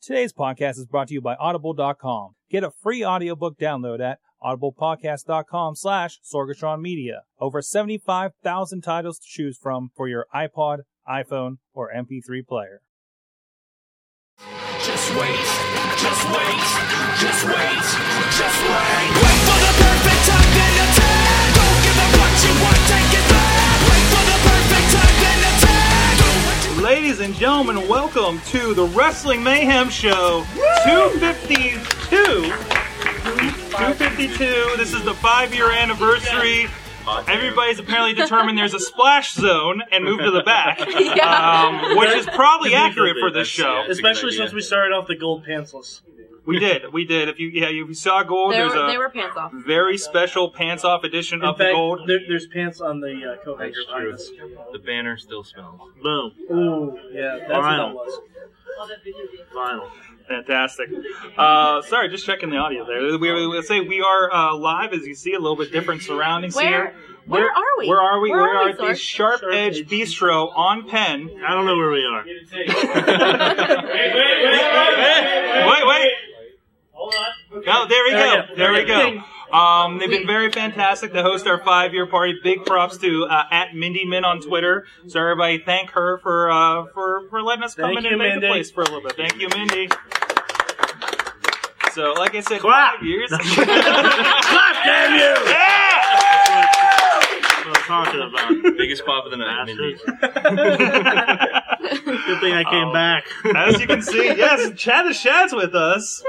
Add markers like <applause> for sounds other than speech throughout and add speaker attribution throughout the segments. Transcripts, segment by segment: Speaker 1: Today's podcast is brought to you by Audible.com. Get a free audiobook download at audiblepodcast.com slash Sorgatron Media. Over 75,000 titles to choose from for your iPod, iPhone, or MP3 player.
Speaker 2: Just wait, just wait, just wait, just wait. Wait for the perfect time then attack. Don't give up what you want, take it back. Wait for the perfect time then attack. Do what you
Speaker 1: Ladies and gentlemen, welcome to the Wrestling Mayhem Show 252. 252. This is the five year anniversary. Everybody's apparently determined there's a splash zone and moved to the
Speaker 3: <laughs>
Speaker 1: <laughs> back, um, which is probably accurate for this show.
Speaker 4: Especially since we started off the gold pantsless.
Speaker 1: We did, we did. If you yeah, if you saw gold,
Speaker 3: They
Speaker 1: there's
Speaker 3: were, they were
Speaker 1: a
Speaker 3: pants off.
Speaker 1: very special pants off edition
Speaker 4: In
Speaker 1: of the
Speaker 4: fact,
Speaker 1: gold.
Speaker 4: there- there's pants on the uh, Cohesh.
Speaker 5: That's true. The banner still smells.
Speaker 6: Boom.
Speaker 4: Ooh, yeah, that's what that
Speaker 6: Vinyl.
Speaker 4: was.
Speaker 6: Vinyl.
Speaker 1: Fantastic. Uh, sorry, just checking the audio there. We, we, let's say we are uh, live, as you see, a little bit different surroundings
Speaker 3: Where?
Speaker 1: here.
Speaker 3: Where are we?
Speaker 1: Where are we?
Speaker 3: Where
Speaker 1: we
Speaker 3: are
Speaker 1: are
Speaker 3: we,
Speaker 1: at the
Speaker 3: Thor?
Speaker 1: Sharp Edge Bistro on Penn.
Speaker 6: I don't know where we are.
Speaker 1: wait, wait. Hold on. No, there we go.
Speaker 4: There we go.
Speaker 1: There we go. Um, they've been very fantastic to host our five-year party. Big props to uh, at Mindy Min on Twitter. So everybody, thank her for uh, for for letting us come
Speaker 4: Thank
Speaker 1: in
Speaker 4: you,
Speaker 1: and make
Speaker 4: Mindy.
Speaker 1: the place
Speaker 4: <laughs>
Speaker 1: for a little bit. Thank you, Mindy. So, like I said,
Speaker 6: Clap.
Speaker 1: five years. <laughs>
Speaker 6: Clap, damn you!
Speaker 1: Yeah!
Speaker 6: That's what I'm talking about.
Speaker 5: Biggest pop of the night, Mindy's.
Speaker 6: Bastards. Good thing I came back.
Speaker 1: Oh. As you can see, yes, Chad the Shad's with us.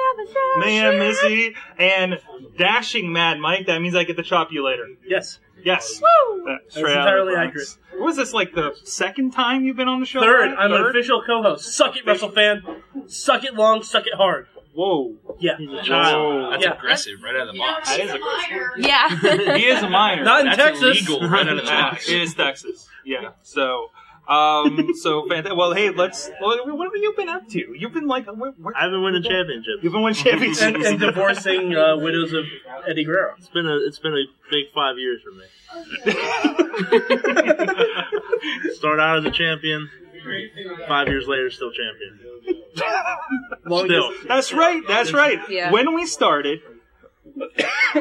Speaker 1: Man, Missy, and dashing Mad Mike. That means I get to chop you later.
Speaker 4: Yes.
Speaker 1: Yes. That's
Speaker 4: entirely
Speaker 1: What was this, like the second time you've been on the show?
Speaker 4: Third, I'm an
Speaker 1: Third?
Speaker 4: official co-host. Suck it, Russell fan. Suck it long, suck it hard.
Speaker 1: Whoa.
Speaker 4: Yeah.
Speaker 5: Wow,
Speaker 4: Whoa.
Speaker 5: that's
Speaker 4: Yeah.
Speaker 5: aggressive right out of the box.
Speaker 1: That is aggressive.
Speaker 3: Yeah.
Speaker 1: <laughs> He is a minor.
Speaker 4: Not in
Speaker 5: That's
Speaker 4: Texas.
Speaker 5: illegal right out of the
Speaker 1: Yeah,
Speaker 5: box.
Speaker 1: <laughs> It is Texas. Yeah. So, um, so, fanta- well, hey, let's, well, what have you been up to? You've been like, where, where,
Speaker 6: I've been winning championships.
Speaker 1: you've been winning championships.
Speaker 4: And, and divorcing uh, widows of Eddie Guerrero.
Speaker 6: It's been a it's been a big five years for me. <laughs> Start out as a champion.
Speaker 5: <laughs>
Speaker 6: Five years later, still champion.
Speaker 5: <laughs>
Speaker 6: Still,
Speaker 1: That's right. That's right.
Speaker 3: Yeah.
Speaker 1: When we started,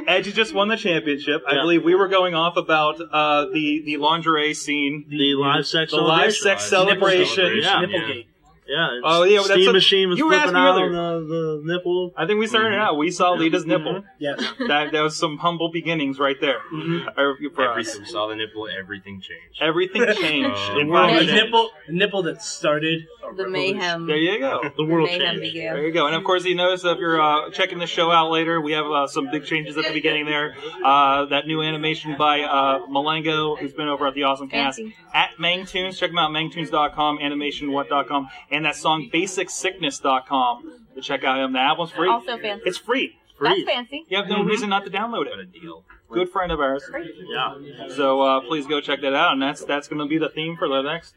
Speaker 1: Edge had just won the championship. I
Speaker 6: Yeah.
Speaker 1: believe we were going off about uh, the the lingerie scene,
Speaker 6: the live sex
Speaker 1: the live
Speaker 6: celebration.
Speaker 1: sex celebration.
Speaker 6: Yeah.
Speaker 4: Nipplegate.
Speaker 6: Yeah. and
Speaker 1: Oh, yeah, well, that's
Speaker 6: Steam
Speaker 1: what-
Speaker 6: machine was
Speaker 1: you were asking
Speaker 6: flipping out
Speaker 1: earlier.
Speaker 6: uh, the nipple. Mm-hmm.
Speaker 1: I think we started
Speaker 4: Mm-hmm.
Speaker 1: it out. We saw Lita's nipple.
Speaker 4: Yes.
Speaker 1: That that was some humble beginnings right there.
Speaker 4: Mm-hmm.
Speaker 1: Uh, for us.
Speaker 5: Everything we saw the nipple, everything changed.
Speaker 1: Everything changed.
Speaker 5: Oh.
Speaker 1: in
Speaker 5: The
Speaker 1: five
Speaker 5: world
Speaker 4: The
Speaker 1: minutes.
Speaker 5: changed.
Speaker 4: nipple, the nipple that started a
Speaker 3: the
Speaker 4: revolution.
Speaker 3: mayhem.
Speaker 1: There you go.
Speaker 6: The world
Speaker 3: mayhem
Speaker 6: changed.
Speaker 3: began.
Speaker 1: There you go. And of course, you notice if you're uh, checking the show out later, we have uh, some big changes at the beginning there. Uh, that new animation by uh, Malengo, who's been over at the Awesome Cast,
Speaker 3: Fancy.
Speaker 1: at Mangtunes. Check them out, mangtunes.com, animationwhat.com, and that song basicsickness.com. To check out him. The album's free.
Speaker 3: Also fancy.
Speaker 1: It's free.
Speaker 3: That's
Speaker 6: Free.
Speaker 3: fancy. Mm-hmm.
Speaker 1: You have no reason not to download
Speaker 5: Mm-hmm. What a
Speaker 1: it.
Speaker 5: deal.
Speaker 1: Good friend of ours.
Speaker 6: Yeah.
Speaker 1: So uh, please go check that out. And that's that's going to be the theme for the next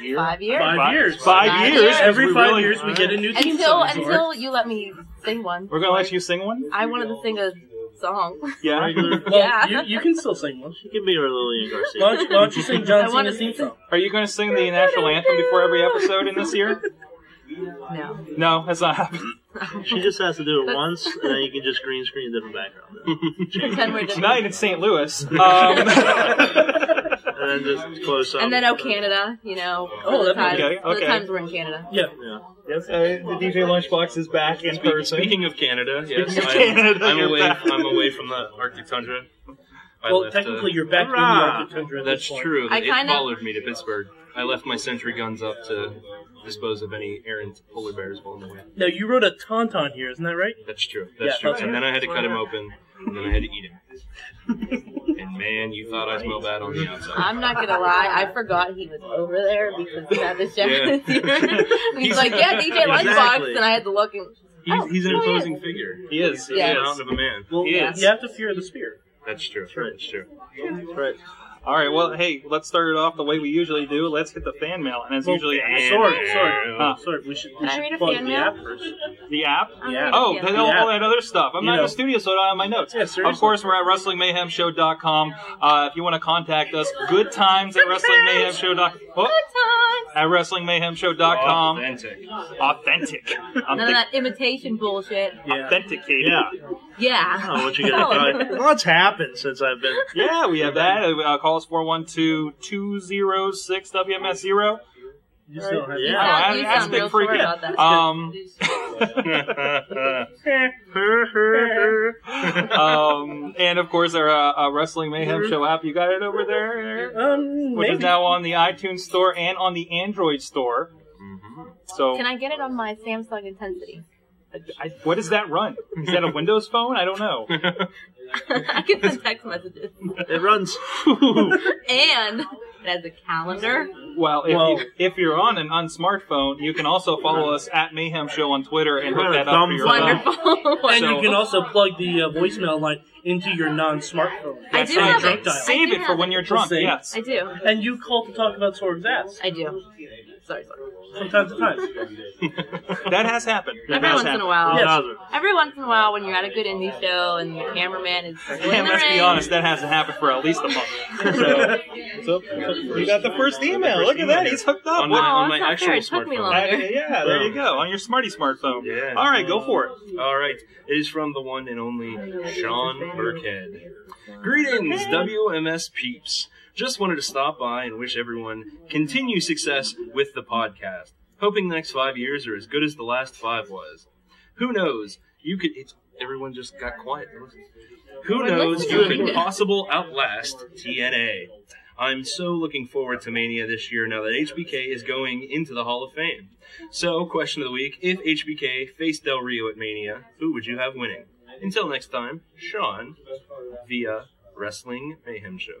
Speaker 1: year.
Speaker 3: Five years.
Speaker 4: Five years.
Speaker 1: Five,
Speaker 3: Five
Speaker 1: years.
Speaker 3: years.
Speaker 4: Every
Speaker 1: We
Speaker 4: five
Speaker 1: really-
Speaker 4: years, we get a new team.
Speaker 3: Until until you let me sing one.
Speaker 1: We're going to let you sing one?
Speaker 3: I wanted to sing a song.
Speaker 1: Yeah.
Speaker 6: Regular.
Speaker 3: <laughs>
Speaker 4: Well,
Speaker 3: Yeah.
Speaker 4: you, you can still sing one.
Speaker 6: Give me your Lillian Garcia.
Speaker 4: Why don't you, why don't you sing John
Speaker 3: I wanna
Speaker 4: Cena's theme
Speaker 3: sing-
Speaker 4: song?
Speaker 1: Are you going to sing the national anthem before every episode in this year?
Speaker 3: No.
Speaker 1: No, that's not happening.
Speaker 6: She just has to do it once, and then you can just green screen a
Speaker 1: <laughs>
Speaker 6: different background,
Speaker 3: Pretend we're
Speaker 1: Tonight
Speaker 3: different.
Speaker 1: in St.
Speaker 6: <laughs>
Speaker 1: Louis. Um,
Speaker 6: and then just close up.
Speaker 3: And then Oh Canada, you know. for
Speaker 4: Oh,
Speaker 3: the
Speaker 4: that'd
Speaker 3: times-
Speaker 4: be
Speaker 1: okay,
Speaker 3: for the
Speaker 1: okay.
Speaker 3: times we're in Canada.
Speaker 4: Yeah.
Speaker 6: Yeah.
Speaker 1: yes, uh, the DJ Lunchbox is back in
Speaker 5: Speaking,
Speaker 1: person.
Speaker 5: speaking of Canada, yes,
Speaker 1: Speaking of
Speaker 5: I'm,
Speaker 1: Canada,
Speaker 5: I'm
Speaker 1: you're
Speaker 5: away.
Speaker 1: back.
Speaker 5: I'm away from the Arctic tundra. I
Speaker 4: Well,
Speaker 5: left, uh,
Speaker 4: technically, you're back in the
Speaker 6: hurrah!
Speaker 4: Arctic Tundra. At
Speaker 5: That's
Speaker 4: this point.
Speaker 5: true.
Speaker 3: I
Speaker 5: it
Speaker 3: kinda-
Speaker 5: followed me to Pittsburgh. I left my sentry guns up to dispose of any errant polar bears along the way.
Speaker 4: Now you wrote a tauntaun here, isn't that right?
Speaker 5: That's true. That's
Speaker 4: Yeah,
Speaker 5: true.
Speaker 4: that's
Speaker 5: and
Speaker 4: right.
Speaker 5: then I had to cut him
Speaker 3: <laughs>
Speaker 5: open, and then I had to eat him. and man, you thought I smelled bad on the outside.
Speaker 3: I'm not gonna lie, I forgot he was over there because we had this Jack
Speaker 5: Yeah. <laughs>
Speaker 3: this year. <laughs> He's like, yeah, DJ Lunchbox,
Speaker 6: Exactly.
Speaker 3: and I had to look and
Speaker 5: He's,
Speaker 3: Oh,
Speaker 5: he's an
Speaker 3: oh, yeah.
Speaker 5: imposing figure.
Speaker 1: he is. He
Speaker 3: Yes.
Speaker 5: He's a
Speaker 1: is.
Speaker 5: mountain of a man.
Speaker 4: Well,
Speaker 1: Yes.
Speaker 4: you have to fear the spear.
Speaker 5: That's true. That's,
Speaker 6: right.
Speaker 5: true.
Speaker 6: Right.
Speaker 1: All right, well, hey, let's start it off the way we usually do. Let's hit the fan mail. And as usually, I-
Speaker 4: Oh, Sorry, sorry, Uh,
Speaker 1: Huh.
Speaker 4: sorry. We should, we
Speaker 3: I
Speaker 4: should
Speaker 3: read a
Speaker 4: plug
Speaker 3: fan
Speaker 4: the
Speaker 3: mail?
Speaker 4: app first.
Speaker 1: the app.
Speaker 3: I'm
Speaker 4: Yeah.
Speaker 3: gonna
Speaker 1: Oh,
Speaker 3: get
Speaker 1: then
Speaker 3: it.
Speaker 1: all,
Speaker 4: Yeah.
Speaker 1: all that other stuff. I'm
Speaker 4: You
Speaker 1: not in
Speaker 4: know.
Speaker 1: the studio, so I don't have my notes.
Speaker 4: Yeah, seriously.
Speaker 1: Of course, we're at WrestlingMayhemShow.com. Uh, if you want to contact us, good times at WrestlingMayhemShow.com. Oh,
Speaker 3: Good times.
Speaker 1: at WrestlingMayhemShow.com.
Speaker 4: Authentic.
Speaker 1: Authentic.
Speaker 3: None of that imitation bullshit.
Speaker 1: Authenticated.
Speaker 6: Yeah.
Speaker 3: Yeah.
Speaker 6: Oh, <laughs> what you gonna
Speaker 3: Solid.
Speaker 6: do? What's happened since I've been?
Speaker 1: <laughs> Yeah, we have that. Uh, call us
Speaker 7: <laughs>
Speaker 1: <laughs> 412-206-WMS0.
Speaker 6: You still have
Speaker 3: You
Speaker 6: yeah.
Speaker 3: sound,
Speaker 1: I-
Speaker 3: you
Speaker 1: I
Speaker 3: sound
Speaker 1: speak
Speaker 3: real
Speaker 1: freaking-
Speaker 3: sore about that.
Speaker 1: Um,
Speaker 6: <laughs>
Speaker 1: um, and of course our uh, uh, Wrestling Mayhem Show app. You got it over there,
Speaker 6: um,
Speaker 1: which is
Speaker 6: maybe.
Speaker 1: now on the iTunes store and on the Android store. So,
Speaker 6: Mm-hmm.
Speaker 3: Can I get it on my Samsung Intensity?
Speaker 1: I, what does that run? Is that a Windows phone? I don't
Speaker 6: <laughs>
Speaker 1: know.
Speaker 3: I can send text messages.
Speaker 6: It runs.
Speaker 3: And it has a calendar.
Speaker 1: Well, if,
Speaker 6: Well-
Speaker 1: you, if you're on an unsmartphone, you can also follow us at Mayhem Show on Twitter and hook
Speaker 6: Right,
Speaker 1: that up for
Speaker 6: thumb
Speaker 1: your
Speaker 6: phone.
Speaker 1: phone.
Speaker 3: Wonderful.
Speaker 7: And
Speaker 1: So-
Speaker 7: you can also plug the uh, voicemail line into your non-smartphone.
Speaker 3: I
Speaker 1: That's
Speaker 3: do
Speaker 1: right.
Speaker 3: have
Speaker 7: drunk
Speaker 3: it.
Speaker 7: dial.
Speaker 3: I
Speaker 1: Save
Speaker 3: do
Speaker 1: it for
Speaker 3: have
Speaker 1: when you're drunk.
Speaker 7: Save.
Speaker 1: Yes.
Speaker 3: I do.
Speaker 7: And you call to talk about Sorg's ass
Speaker 3: I do. Sorry, sorry.
Speaker 7: from time to time.
Speaker 1: <laughs> That has happened. That
Speaker 3: Every
Speaker 1: has
Speaker 3: once in
Speaker 1: happened.
Speaker 3: a while.
Speaker 6: It
Speaker 7: Yes.
Speaker 6: does.
Speaker 3: Every once in a while, when you're at a good indie show and the cameraman is
Speaker 1: Yeah,
Speaker 3: in the
Speaker 1: let's be
Speaker 3: ring,
Speaker 1: honest, that hasn't happened for at <laughs> least a month. So, so you got the first email. Look at that. He's hooked up.
Speaker 4: On
Speaker 3: Oh,
Speaker 4: my, on
Speaker 3: it's
Speaker 4: my
Speaker 3: not
Speaker 4: actual
Speaker 3: fair. It took me
Speaker 4: smartphone.
Speaker 3: long.
Speaker 1: Uh, yeah, there you go. On your smarty smartphone.
Speaker 4: Yeah.
Speaker 1: All right, go for it.
Speaker 4: All right. It is from the one and only Sean Burkhead. Greetings, WMS peeps. Just wanted to stop by and wish everyone continued success with the podcast. Hoping the next five years are as good as the last five was. Who knows? You could. It's, everyone just got quiet. Who
Speaker 3: We're
Speaker 4: knows? You
Speaker 3: listening.
Speaker 4: could possible outlast TNA. I'm so looking forward to Mania this year now that HBK is going into the Hall of Fame. So, question of the week if HBK faced Del Rio at Mania, who would you have winning? Until next time, Sean via Wrestling Mayhem Show.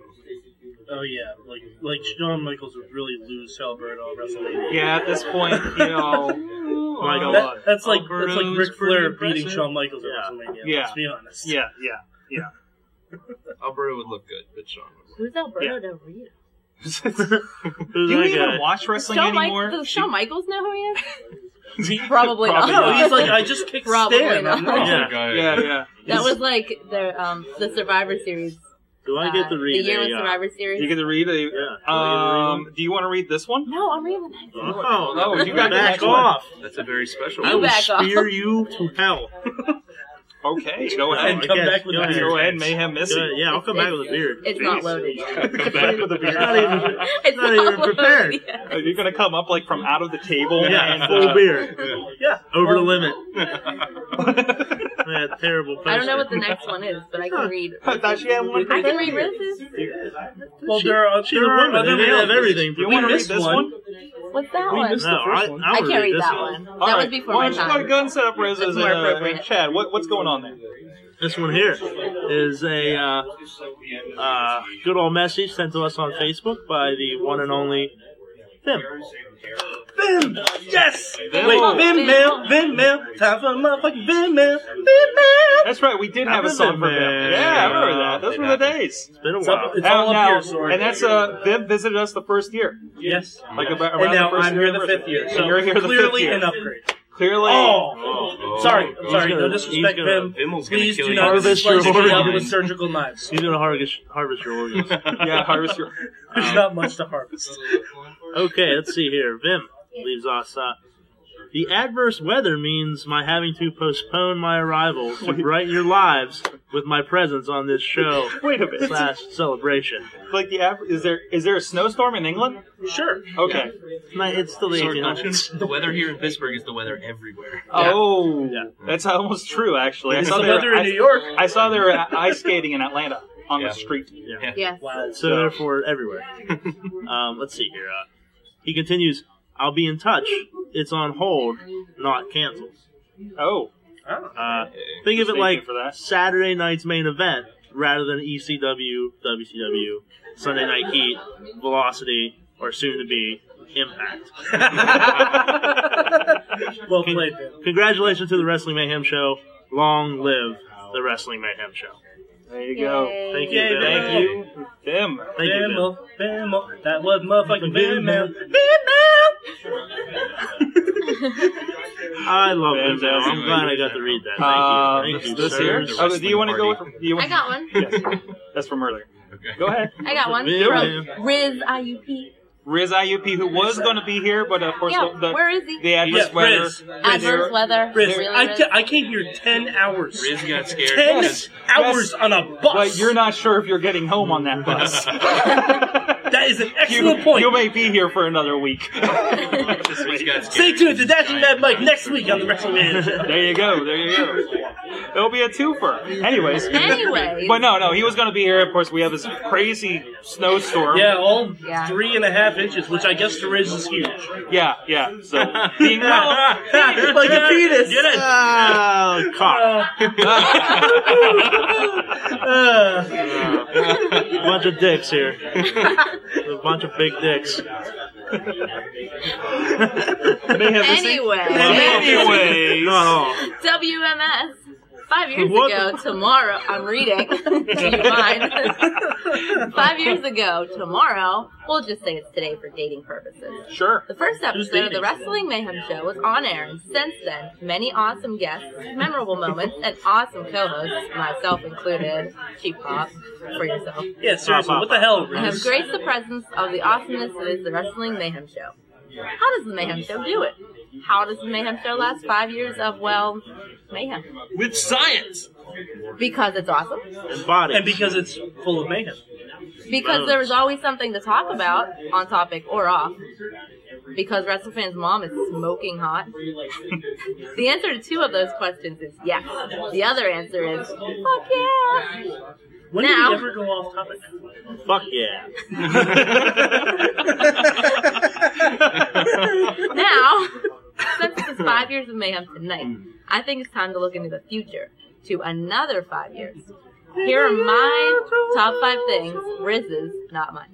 Speaker 6: Oh yeah, like like Shawn Michaels would really lose Halberd on WrestleMania.
Speaker 1: Yeah, at this
Speaker 6: <laughs>
Speaker 1: point, you know.
Speaker 6: Like,
Speaker 1: uh,
Speaker 6: Oh that, that's like
Speaker 1: Uncle
Speaker 6: that's like
Speaker 1: Rude's
Speaker 6: Ric
Speaker 1: pretty
Speaker 6: Flair beating
Speaker 1: impressive.
Speaker 6: Shawn Michaels at
Speaker 4: Yeah.
Speaker 6: WrestleMania.
Speaker 1: Yeah.
Speaker 6: Let's be honest.
Speaker 1: Yeah, yeah, yeah.
Speaker 4: Alberto would look good, but Sean
Speaker 7: <laughs>
Speaker 4: would
Speaker 3: Who's Alberto Del Rio?
Speaker 1: Do
Speaker 6: Who's
Speaker 1: you
Speaker 6: that
Speaker 1: even
Speaker 6: guy?
Speaker 1: watch wrestling
Speaker 3: Shawn, Mike-
Speaker 1: anymore?
Speaker 3: does Shawn Michaels know who he
Speaker 1: <laughs>
Speaker 3: is?
Speaker 7: <laughs>
Speaker 1: She-
Speaker 3: Probably not.
Speaker 1: Probably
Speaker 6: No, he's like I just kicked
Speaker 3: Probably
Speaker 6: Stan.
Speaker 3: not.
Speaker 6: I'm wrong.
Speaker 4: Yeah.
Speaker 6: Yeah.
Speaker 1: Yeah, yeah.
Speaker 3: That was like the um the Survivor Series.
Speaker 6: Do I
Speaker 3: uh,
Speaker 6: get to read?
Speaker 3: the year
Speaker 6: a,
Speaker 3: with
Speaker 6: uh,
Speaker 3: Survivor Series.
Speaker 1: You get to read
Speaker 6: Yeah.
Speaker 1: it.
Speaker 6: Do I
Speaker 1: Um, do you want to read this one?
Speaker 3: no, I'm reading the next
Speaker 6: get to
Speaker 3: one.
Speaker 6: read one? Oh <laughs>
Speaker 1: no, you got the
Speaker 6: back
Speaker 1: next one.
Speaker 6: off.
Speaker 4: That's a very special
Speaker 6: I
Speaker 3: You
Speaker 6: will
Speaker 4: one.
Speaker 3: back off.
Speaker 6: spear you to hell.
Speaker 1: Okay, go
Speaker 6: I
Speaker 1: ahead.
Speaker 7: And come
Speaker 6: guess.
Speaker 7: back with
Speaker 6: Go
Speaker 7: a
Speaker 6: ahead.
Speaker 7: beer.
Speaker 1: Go ahead, Mayhem
Speaker 6: Go ahead.
Speaker 1: Missy.
Speaker 6: Yeah, I'll come back with a beard.
Speaker 3: It's not
Speaker 7: <laughs>
Speaker 3: loaded yet.
Speaker 4: <laughs> Come back with a
Speaker 6: It's not even,
Speaker 3: <laughs> It's
Speaker 6: not even
Speaker 3: loaded
Speaker 6: prepared.
Speaker 3: yet.
Speaker 1: Uh, You're gonna come up like from out of the table.
Speaker 6: Yeah,
Speaker 1: and,
Speaker 6: full
Speaker 1: uh,
Speaker 6: beard. Yeah, over the limit.
Speaker 1: I
Speaker 6: Yeah, terrible. Poster.
Speaker 3: I don't know what the next one is, but I can read.
Speaker 1: thought you had one.
Speaker 3: I can read Rose's.
Speaker 7: Well, there are
Speaker 6: She's a
Speaker 7: there are
Speaker 6: woman.
Speaker 7: other
Speaker 6: They have
Speaker 7: males.
Speaker 6: everything.
Speaker 1: Do you
Speaker 6: We
Speaker 1: want to read
Speaker 6: missed
Speaker 1: this one?
Speaker 3: What's that
Speaker 7: We
Speaker 3: one?
Speaker 7: missed
Speaker 6: No,
Speaker 7: the
Speaker 6: I,
Speaker 7: first
Speaker 6: I,
Speaker 7: one.
Speaker 6: would
Speaker 3: I can't read
Speaker 6: this
Speaker 3: that
Speaker 6: one.
Speaker 3: one.
Speaker 1: All
Speaker 3: That was
Speaker 1: right.
Speaker 3: before
Speaker 1: Why
Speaker 3: my
Speaker 1: don't you want to go
Speaker 3: time.
Speaker 1: ahead and set up Riz's
Speaker 3: That's
Speaker 1: and,
Speaker 3: more
Speaker 1: uh,
Speaker 3: appropriate.
Speaker 1: and Chad? What, what's going on there?
Speaker 6: This one here is a uh, uh, good old message sent to us on Facebook by the one and only Vim.
Speaker 7: Bim! Yes!
Speaker 1: Bim.
Speaker 7: Wait,
Speaker 1: Oh,
Speaker 7: Bim
Speaker 3: Bim.
Speaker 7: Mail, Bim Mail, time for a motherfucking Bim Mail, Bim Mail!
Speaker 1: That's right. We did have a
Speaker 6: Other
Speaker 1: song
Speaker 6: than
Speaker 1: for Viv.
Speaker 6: that,
Speaker 1: Yeah, I remember that. Those
Speaker 4: they
Speaker 1: were the
Speaker 4: happened.
Speaker 1: days.
Speaker 6: It's been a
Speaker 7: It's up-
Speaker 6: while.
Speaker 7: it's all
Speaker 1: And
Speaker 7: up
Speaker 1: now-
Speaker 7: here, sorry.
Speaker 1: and that's uh, Viv visited us the first year,
Speaker 7: Yes.
Speaker 1: like about around
Speaker 7: And now
Speaker 1: the 1st
Speaker 7: I'm
Speaker 1: year
Speaker 7: here the
Speaker 1: anniversary.
Speaker 7: fifth year.
Speaker 1: And
Speaker 7: So
Speaker 1: you're here the fifth
Speaker 7: clearly
Speaker 1: year.
Speaker 7: an upgrade.
Speaker 1: Clearly,
Speaker 7: Oh!
Speaker 4: Oh,
Speaker 7: Sorry, I'm
Speaker 4: God.
Speaker 7: sorry,
Speaker 6: gonna-
Speaker 7: no disrespect,
Speaker 6: he's gonna-
Speaker 7: Bim.
Speaker 4: Bimmel's gonna
Speaker 7: Please
Speaker 4: kill
Speaker 7: do
Speaker 4: you.
Speaker 7: not
Speaker 6: Harvest your
Speaker 7: slice me up
Speaker 6: organs.
Speaker 7: with surgical knives.
Speaker 6: He's gonna harvest, harvest your <laughs> organs.
Speaker 1: yeah, harvest your.
Speaker 7: There's not much to harvest.
Speaker 6: uh, Okay, let's see here. Vim leaves us. Uh, the adverse weather means my having to postpone my arrival to brighten your lives with my presence on this <laughs> show
Speaker 1: Wait a minute.
Speaker 6: slash celebration.
Speaker 1: Like the average, is there is there a snowstorm in England?
Speaker 7: Sure.
Speaker 1: Okay.
Speaker 6: No, It's still the
Speaker 4: Sorry,
Speaker 6: 1800s.
Speaker 4: the weather here in Pittsburgh is the weather everywhere.
Speaker 1: Oh,
Speaker 6: Yeah.
Speaker 1: that's almost true. Actually, I
Speaker 7: It's
Speaker 1: saw
Speaker 7: the
Speaker 1: they
Speaker 7: weather
Speaker 1: were,
Speaker 7: in
Speaker 1: I,
Speaker 7: New York.
Speaker 1: I saw they were a- ice skating in Atlanta on
Speaker 4: Yeah.
Speaker 1: the street.
Speaker 3: Yes.
Speaker 7: Wow.
Speaker 6: So therefore, <laughs> everywhere. Um, let's see here. Uh, he continues. I'll be in touch. It's on hold, not canceled.
Speaker 1: Oh,
Speaker 4: Ah.
Speaker 6: Uh, think of it
Speaker 1: Mistaken
Speaker 6: like
Speaker 1: for that.
Speaker 6: Saturday night's main event rather than E ECW, WCW, Sunday Night
Speaker 4: <laughs>
Speaker 6: Heat, Velocity, or soon to be Impact.
Speaker 7: Well played, Bim.
Speaker 6: Congratulations to the Wrestling Mayhem Show. Long live the Wrestling Mayhem Show.
Speaker 1: there you go.
Speaker 3: Yay.
Speaker 6: Thank you.
Speaker 7: Yay,
Speaker 6: Bill.
Speaker 1: Thank you, Tim.
Speaker 6: Thank you. Bill.
Speaker 7: Bimmo, Bimmo. That was motherfucking Bimmo.
Speaker 6: I love him, Bill. I'm
Speaker 4: Bimmo.
Speaker 6: glad I got to read that. Thank
Speaker 1: Uh,
Speaker 6: you. Thank you,
Speaker 1: this
Speaker 6: sir.
Speaker 1: here.
Speaker 4: The
Speaker 1: Oh, do you want to go?
Speaker 4: wrestling
Speaker 1: With, do you want,
Speaker 3: I got one.
Speaker 1: Yes, that's from earlier.
Speaker 4: Okay.
Speaker 1: Go ahead.
Speaker 3: I got one
Speaker 6: Yeah.
Speaker 3: from Riz IUP.
Speaker 1: Riz IUP, who was going to be here, but of course
Speaker 3: Yeah,
Speaker 1: the, the,
Speaker 3: where is he?
Speaker 1: the adverse
Speaker 4: Yeah,
Speaker 1: weather.
Speaker 4: Riz.
Speaker 3: Adverse weather.
Speaker 4: Riz,
Speaker 3: Really,
Speaker 4: I,
Speaker 3: Riz?
Speaker 4: ca- I came here 10 hours.
Speaker 8: Riz got scared.
Speaker 4: 10
Speaker 8: because-
Speaker 4: hours on a bus.
Speaker 1: But you're not sure if you're getting home on
Speaker 4: <laughs>
Speaker 1: that bus.
Speaker 4: That is an
Speaker 1: you,
Speaker 4: excellent point.
Speaker 1: you may be here for another week.
Speaker 8: Riz got scared.
Speaker 4: Stay tuned to Dash and Mad Mike next week on the WrestleMania show.
Speaker 1: <laughs> there you go. There you go. It'll be a twofer. Anyways.
Speaker 3: Anyway.
Speaker 1: But no, no, he was going to be here. Of course, we have this crazy snowstorm.
Speaker 4: Yeah, all
Speaker 3: Yeah.
Speaker 4: three and a half inches, which I guess to Riz is huge. like
Speaker 1: yeah, yeah.
Speaker 4: <laughs>
Speaker 1: So being well,
Speaker 4: a
Speaker 6: <laughs>
Speaker 4: penis. Get it?
Speaker 6: Oh,
Speaker 1: <laughs>
Speaker 6: cock. <laughs> bunch of dicks here. a bunch of big dicks.
Speaker 1: they have this
Speaker 3: anyway.
Speaker 1: anyways.
Speaker 6: Not all.
Speaker 3: WMS. Five years
Speaker 6: What
Speaker 3: ago tomorrow, I'm reading. Do you mind? Five years ago tomorrow, we'll just say it's today for dating purposes.
Speaker 1: Sure.
Speaker 3: The first episode of
Speaker 4: dating?
Speaker 3: the Wrestling Mayhem show was on air, and since then, many awesome guests, memorable moments, and awesome co-hosts, myself included. Cheap pop for yourself.
Speaker 4: Yeah, seriously, what the hell,
Speaker 3: have
Speaker 4: Riz?
Speaker 3: graced the presence of the awesomeness that is the Wrestling Mayhem Show. How does the Mayhem Show do it? How does the Mayhem Show last five years of, well, mayhem?
Speaker 4: With science.
Speaker 3: Because it's awesome.
Speaker 6: And body.
Speaker 4: And because it's full of mayhem.
Speaker 3: Because there was always something to talk about, on topic or off. Because WrestleFan's mom is smoking hot. <laughs> the answer to two of those questions is yes. The other answer is, fuck yeah.
Speaker 4: When
Speaker 3: Now-
Speaker 4: do we ever go off topic?
Speaker 6: Fuck yeah.
Speaker 4: <laughs>
Speaker 3: <laughs> now, since this is five years of mayhem tonight, I think it's time to look into the future to another five years. Here are my top five things, Riz's, not mine.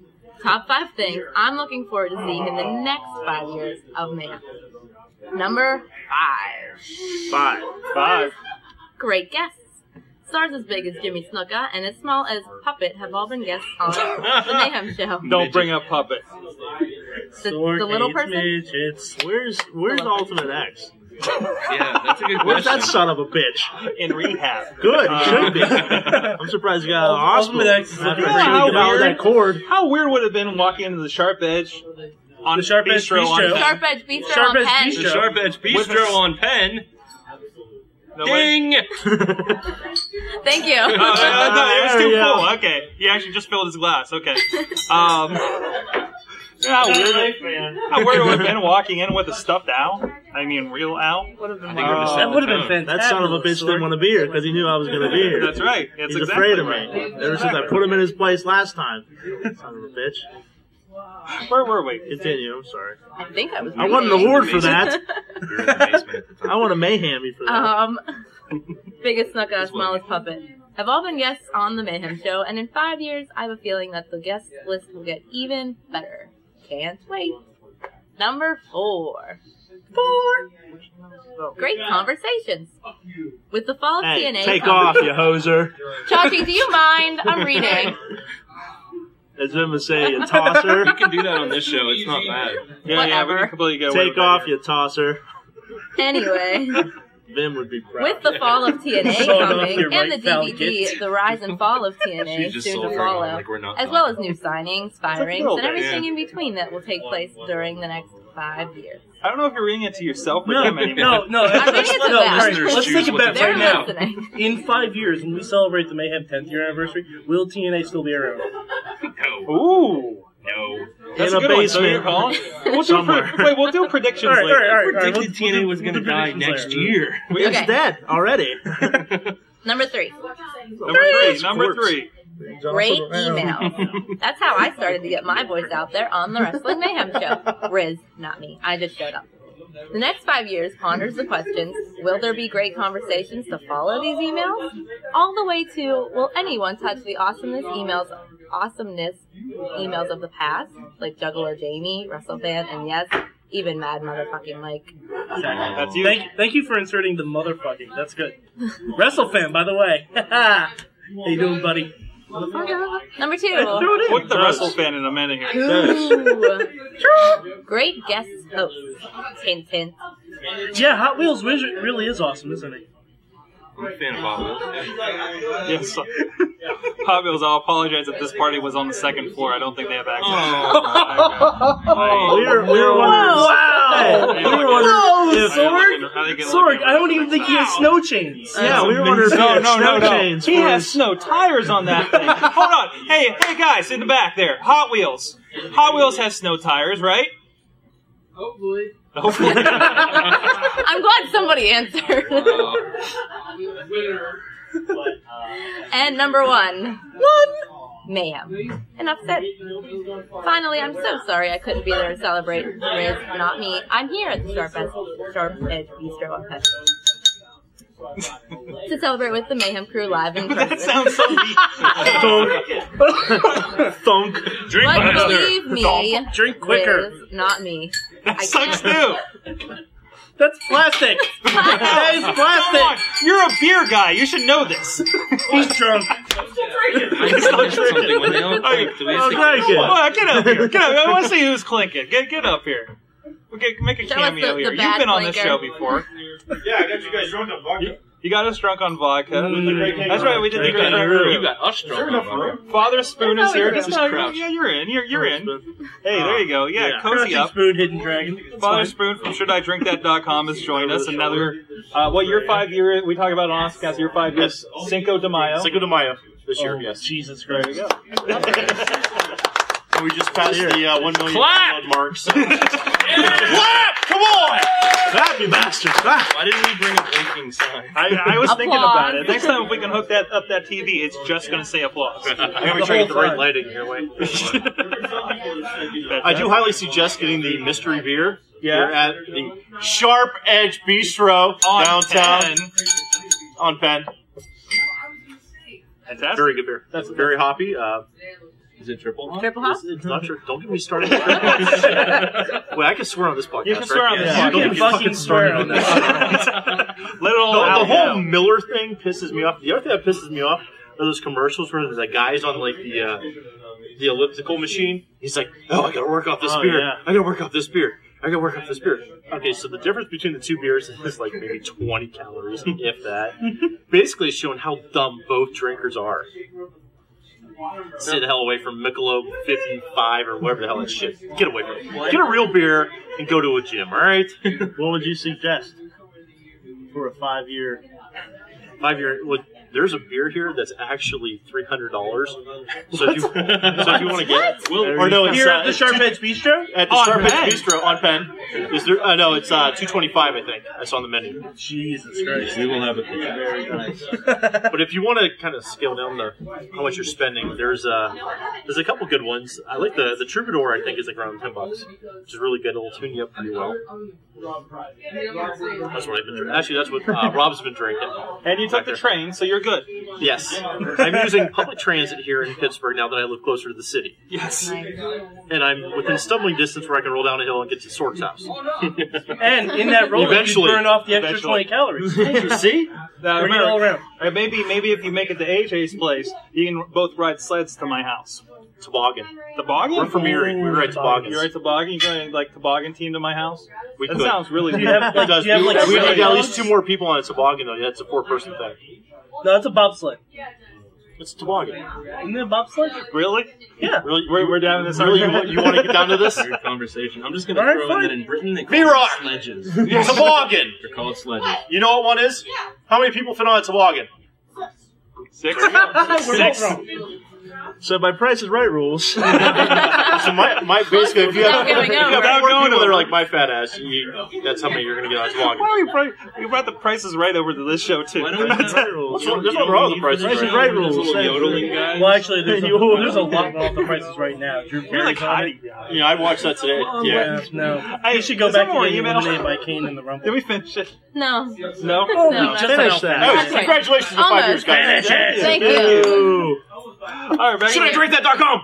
Speaker 3: Top five things I'm looking forward to seeing in the next five years of mayhem. Number five
Speaker 6: Five.
Speaker 1: Five.
Speaker 3: great guests. Stars as big as Jimmy Snuka and as small as Puppet have all been guests on the <laughs> Mayhem Show.
Speaker 1: Don't bring up puppet.
Speaker 3: The, the little
Speaker 4: Sorkate
Speaker 3: person?
Speaker 4: Midgets.
Speaker 6: Where's Where's
Speaker 3: Hello.
Speaker 6: Ultimate X?
Speaker 8: Yeah, that's a good
Speaker 6: Where's
Speaker 8: question.
Speaker 6: that son of a bitch?
Speaker 1: in rehab.
Speaker 6: Good, he should be. I'm surprised he got out of the hospital.
Speaker 4: Ultimate X is
Speaker 6: After
Speaker 4: looking
Speaker 6: he
Speaker 1: pretty
Speaker 6: got out of
Speaker 1: weird.
Speaker 6: that cord.
Speaker 1: How weird would it have been walking into the sharp edge on
Speaker 4: The Sharp Edge
Speaker 1: bistro on
Speaker 4: Bistro.
Speaker 3: Sharp Edge Bistro
Speaker 4: Sharp
Speaker 3: on
Speaker 4: Edge
Speaker 3: Penn.
Speaker 4: Bistro.
Speaker 8: The Sharp Edge Bistro on Penn.
Speaker 1: No, wait.
Speaker 8: Ding!
Speaker 1: <laughs>
Speaker 3: Thank you.
Speaker 1: Oh,
Speaker 3: <laughs>
Speaker 1: uh, no, it was
Speaker 6: There
Speaker 1: too
Speaker 6: we go.
Speaker 1: full. Okay, he actually just filled his glass.
Speaker 4: <laughs>
Speaker 1: Okay. Um, how weird! How weird would it have been walking in with a stuffed owl. I mean, real owl. Uh, Would have been.
Speaker 8: think we're just-
Speaker 4: That would have been fantastic.
Speaker 6: Uh, That son of a bitch didn't want to be here because he knew I was going to be here.
Speaker 1: That's right. That's
Speaker 6: He's
Speaker 1: exactly
Speaker 6: afraid of
Speaker 1: right.
Speaker 6: me. Ever since I put him in his place last time. Son of a bitch.
Speaker 1: Where were we?
Speaker 6: Continue, I'm sorry.
Speaker 3: I think I was.
Speaker 6: I want an
Speaker 3: reading.
Speaker 6: award for that.
Speaker 8: You're in the basement at the time.
Speaker 6: I want a mayhem you for that.
Speaker 3: <laughs> Um, biggest snuka, smallest puppet. Have all been guests on the Mayhem Show, and in five years, I have a feeling that the guest list will get even better. Can't wait. Number four. Four. Great conversations. With the fall of
Speaker 6: hey,
Speaker 3: TNA.
Speaker 6: take
Speaker 3: comes-
Speaker 6: off, you <laughs> hoser.
Speaker 3: <laughs> Chachi, do you mind? I'm
Speaker 6: <laughs>
Speaker 3: reading.
Speaker 6: As Vim would say, you tosser.
Speaker 8: You can do that on this show. It's not bad.
Speaker 1: Yeah, yeah, we
Speaker 3: Whatever.
Speaker 1: can completely get away
Speaker 6: Take
Speaker 1: with
Speaker 6: off,
Speaker 1: that
Speaker 6: you tosser.
Speaker 3: Anyway.
Speaker 6: Vim would be proud.
Speaker 3: With
Speaker 6: <laughs>
Speaker 3: the fall of
Speaker 8: <laughs>
Speaker 3: TNA
Speaker 4: Showing off
Speaker 3: coming
Speaker 4: your
Speaker 3: and the
Speaker 4: right phallic
Speaker 3: DVD, the
Speaker 6: <laughs>
Speaker 3: rise and fall of
Speaker 8: She
Speaker 3: TNA
Speaker 8: just
Speaker 3: soon
Speaker 8: sold
Speaker 3: to
Speaker 8: her
Speaker 3: follow,
Speaker 8: on like we're not.
Speaker 3: as well as new signings, firings,
Speaker 6: little
Speaker 3: and
Speaker 6: bit,
Speaker 3: everything
Speaker 8: yeah.
Speaker 3: in between that will take place during the next five years.
Speaker 1: I don't know if you're reading it to yourself or
Speaker 4: No,
Speaker 1: them anymore.
Speaker 4: no, no.
Speaker 3: I think
Speaker 4: Let's,
Speaker 3: it's
Speaker 4: no,
Speaker 3: a bet.
Speaker 4: alright, let's
Speaker 8: Listeners
Speaker 4: take a
Speaker 8: choose what
Speaker 4: bet
Speaker 8: they
Speaker 3: They're
Speaker 4: right now.
Speaker 3: listening.
Speaker 4: In five years, when we celebrate the Mayhem 10th year anniversary, will TNA still be around?
Speaker 8: No,
Speaker 1: Ooh.
Speaker 8: no.
Speaker 1: That's
Speaker 6: In
Speaker 1: a
Speaker 6: a
Speaker 1: good one, so you're
Speaker 6: basement.
Speaker 1: calling. We'll do
Speaker 6: Somewhere.
Speaker 1: pre- wait, we'll do predictions
Speaker 4: All right, all
Speaker 1: later.
Speaker 4: right, all right.
Speaker 8: Predicted
Speaker 4: we'll- we'll
Speaker 8: TNA
Speaker 4: do-
Speaker 8: was
Speaker 4: we'll
Speaker 8: going to
Speaker 4: do
Speaker 8: die
Speaker 4: predictions
Speaker 8: next
Speaker 4: later. <laughs>
Speaker 8: year.
Speaker 6: He's
Speaker 3: Okay.
Speaker 6: dead already.
Speaker 3: Number three,
Speaker 1: Number three. Number
Speaker 6: Corpse.
Speaker 1: three.
Speaker 3: great email. That's how I started to get my voice out there on the Wrestling Mayhem show. Riz, not me. I just showed up. The next five years ponders the questions Will there be great conversations to follow these emails? All the way to Will anyone touch the awesomeness emails, awesomeness emails of the past, like Juggler Jamie, WrestleFan, and yes, even Mad Motherfucking Mike?
Speaker 1: That's you.
Speaker 4: Thank, thank you for inserting the motherfucking. That's good. WrestleFan, by the way. <laughs> How you doing, buddy?
Speaker 3: Number
Speaker 4: Throw
Speaker 3: two.
Speaker 4: it in.
Speaker 1: Put the
Speaker 6: Gross.
Speaker 1: wrestle fan in a minute here.
Speaker 3: Ooh. Great guest hosts. Hint, hint.
Speaker 4: Yeah, Hot Wheels Wizard really is awesome, isn't it?
Speaker 8: I'm a fan of Bob
Speaker 1: Yes. <laughs> Pablo's, I'll apologize if this party was on the second floor. I don't think they have access. <laughs>
Speaker 8: Oh.
Speaker 6: We
Speaker 8: I,
Speaker 6: were, we were wondering.
Speaker 4: wow!
Speaker 6: Hey, we were
Speaker 4: No,
Speaker 6: wondering. if-
Speaker 4: Sorg! Sorg, I don't even think he has snow chains.
Speaker 6: yeah, we were wondering. if he
Speaker 1: No,
Speaker 6: had
Speaker 1: no, no,
Speaker 6: snow
Speaker 1: no.
Speaker 6: chains
Speaker 1: He
Speaker 6: for
Speaker 1: has
Speaker 6: his- <laughs>
Speaker 1: snow tires on that thing. Hold on. Hey, hey, guys, in the back there. Hot Wheels. Hot Wheels has snow tires, right? Hopefully. Hopefully.
Speaker 3: I'm glad somebody answered. and number one. One. Mayhem. Enough said. Finally, I'm so sorry I couldn't be there to celebrate. Riz, not me. I'm here at the Sharp Edge, Sharp Edge Bistro Fest to celebrate with the Mayhem crew live in
Speaker 1: <laughs> that
Speaker 3: person.
Speaker 1: sounds so weak.
Speaker 6: Thunk.
Speaker 4: Drink
Speaker 3: But
Speaker 4: faster.
Speaker 3: believe me,
Speaker 4: Drink quicker.
Speaker 1: <laughs>
Speaker 3: Riz, not me.
Speaker 1: That
Speaker 3: I
Speaker 1: sucks too.
Speaker 3: can't-
Speaker 4: That's
Speaker 1: <laughs>
Speaker 4: plastic. that is
Speaker 1: Come on.
Speaker 4: plastic.
Speaker 1: You're a beer guy. You should know this.
Speaker 4: <laughs> He's drunk.
Speaker 8: I just thought something when they all clicked. We
Speaker 4: Oh,
Speaker 6: I'll
Speaker 8: just think-
Speaker 6: drink
Speaker 1: Come
Speaker 6: it.
Speaker 1: on, get up here. Get up. I <laughs> want to see who's clinking. Get get up here. We get, make a
Speaker 3: Show us
Speaker 1: cameo
Speaker 3: the- the
Speaker 1: here. You've
Speaker 3: bad
Speaker 1: been on this
Speaker 3: clinker.
Speaker 1: show before.
Speaker 9: Yeah, I got you guys drunk on vodka.
Speaker 1: You got us drunk on vodka.
Speaker 6: Mm.
Speaker 1: That's right, we did the
Speaker 8: You
Speaker 1: Great
Speaker 8: got, you
Speaker 1: Kangaroo.
Speaker 8: got us
Speaker 9: Is there
Speaker 8: drunk.
Speaker 9: enough
Speaker 8: on that.
Speaker 9: room?
Speaker 1: Father Spoon is here.
Speaker 3: Yeah,
Speaker 1: Just
Speaker 8: just
Speaker 1: no,
Speaker 8: crouch.
Speaker 1: yeah, you're in. You're you're in. Hey, there you go. Yeah,
Speaker 6: Yeah.
Speaker 1: cozy
Speaker 4: Crouching
Speaker 1: up.
Speaker 4: Spoon, Hidden Dragon.
Speaker 1: Father Spoon from ShouldIDrinkThat.com has joined us. Another, uh, what your five year? We talk about it on Oscast. Your five years. Cinco de Mayo.
Speaker 9: Cinco de Mayo this year,
Speaker 4: Oh,
Speaker 9: yes.
Speaker 4: Jesus Christ.
Speaker 9: And we just passed the uh, 1 million
Speaker 4: Clap!
Speaker 9: download mark. So.
Speaker 6: Clap! Come on! Clap, you bastard. Clap.
Speaker 8: Why didn't we bring a blinking sign?
Speaker 1: I, I was thinking
Speaker 3: Applause.
Speaker 1: about it. Next time if we can hook that up that TV, it's just going to say applause.
Speaker 9: <laughs> I gotta make sure I get the right lighting
Speaker 1: <laughs>
Speaker 9: here, wait. I do highly suggest getting the mystery beer.
Speaker 1: Yeah.
Speaker 9: Here at the Sharp Edge Bistro
Speaker 1: On
Speaker 9: downtown
Speaker 1: 10.
Speaker 9: on Penn.
Speaker 1: Fantastic.
Speaker 9: Very good beer. That's very hoppy. Uh,
Speaker 8: Is it triple?
Speaker 3: Triple hop?
Speaker 9: it's, it's not sure. Don't get me started. Wait, I can swear on this podcast.
Speaker 1: You can swear
Speaker 9: right?
Speaker 1: on this
Speaker 9: Yeah.
Speaker 1: podcast.
Speaker 9: Don't
Speaker 4: You
Speaker 9: get
Speaker 4: can
Speaker 9: me
Speaker 4: fucking swear on this.
Speaker 9: <laughs>
Speaker 1: Let it all
Speaker 9: the,
Speaker 1: out.
Speaker 9: the
Speaker 1: now.
Speaker 9: whole Miller thing pisses me off. The other thing that pisses me off are those commercials where there's that guy's on like the uh, the elliptical machine. He's like, "Oh, I gotta work off this
Speaker 6: Oh,
Speaker 9: beer.
Speaker 6: yeah.
Speaker 9: I gotta work off this beer. I gotta work off this beer." Okay, so the difference between the two beers is like maybe 20 calories, if
Speaker 6: <laughs>
Speaker 9: that. Basically, showing how dumb both drinkers are. Stay the hell away from Michelob 55 or whatever the hell that shit. Get away from it. Get a real beer and go to a gym. All right.
Speaker 6: <laughs> What would you suggest for a five year?
Speaker 9: Five year. Look, there's a beer here that's actually three hundred dollars. So if you, so if you want to get, it, or no, it's
Speaker 4: Here at
Speaker 9: uh,
Speaker 4: the Sharp Edge Bistro?
Speaker 9: at the
Speaker 1: on
Speaker 9: Sharp
Speaker 1: Penn.
Speaker 9: Edge Bistro on Penn. Is there? Uh, no, it's uh, two twenty five. I think I saw on the menu.
Speaker 4: Jesus Christ.
Speaker 8: We will have a
Speaker 9: <laughs> But if you want to kind of scale down the how much you're spending, there's uh, there's a couple good ones. I like the the Troubadour. I think is like around ten bucks, which is really good. It'll tune you up pretty well. That's what I've been drinking. Actually, that's what
Speaker 1: <laughs>
Speaker 9: uh, Rob's been drinking.
Speaker 1: And you took the train, so you're good.
Speaker 9: Yes, I'm using public transit here in Pittsburgh now that I live closer to the city.
Speaker 1: Yes.
Speaker 9: and I'm within stumbling distance where I can roll down a hill and get to Sork's house.
Speaker 4: <laughs> And in that roll, you
Speaker 9: Eventually.
Speaker 4: burn off the extra
Speaker 9: Eventually.
Speaker 4: 20 calories.
Speaker 9: <laughs> See?
Speaker 1: Now,
Speaker 4: Bring it all
Speaker 1: remember,
Speaker 4: around.
Speaker 1: or maybe maybe if you make it to AJ's place, you can both ride sleds to my house.
Speaker 9: Toboggan.
Speaker 1: Toboggan?
Speaker 9: We're from Erie. We ride toboggans.
Speaker 1: You're a toboggan. You're going to like toboggan team to my house.
Speaker 9: We
Speaker 1: that
Speaker 9: could.
Speaker 1: sounds
Speaker 9: <laughs>
Speaker 1: really
Speaker 4: You
Speaker 1: good.
Speaker 4: have, <laughs> like,
Speaker 9: It does.
Speaker 4: do you have, like,
Speaker 9: we we need
Speaker 4: sled
Speaker 9: at least
Speaker 4: dogs?
Speaker 9: two more people on a toboggan though. That's a four-person thing.
Speaker 4: No, it's a bobsled.
Speaker 9: It's a toboggan.
Speaker 4: Isn't it a bobsled?
Speaker 1: Really?
Speaker 4: Yeah.
Speaker 9: Really?
Speaker 1: We're, we're down in this
Speaker 9: really? You
Speaker 1: argument.
Speaker 9: want, you want to get down to this?
Speaker 8: <laughs> weird conversation. I'm just gonna
Speaker 4: All right,
Speaker 8: throw in
Speaker 4: fine.
Speaker 8: that in Britain they call
Speaker 9: B-Rock.
Speaker 8: them sledges.
Speaker 9: <laughs> toboggan.
Speaker 8: <laughs> They're called sledges.
Speaker 4: <laughs>
Speaker 9: You know what one is? How many people fit on a toboggan?
Speaker 1: Six?
Speaker 4: Six.
Speaker 6: So by Price is Right rules. <laughs>
Speaker 9: So my, my basically, if you have,
Speaker 3: Without going
Speaker 9: if you have
Speaker 3: over.
Speaker 1: Without
Speaker 9: four people
Speaker 1: going
Speaker 9: that
Speaker 1: over.
Speaker 9: are like my fat ass, you, that's how many you're gonna get on a toboggan.
Speaker 1: Why are we, pri- we brought the prices right over to this show, too.
Speaker 8: Why don't
Speaker 1: <laughs>
Speaker 8: we have
Speaker 1: That's-
Speaker 9: What's wrong- There's nothing wrong with the price.
Speaker 8: Price
Speaker 9: is
Speaker 8: is
Speaker 9: Right
Speaker 8: Right
Speaker 9: rules.
Speaker 8: Those little yodeling guys.
Speaker 4: Well, actually,
Speaker 1: <laughs>
Speaker 4: there's
Speaker 9: <laughs>
Speaker 4: a,
Speaker 6: You-
Speaker 4: there's a lot wrong with the prices right now. Drew
Speaker 1: You're like
Speaker 4: Carey's on
Speaker 1: hiding.
Speaker 4: it. Oh,
Speaker 9: Yeah, I watched that today. Yeah.
Speaker 4: No.
Speaker 1: Hey,
Speaker 4: You should go
Speaker 1: is there
Speaker 4: back to
Speaker 1: more
Speaker 4: getting
Speaker 1: email?
Speaker 4: eliminated by Kane in the Rumble.
Speaker 1: Did we finish it?
Speaker 3: No.
Speaker 1: No?
Speaker 8: Oh,
Speaker 3: No.
Speaker 4: just
Speaker 6: Finish
Speaker 9: No,
Speaker 6: that.
Speaker 3: Okay.
Speaker 9: congratulations to five
Speaker 3: Almost.
Speaker 9: years, guys.
Speaker 3: Thank you.
Speaker 1: All right, back
Speaker 9: Should I drink that.com?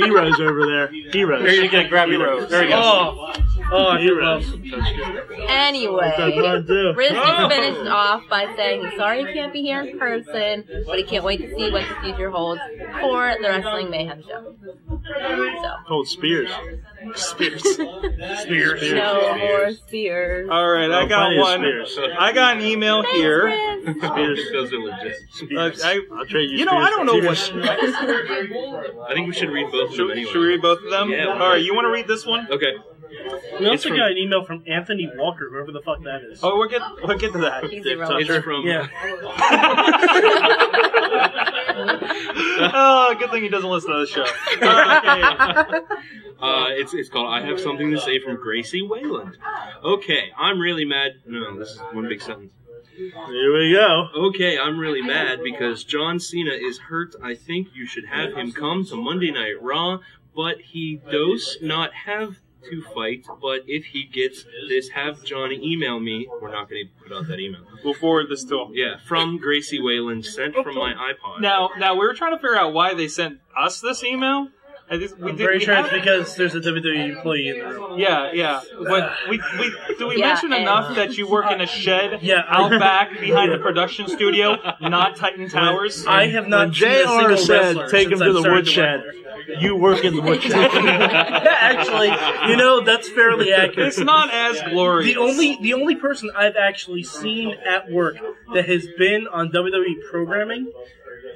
Speaker 8: <laughs>
Speaker 6: Heroes over there. Heroes.
Speaker 9: There you go. Grab me there. There you go.
Speaker 4: Oh, Oh, I
Speaker 6: You're
Speaker 4: love
Speaker 3: Anyway,
Speaker 6: do.
Speaker 3: Riz
Speaker 6: Oh.
Speaker 3: just finished off by saying he's sorry he can't be here in person, but he can't wait to see what the future holds for the Wrestling Mayhem show. So,
Speaker 6: Cold Spears.
Speaker 8: Spears. Spears.
Speaker 3: <laughs> no more Spears.
Speaker 1: All right, I
Speaker 6: Oh,
Speaker 1: got
Speaker 6: plenty of
Speaker 1: one.
Speaker 6: Spears.
Speaker 1: I got an email
Speaker 3: Thanks,
Speaker 1: here.
Speaker 3: Riz.
Speaker 8: Spears. Those are legit.
Speaker 1: Uh, I,
Speaker 6: I'll trade you.
Speaker 1: you know, I
Speaker 6: Spears
Speaker 1: don't know
Speaker 3: <laughs>
Speaker 6: for
Speaker 1: what.
Speaker 6: Spears.
Speaker 8: <laughs> I think we should read both of them
Speaker 1: Should,
Speaker 8: anyway.
Speaker 1: should we read both of them?
Speaker 8: Yeah.
Speaker 1: All right, you want to read this one?
Speaker 8: Okay.
Speaker 4: We
Speaker 8: It's
Speaker 4: also
Speaker 8: from-
Speaker 4: got an email from Anthony Walker, whoever the fuck that is.
Speaker 1: Oh, we'll get we'll get to that.
Speaker 3: He's a
Speaker 6: Dick
Speaker 3: real
Speaker 8: It's from
Speaker 4: Yeah.
Speaker 1: <laughs> oh, good thing he doesn't listen to the show. Okay.
Speaker 8: <laughs> Uh, it's, it's called I Have Something to Say from Gracie Wayland. Okay, I'm really mad. No, this is one big sentence.
Speaker 6: Here we go.
Speaker 8: Okay, I'm really mad because John Cena is hurt. I think you should have him come to Monday Night Raw, but he does not have to fight. But if he gets this, have Johnny email me. We're not going to put out that email.
Speaker 1: We'll forward this to him.
Speaker 8: Yeah, from Gracie Wayland, sent from my iPod.
Speaker 1: Now, now we were trying to figure out why they sent us this email. I just, we
Speaker 4: I'm
Speaker 1: did,
Speaker 4: very
Speaker 1: we
Speaker 4: sure it's
Speaker 1: have-
Speaker 4: because there's a WWE employee in there. <laughs>
Speaker 1: Yeah, yeah. But we, we do we
Speaker 3: Yeah,
Speaker 1: mention
Speaker 3: and-
Speaker 1: enough that you work in a shed
Speaker 4: Yeah.
Speaker 1: out
Speaker 4: <laughs>
Speaker 1: back behind the production studio, not Titan Towers?
Speaker 4: I have not
Speaker 6: When
Speaker 4: seen a
Speaker 6: JR
Speaker 4: single
Speaker 6: said,
Speaker 4: wrestler
Speaker 6: "Take
Speaker 4: since
Speaker 6: him to
Speaker 4: I've
Speaker 6: the
Speaker 4: started
Speaker 6: woodshed."
Speaker 4: work there.
Speaker 6: You work in
Speaker 4: <laughs>
Speaker 6: the woodshed. <laughs>
Speaker 4: actually, you know that's fairly accurate.
Speaker 1: it's not as glorious.
Speaker 4: The only the only person I've actually seen at work that has been on WWE programming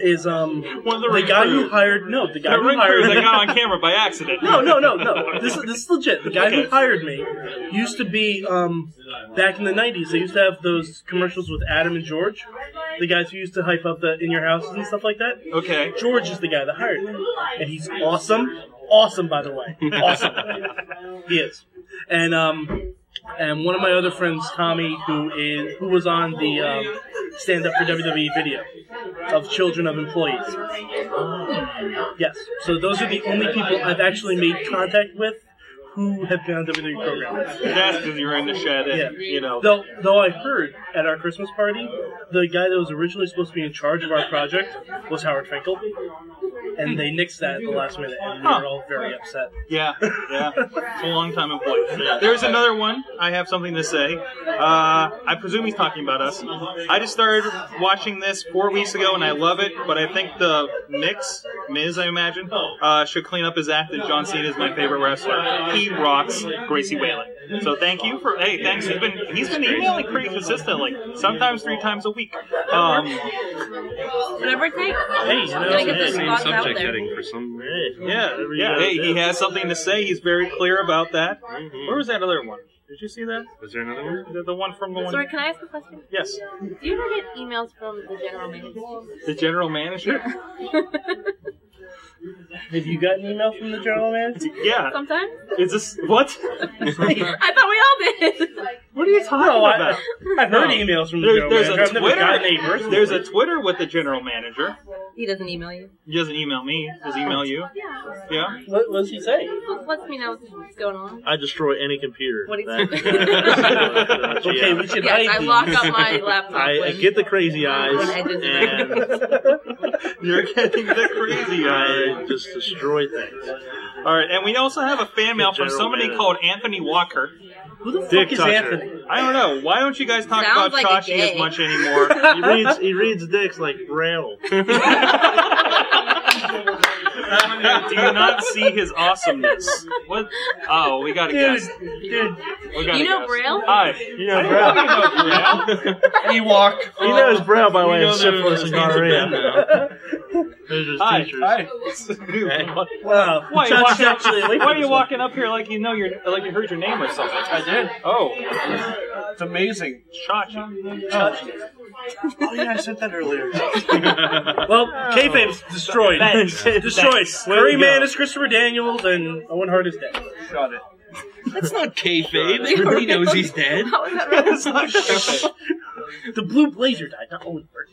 Speaker 4: is um
Speaker 1: One of the
Speaker 4: the guy who
Speaker 1: recruits.
Speaker 4: hired no the guy
Speaker 1: the
Speaker 4: who
Speaker 1: ring crew
Speaker 4: hired
Speaker 1: that got on camera by accident.
Speaker 4: no no no
Speaker 1: <laughs>
Speaker 4: no this is this is legit the guy
Speaker 1: Okay.
Speaker 4: who hired me used to be um back in the nineties they used to have those commercials with Adam and George the guys who used to hype up the in your houses and stuff like that
Speaker 1: Okay.
Speaker 4: George is the guy that hired me, and he's awesome. Awesome, by the way,
Speaker 1: <laughs>
Speaker 4: awesome. he is. And um, and one of my other friends, Tommy, who is who was on the um, stand up for WWE video of Children of Employees. Yes. So those are the only people I've actually made contact with who have been on WWE programming.
Speaker 1: That's because you were in the shed, and,
Speaker 4: Yeah.
Speaker 1: you know.
Speaker 4: Though, though I heard at our Christmas party, the guy that was originally supposed to be in charge of our project was Howard Finkel, and they nixed that at the last minute, and we
Speaker 1: Huh.
Speaker 4: were all very upset.
Speaker 1: Yeah, yeah. It's a long time employee. There's another one. I have something to say. Uh, I presume he's talking about us. I just started watching this four weeks ago and I love it, but I think the mix, Miz, I imagine, uh, should clean up his act that John Cena is my favorite wrestler. He rocks Gracie Whalen. So thank you for, hey, thanks. He's been, he's been emailing pretty consistently, sometimes three times a week. Um,
Speaker 3: Whatever it takes.
Speaker 4: Hey, you know,
Speaker 3: Like it's
Speaker 4: hey,
Speaker 8: Same
Speaker 3: Lots out
Speaker 8: subject
Speaker 3: there.
Speaker 8: heading for some reason.
Speaker 1: Yeah, yeah. Hey, he has something to say. He's very clear about that.
Speaker 4: Mm-hmm.
Speaker 1: Where was that other one? Did you see that?
Speaker 8: Was there another one?
Speaker 1: The, the one from the
Speaker 3: Sorry,
Speaker 1: one.
Speaker 3: can I ask a question?
Speaker 1: Yes,
Speaker 3: Do you ever get emails from the general manager?
Speaker 1: the general
Speaker 4: <laughs>
Speaker 1: manager.
Speaker 4: have you got an email from the general man? <laughs>
Speaker 1: Yeah.
Speaker 3: Sometimes?
Speaker 1: Is this what?
Speaker 3: I thought we all did.
Speaker 1: What are you talking
Speaker 4: No, I-
Speaker 1: about?
Speaker 4: I've
Speaker 1: No.
Speaker 4: heard emails from the
Speaker 1: There's,
Speaker 4: general
Speaker 1: there's
Speaker 4: manager.
Speaker 1: a
Speaker 4: I've never gotten any
Speaker 1: Twitter.
Speaker 4: personally.
Speaker 1: There's a Twitter with the general manager.
Speaker 3: He doesn't email you.
Speaker 1: He doesn't email me. Does he email you?
Speaker 3: Yeah.
Speaker 1: Yeah.
Speaker 4: What what does he say?
Speaker 3: Just lets me know what's going on.
Speaker 6: I destroy any computer.
Speaker 3: What do you
Speaker 6: That- <laughs>
Speaker 3: think?
Speaker 6: that-
Speaker 4: Okay,
Speaker 6: yeah.
Speaker 4: we should
Speaker 3: Yes, I
Speaker 4: hide
Speaker 3: lock
Speaker 4: these.
Speaker 3: up my laptop.
Speaker 6: I, I
Speaker 3: when-
Speaker 6: get the crazy eyes,
Speaker 3: I just-
Speaker 6: and <laughs>
Speaker 1: You're getting the crazy
Speaker 6: I
Speaker 1: eye.
Speaker 6: just destroy things.
Speaker 1: All right, and we also have a fan mail from
Speaker 6: general
Speaker 1: somebody
Speaker 6: manager.
Speaker 1: called Anthony Walker.
Speaker 4: <laughs> Who the
Speaker 6: Dick
Speaker 4: fuck is
Speaker 6: Tucker.
Speaker 4: Anthony?
Speaker 1: I don't know. Why don't you guys talk
Speaker 3: Sounds
Speaker 1: about
Speaker 3: like a
Speaker 1: Chachi as
Speaker 3: gay.
Speaker 1: much
Speaker 3: <laughs>
Speaker 4: <laughs>
Speaker 1: anymore?
Speaker 6: He reads, he reads dicks like braille.
Speaker 1: Do you not see his awesomeness? What? Oh, we got a
Speaker 4: Dude,
Speaker 1: guess.
Speaker 4: dude,
Speaker 1: We got
Speaker 3: You
Speaker 1: a
Speaker 3: know
Speaker 1: guess.
Speaker 3: Braille?
Speaker 1: Hi.
Speaker 6: You know braille.
Speaker 1: <laughs>
Speaker 4: Ewok.
Speaker 6: He knows braille by way of
Speaker 8: You know
Speaker 6: syphilis
Speaker 8: the-
Speaker 6: and
Speaker 8: Ben
Speaker 6: gonorrhea.
Speaker 8: now.
Speaker 6: Those are his
Speaker 1: Hi.
Speaker 6: teachers.
Speaker 1: Why
Speaker 4: Wow.
Speaker 1: are you
Speaker 4: Chuck's
Speaker 1: walking up,
Speaker 4: actually awake
Speaker 1: why
Speaker 4: from
Speaker 1: are you
Speaker 4: this one.
Speaker 1: walking up here like you know your like you heard your name or something? I did. Oh,
Speaker 10: It's amazing.
Speaker 1: Chachi.
Speaker 10: Oh yeah, I said that earlier.
Speaker 4: Well, kayfabe's destroyed.
Speaker 1: Oh. <laughs> Thanks.
Speaker 4: Destroyed.
Speaker 1: Thanks. Way
Speaker 4: Curry
Speaker 1: to
Speaker 4: Man
Speaker 1: go.
Speaker 4: is Christopher Daniels, and Owen Hart is dead.
Speaker 10: Got it.
Speaker 8: That's not kayfabe. Everybody knows he's dead.
Speaker 3: How is
Speaker 4: <laughs>
Speaker 3: that right?
Speaker 1: <laughs>
Speaker 4: The Blue Blazer died, not Owen Hart.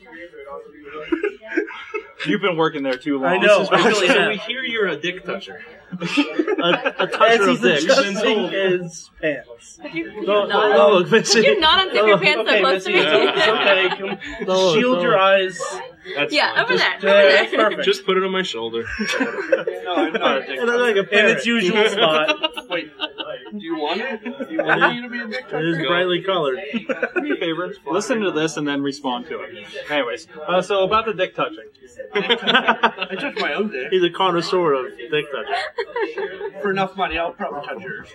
Speaker 1: You've been working there too long.
Speaker 4: I know. I really
Speaker 8: So we
Speaker 4: have.
Speaker 8: hear you're a dick
Speaker 1: <laughs>
Speaker 8: toucher.
Speaker 6: A, a
Speaker 4: As
Speaker 6: toucher of
Speaker 4: he's
Speaker 6: dicks.
Speaker 4: adjusting his pants.
Speaker 3: Could you, could you
Speaker 2: Oh,
Speaker 4: No,
Speaker 3: not,
Speaker 4: no,
Speaker 6: look, Vincent.
Speaker 3: could you not unzip your pants so
Speaker 4: okay,
Speaker 3: close to
Speaker 4: Missy,
Speaker 3: me? <laughs>
Speaker 4: it's okay. Come-
Speaker 6: No,
Speaker 4: Shield
Speaker 6: no.
Speaker 4: your eyes.
Speaker 8: That's
Speaker 3: yeah,
Speaker 8: fine.
Speaker 3: over there.
Speaker 4: Yeah,
Speaker 3: Over
Speaker 4: that's
Speaker 3: there.
Speaker 4: perfect.
Speaker 8: Just put it on
Speaker 4: <laughs>
Speaker 8: my shoulder.
Speaker 10: No, I'm not a dick.
Speaker 6: And I'm like a
Speaker 4: in
Speaker 3: <laughs>
Speaker 8: <laughs>
Speaker 6: parrot.
Speaker 4: its usual spot.
Speaker 10: Wait,
Speaker 2: Do you want it? Do you want me to be a dick
Speaker 6: It is
Speaker 2: sucker?
Speaker 6: brightly colored.
Speaker 1: Do me a favor. Listen to this and then respond to it.
Speaker 4: <laughs>
Speaker 1: Anyways, uh, so about the dick touching.
Speaker 2: I touch my own dick.
Speaker 6: He's a connoisseur of dick touching.
Speaker 2: For enough money, I'll probably touch yours.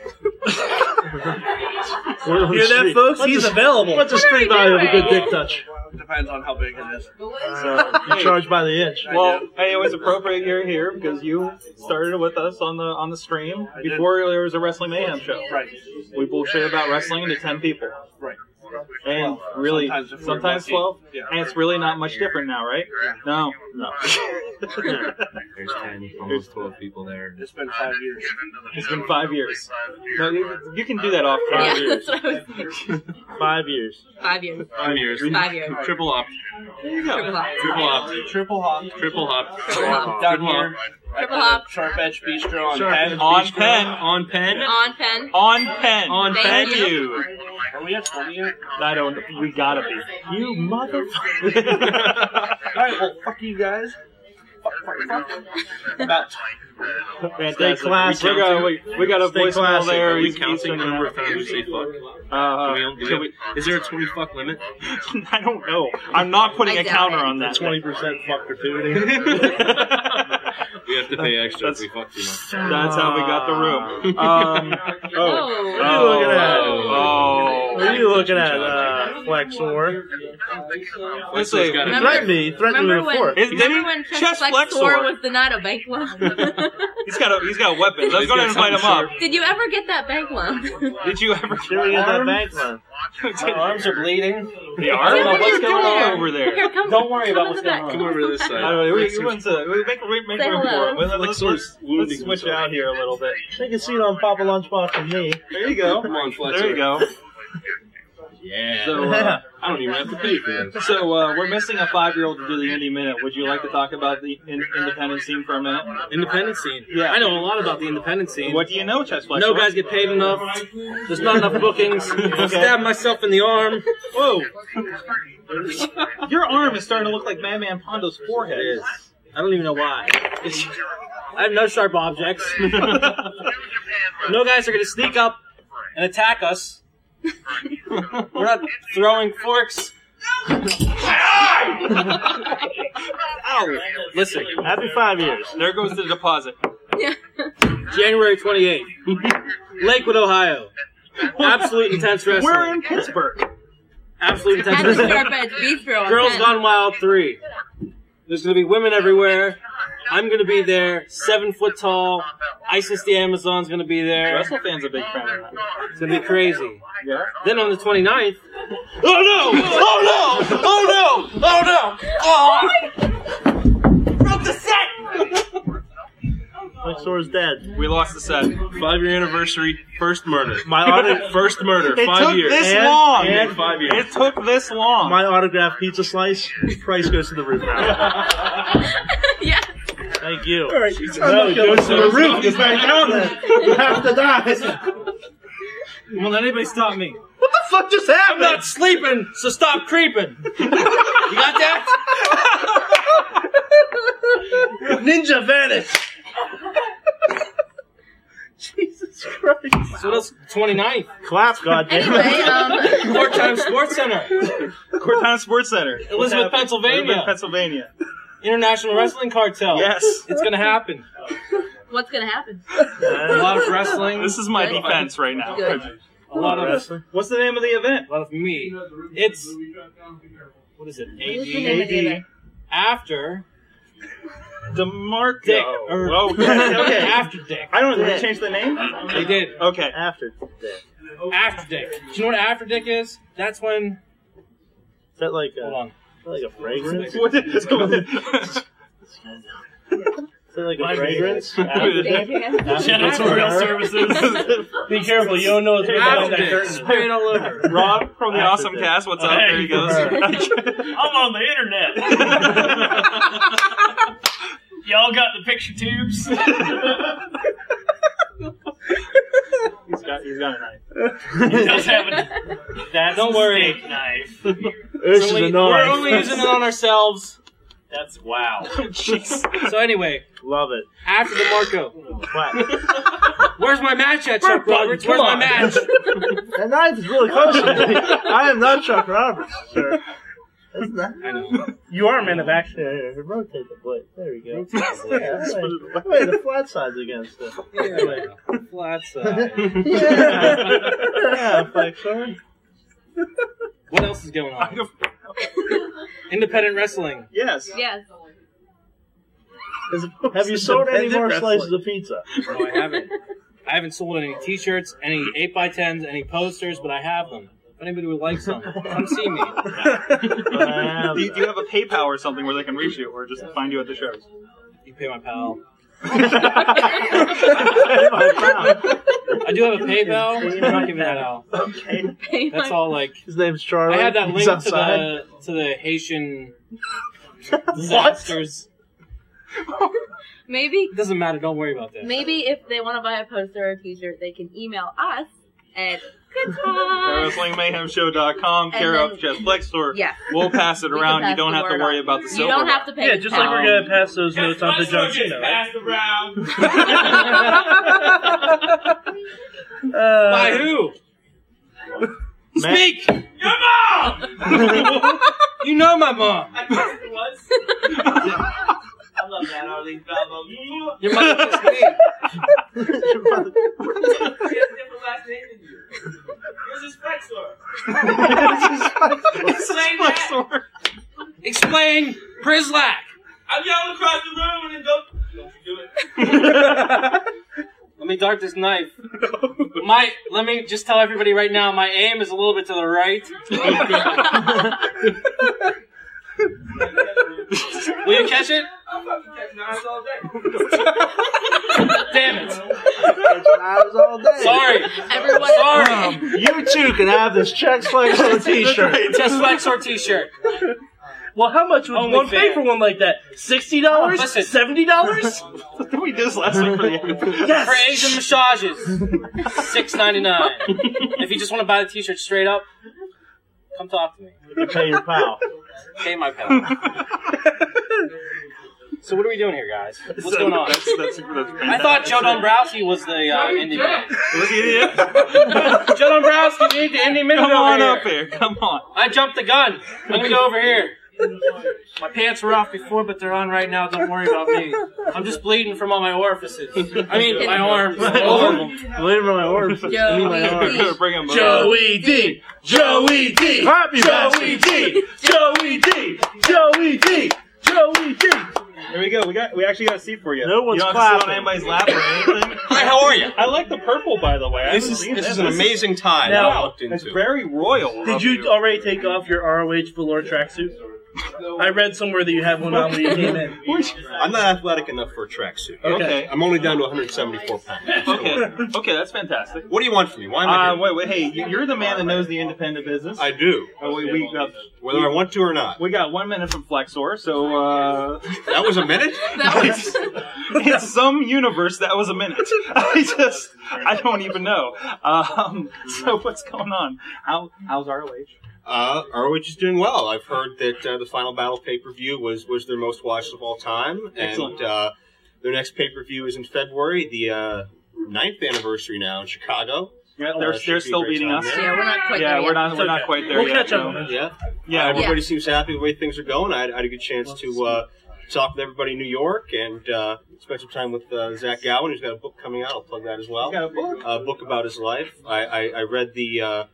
Speaker 11: Hear that, folks? He's available.
Speaker 6: What's the
Speaker 3: What are
Speaker 6: street
Speaker 3: we
Speaker 6: value of a
Speaker 3: doing?
Speaker 6: good dick touch?
Speaker 2: Depends on how big it is.
Speaker 6: <laughs> So, you charge by the inch.
Speaker 1: Well, hey, it was appropriate you're here because you started with us on the on the stream
Speaker 2: did.
Speaker 1: before there was a Wrestling Mayhem show.
Speaker 2: Right.
Speaker 1: We bullshit about wrestling to ten people,
Speaker 2: Right.
Speaker 1: and really
Speaker 2: sometimes if
Speaker 1: sometimes,
Speaker 2: we're lucky.
Speaker 1: twelve,
Speaker 2: Yeah.
Speaker 1: and it's really not much different now, right? No, no.
Speaker 9: There's 10, almost 12 people there.
Speaker 2: It's been five years.
Speaker 1: It's been five years. No, you, you can do that off
Speaker 3: Yeah,
Speaker 1: five years.
Speaker 3: that's what I was thinking.
Speaker 6: Five years.
Speaker 3: Five years.
Speaker 9: Five years.
Speaker 3: Five years.
Speaker 9: Triple up.
Speaker 1: There you go.
Speaker 3: Triple hop.
Speaker 9: Triple up.
Speaker 2: Triple hop.
Speaker 9: Triple hop.
Speaker 3: Triple hop.
Speaker 2: Down
Speaker 9: Triple hop.
Speaker 2: here.
Speaker 3: Triple hop.
Speaker 2: Sharp Edge Bistro on
Speaker 9: Sharp
Speaker 2: Penn.
Speaker 1: On
Speaker 2: Bistro.
Speaker 1: pen.
Speaker 9: On pen.
Speaker 3: On pen.
Speaker 1: On pen.
Speaker 9: On
Speaker 3: Thank
Speaker 9: pen.
Speaker 3: you.
Speaker 9: You.
Speaker 2: Are we at 20 yet?
Speaker 1: I don't. We gotta be.
Speaker 6: You motherfucker.
Speaker 2: Alright, well, fuck you guys. Fuck, fuck, fuck. About
Speaker 6: Stay
Speaker 1: Fantastic.
Speaker 6: classy.
Speaker 1: We got we, we got a
Speaker 9: Stay
Speaker 1: voicemail
Speaker 9: classic.
Speaker 1: there.
Speaker 9: Are we
Speaker 1: He's- he's
Speaker 9: counting the
Speaker 1: checking
Speaker 9: number
Speaker 1: out.
Speaker 9: of times we say fuck?
Speaker 1: Uh,
Speaker 9: Uh-huh. Can we-
Speaker 1: can
Speaker 9: can
Speaker 1: we-
Speaker 9: we- is there a 20 fuck
Speaker 4: <laughs>
Speaker 9: limit?
Speaker 1: I don't know. I'm not putting
Speaker 3: I
Speaker 1: a
Speaker 3: doubt
Speaker 1: counter
Speaker 3: it.
Speaker 1: on that.
Speaker 6: Twenty percent fuck gratuity.
Speaker 1: <laughs>
Speaker 9: We have to pay extra if we fuck too much.
Speaker 1: That's how we got the
Speaker 6: <laughs>
Speaker 1: room. Um, oh.
Speaker 6: What
Speaker 3: Oh.
Speaker 6: are you looking at?
Speaker 1: Oh.
Speaker 6: What are you looking at, uh, Flexor?
Speaker 1: Let's see.
Speaker 9: Got a-
Speaker 3: Remember-
Speaker 6: Threaten me. Threaten me
Speaker 3: Remember
Speaker 6: with a
Speaker 3: when,
Speaker 6: fork.
Speaker 1: Is- did
Speaker 3: remember
Speaker 1: he-
Speaker 3: when Chest,
Speaker 1: Chest
Speaker 3: Flexor
Speaker 1: Flexor.
Speaker 3: was the not a bank loan?
Speaker 1: He's got a he's got weapons. I was
Speaker 9: He's
Speaker 1: going to
Speaker 9: got
Speaker 1: invite him
Speaker 9: something
Speaker 1: up.
Speaker 3: Did you ever get that bank loan? <laughs> Dude,
Speaker 1: Did you ever?
Speaker 6: Here we get that bank loan.
Speaker 2: My arms are bleeding.
Speaker 1: The arm?
Speaker 3: what are
Speaker 1: What's
Speaker 3: you
Speaker 1: going
Speaker 3: doing?
Speaker 1: on over there?
Speaker 3: Here, come,
Speaker 2: Don't worry
Speaker 3: come
Speaker 2: about
Speaker 3: in
Speaker 2: what's
Speaker 3: the
Speaker 2: going
Speaker 3: back.
Speaker 2: on.
Speaker 9: Come over to this
Speaker 1: I
Speaker 9: side.
Speaker 1: don't know. We, we want to we make we make
Speaker 3: Say
Speaker 1: room for it.
Speaker 3: hello.
Speaker 1: Well, Let's, let's, let's switch out here a little bit.
Speaker 6: Take a seat on Papa Lunchbox with me.
Speaker 1: There you go.
Speaker 9: Come on, Fletcher.
Speaker 1: There you go.
Speaker 9: Yeah.
Speaker 1: So uh,
Speaker 9: I don't even have to pay for this.
Speaker 1: so uh, we're missing a five year old to do the indie minute. Would you like to talk about the in- independent scene for a minute?
Speaker 4: Independent scene.
Speaker 1: Yeah.
Speaker 4: I know a lot about the independent scene.
Speaker 1: What do you know, Chess Flexor?
Speaker 4: No guys get paid enough. There's not enough
Speaker 1: <laughs>
Speaker 4: bookings. I Stab myself in the arm.
Speaker 1: Whoa! <laughs> Your arm is starting to look like Madman Pondo's forehead.
Speaker 4: It is. I don't even know why. I have no sharp objects. no guys are gonna sneak up and attack us. We're not throwing forks. Ow! Listen,
Speaker 6: Happy five years.
Speaker 1: There goes the deposit. <laughs>
Speaker 4: January 28th, Lakewood, Ohio. Absolute intense wrestling.
Speaker 1: We're in
Speaker 4: <laughs>
Speaker 1: Pittsburgh.
Speaker 4: Absolute intense
Speaker 3: At the
Speaker 4: wrestling.
Speaker 3: Sharp Edge Bistro. on
Speaker 4: <laughs> Girls
Speaker 3: Penn.
Speaker 4: Gone Wild 3. There's going to be women everywhere. I'm going to be there, seven foot tall. Isis the Amazon's going to be there.
Speaker 1: Wrestle fans a big fan of that.
Speaker 4: It's going to be crazy.
Speaker 1: Yeah.
Speaker 4: Then on the 29th, Oh Oh!
Speaker 2: <laughs>
Speaker 6: Flexor's dead.
Speaker 1: We lost the set.
Speaker 9: Five year anniversary, first murder.
Speaker 6: <laughs> My auto-
Speaker 9: First murder,
Speaker 1: It
Speaker 9: five
Speaker 1: took
Speaker 9: years.
Speaker 1: this
Speaker 6: And-
Speaker 1: long.
Speaker 6: and-
Speaker 9: five years.
Speaker 1: it took this long.
Speaker 6: my autographed pizza slice. Price goes to the roof. now.
Speaker 3: yeah.
Speaker 6: Thank you.
Speaker 12: No, it goes to the roof.
Speaker 6: It's my counter.
Speaker 12: <laughs> You have to die.
Speaker 4: won't anybody stop me.
Speaker 12: Fuck just happened?
Speaker 4: I'm not sleeping, so
Speaker 12: <laughs>
Speaker 4: stop creeping. You got that?
Speaker 12: Ninja vanish.
Speaker 4: So what else? 29th,
Speaker 6: Clap, goddammit.
Speaker 3: Anyway,
Speaker 4: <laughs>
Speaker 3: um,
Speaker 4: Court Time Sports Center,
Speaker 1: Cortana Sports Center.
Speaker 4: Elizabeth,
Speaker 1: Elizabeth,
Speaker 4: Pennsylvania,
Speaker 1: Pennsylvania.
Speaker 4: International Wrestling Cartel.
Speaker 1: Yes.
Speaker 4: It's going to happen.
Speaker 3: what's gonna happen?
Speaker 4: A lot of
Speaker 3: <laughs>
Speaker 4: wrestling,
Speaker 1: This is my
Speaker 3: Good.
Speaker 1: defense right now.
Speaker 3: Good.
Speaker 4: a lot of
Speaker 1: What's the name of the event?
Speaker 4: Well, for me, it's what
Speaker 3: What's
Speaker 4: is it?
Speaker 3: the name of the event?
Speaker 4: After
Speaker 1: DeMarco.
Speaker 4: Dick, or- <laughs>
Speaker 1: oh, okay. okay.
Speaker 4: after Dick,
Speaker 1: I don't know. Did they change the name?
Speaker 4: they did
Speaker 1: <laughs> Okay.
Speaker 6: After that.
Speaker 4: after Dick. Do you know what after Dick is? That's when.
Speaker 6: Is that like
Speaker 4: Hold
Speaker 6: a,
Speaker 4: on.
Speaker 6: like a fragrance?
Speaker 1: <laughs> What is
Speaker 6: <laughs> Is that like a fragrance?
Speaker 4: Janitorial
Speaker 1: services.
Speaker 2: Be careful, you don't know what's behind
Speaker 4: After
Speaker 2: that
Speaker 4: Dick,
Speaker 2: curtain.
Speaker 4: sprayed all over.
Speaker 1: Rob from the Awesome Cast. What's up? There he goes.
Speaker 13: <laughs> I'm on the internet.
Speaker 1: <laughs>
Speaker 13: Y'all got the picture tubes? <laughs>
Speaker 1: he's got he's got a knife.
Speaker 13: It does have a
Speaker 4: Don't worry,
Speaker 13: steak knife.
Speaker 4: <laughs>
Speaker 6: This is
Speaker 4: Only-
Speaker 6: a
Speaker 4: we're
Speaker 6: knife. <laughs>
Speaker 4: only using it on ourselves. That's wow.
Speaker 6: Jeez.
Speaker 4: so anyway,
Speaker 6: Love it.
Speaker 4: after the Marco,
Speaker 6: What?
Speaker 4: <laughs> where's my match at Chuck Roberts? Where's my <laughs>
Speaker 6: <laughs>
Speaker 4: match?
Speaker 14: That knife is really close to me.
Speaker 6: I am not Chuck Roberts, sir.
Speaker 14: That's not.
Speaker 4: I know.
Speaker 9: You are a man of action.
Speaker 6: Yeah, yeah, rotate the blade. There we go.
Speaker 14: Yeah,
Speaker 6: Yeah, wait, wait, the flat side's against it. Anyway.
Speaker 4: Flat side.
Speaker 6: yeah, like, sorry.
Speaker 4: What else is going on? Independent wrestling.
Speaker 6: Yes.
Speaker 3: Yes.
Speaker 6: Is- have you sold any more slices of pizza?
Speaker 4: No, I haven't. I haven't sold any T-shirts, any eight x tens, any posters, but I have them. If anybody would like some, come see me.
Speaker 6: Wow.
Speaker 1: <laughs> Do you, do you have a PayPal or something where they can reach you, or just find you at the shows?
Speaker 4: You pay my pal.
Speaker 6: My
Speaker 4: I do have a PayPal. but I'm not giving that out.
Speaker 6: pal. okay.
Speaker 4: That's all. Like
Speaker 6: His name's Charlie.
Speaker 4: I have that link
Speaker 6: He's
Speaker 4: to
Speaker 6: outside.
Speaker 4: the to the
Speaker 6: <laughs>
Speaker 4: Haitian disasters.
Speaker 3: Maybe
Speaker 4: It doesn't matter. Don't worry about that.
Speaker 3: maybe if they want to buy a poster or a t-shirt, they can email us at good
Speaker 1: WrestlingMayhemShow.com,
Speaker 3: And
Speaker 1: care of
Speaker 3: then-
Speaker 1: Jeff Flexor.
Speaker 3: Yeah.
Speaker 1: We'll pass
Speaker 3: <laughs>
Speaker 1: it
Speaker 3: We can
Speaker 1: around. You
Speaker 3: pass
Speaker 1: don't
Speaker 3: the
Speaker 1: have to
Speaker 3: word
Speaker 1: worry
Speaker 3: on.
Speaker 1: about the
Speaker 3: You
Speaker 1: silver.
Speaker 3: don't have to pay.
Speaker 9: Yeah,
Speaker 3: the
Speaker 9: just like we're
Speaker 3: tax.
Speaker 9: gonna Um, pass those notes on to John Cena. Right?
Speaker 6: <laughs>
Speaker 2: around.
Speaker 9: <laughs> Uh,
Speaker 4: By
Speaker 6: <laughs>
Speaker 4: who?
Speaker 6: Man-
Speaker 4: Speak.
Speaker 2: Your
Speaker 3: <laughs>
Speaker 2: mom!
Speaker 4: You know my mom.
Speaker 2: I guess it was. I love that Arlene Falvo.
Speaker 4: <laughs>
Speaker 2: You
Speaker 4: Your mother kissed me.
Speaker 2: she has a different last name than you. Yours is Flexor. Explain that.
Speaker 4: Explain Prislack.
Speaker 2: I'm yelling across the room and then don't. Don't you do it.
Speaker 4: <laughs> Let me dart this knife. My, let me just tell everybody right now. My aim is a little bit to
Speaker 2: <laughs>
Speaker 4: the right. Will you catch it?
Speaker 2: I'm fucking catching eyes all day.
Speaker 4: <laughs> Damn it!
Speaker 14: Catching knives all day.
Speaker 4: Sorry.
Speaker 3: Everyone,
Speaker 4: Sorry.
Speaker 6: You too can have this check slice
Speaker 4: <laughs>
Speaker 6: on a t-shirt.
Speaker 4: Just flex our t-shirt.
Speaker 9: well, how much would
Speaker 4: Only
Speaker 9: one pay
Speaker 4: fan.
Speaker 9: for one like that? Sixty dollars?
Speaker 4: Listen.
Speaker 9: Seventy
Speaker 4: <laughs>
Speaker 9: dollars?
Speaker 1: we did this last week for the
Speaker 4: For Asian massages, six ninety nine. If you just want to buy the t-shirt straight up, come talk to me.
Speaker 6: You pay your pal.
Speaker 4: Pay my pal. So what are we doing here,
Speaker 1: <laughs>
Speaker 4: guys? What's going on?
Speaker 1: That's, that's, that's
Speaker 4: I thought Joe Dombrowski was the uh, indie man.
Speaker 1: <laughs> Was
Speaker 4: <laughs>
Speaker 1: he the
Speaker 4: Joe Dombrowski, the indie
Speaker 1: <laughs>
Speaker 4: man.
Speaker 1: Come
Speaker 4: over
Speaker 1: on
Speaker 4: here.
Speaker 1: up here. Come on.
Speaker 4: I jumped the gun. I'm gonna go over here. My pants were off before, but they're on right now. Don't worry about me. I'm just bleeding from all my orifices. I mean,
Speaker 1: <laughs>
Speaker 4: my arms. All of
Speaker 1: E.
Speaker 4: them.
Speaker 6: Blame my orbs. E.
Speaker 3: Joey D.
Speaker 1: Bring him up.
Speaker 4: E.
Speaker 9: Joey D. Joey D.
Speaker 6: Happy
Speaker 9: Joey D. Joey D. Joey D. Joey D.
Speaker 1: There we go. We got. We actually got a seat for you.
Speaker 6: No one's
Speaker 1: you don't have to sit on
Speaker 6: clapping.
Speaker 1: anybody's lap or anything.
Speaker 4: Hi, how are you?
Speaker 1: I like the purple, by the way. I
Speaker 5: This
Speaker 1: haven't
Speaker 5: is
Speaker 1: seen
Speaker 5: this is an amazing tie
Speaker 9: Now-
Speaker 5: that I looked
Speaker 1: It's
Speaker 5: into.
Speaker 1: very royal.
Speaker 9: Did
Speaker 1: of
Speaker 9: you already take off your ROH velour tracksuit? I read somewhere that you had one on when
Speaker 5: <laughs>
Speaker 9: you came in.
Speaker 5: I'm not athletic enough for a tracksuit.
Speaker 1: Okay.
Speaker 5: I'm only down to 174 pounds.
Speaker 1: Okay. Okay, that's fantastic.
Speaker 5: What do you want from me? Why am I
Speaker 1: Uh,
Speaker 5: here?
Speaker 1: wait, wait. Hey, you- you're the man that knows the independent business.
Speaker 5: I do,
Speaker 1: Uh, we, we got
Speaker 5: whether I want to or not.
Speaker 1: we got one minute from Flexor, so uh,
Speaker 5: That was a minute.
Speaker 3: That was,
Speaker 1: in some universe that was a minute. I just I don't even know. Um, so what's going on? How how's ROH?
Speaker 5: Uh, ROH is doing well. I've heard that uh, the Final Battle pay per view was was their most watched of all time,
Speaker 1: Excellent.
Speaker 5: and uh, their next pay per view is in February, the uh, ninth anniversary now in Chicago.
Speaker 1: Yeah, they're
Speaker 5: Uh, should
Speaker 1: they're
Speaker 5: be
Speaker 1: still
Speaker 5: great
Speaker 1: beating
Speaker 5: time
Speaker 1: us.
Speaker 5: there.
Speaker 3: yeah, we're not quite
Speaker 1: Yeah,
Speaker 3: there
Speaker 1: we're
Speaker 3: yet.
Speaker 1: not we're not
Speaker 9: okay.
Speaker 1: quite there
Speaker 9: We'll
Speaker 1: yet.
Speaker 9: catch up
Speaker 1: no.
Speaker 9: on it.
Speaker 5: Yeah,
Speaker 1: Yeah,
Speaker 5: Uh, everybody seems happy with the way things are going. I had, I had a good chance to uh, talk with everybody in New York and uh, spend some time with uh, Zach Gowen, who's got a book coming out. I'll plug that as well.
Speaker 1: Got a book.
Speaker 5: a book about his life. I, I, I read the uh,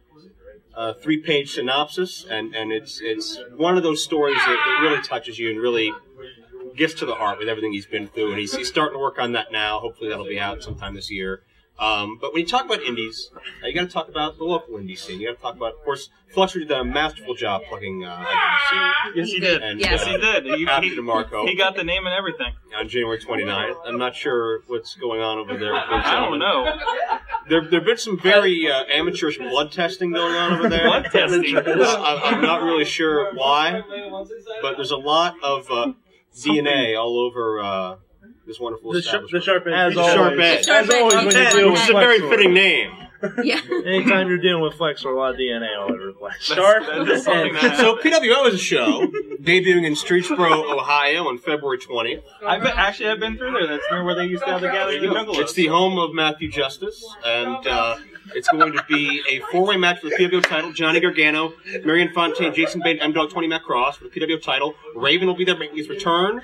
Speaker 5: uh, three page synopsis, and, and it's it's one of those stories that, that really touches you and really gets to the heart with everything he's been through. And he's, he's starting to work on that now. Hopefully, that'll be out sometime this year. Um, but when you talk about indies, uh, you got to talk about the local indie scene. You got to talk about, of course, Fletcher did a masterful job plugging uh, IWC.
Speaker 1: Yes, he did.
Speaker 5: And,
Speaker 1: Yes,
Speaker 5: uh,
Speaker 1: he did. He,
Speaker 5: Happy
Speaker 1: he-
Speaker 5: to Marco.
Speaker 1: he got the name and everything.
Speaker 5: on January 29th. I'm not sure what's going on over there.
Speaker 1: I don't know.
Speaker 5: There, there have been some very uh, amateurish blood testing going on over there.
Speaker 1: Blood
Speaker 5: <laughs>
Speaker 1: testing.
Speaker 5: I- I'm not really sure why, but there's a lot of uh, DNA all over uh, this wonderful
Speaker 9: The, sh- the
Speaker 5: establishment.
Speaker 9: sharp edge.
Speaker 6: As
Speaker 9: The
Speaker 6: always.
Speaker 9: sharp
Speaker 5: Sharp edge.
Speaker 3: Sharp
Speaker 9: As always,
Speaker 3: edge.
Speaker 9: when you
Speaker 3: Yeah,
Speaker 9: deal with
Speaker 5: It's a very
Speaker 9: Flexor.
Speaker 5: fitting name.
Speaker 3: Yeah.
Speaker 6: Anytime you're dealing with flex or a lot of DNA all over the place.
Speaker 9: Sharp
Speaker 1: That's something
Speaker 9: edge.
Speaker 1: that
Speaker 5: So PWO is a show <laughs> debuting in Streetsboro, Ohio on February 20th.
Speaker 1: I've been, actually I've been through there. That's near where they used to have the gathering of juggalos.
Speaker 5: It's the home of Matthew Justice, and uh, it's going to be a four-way match for the PWO title. Johnny Gargano, Marion Fontaine, Jason Bain, M-Dog, Tony Matt Cross for the PWO title. Raven will be there making his return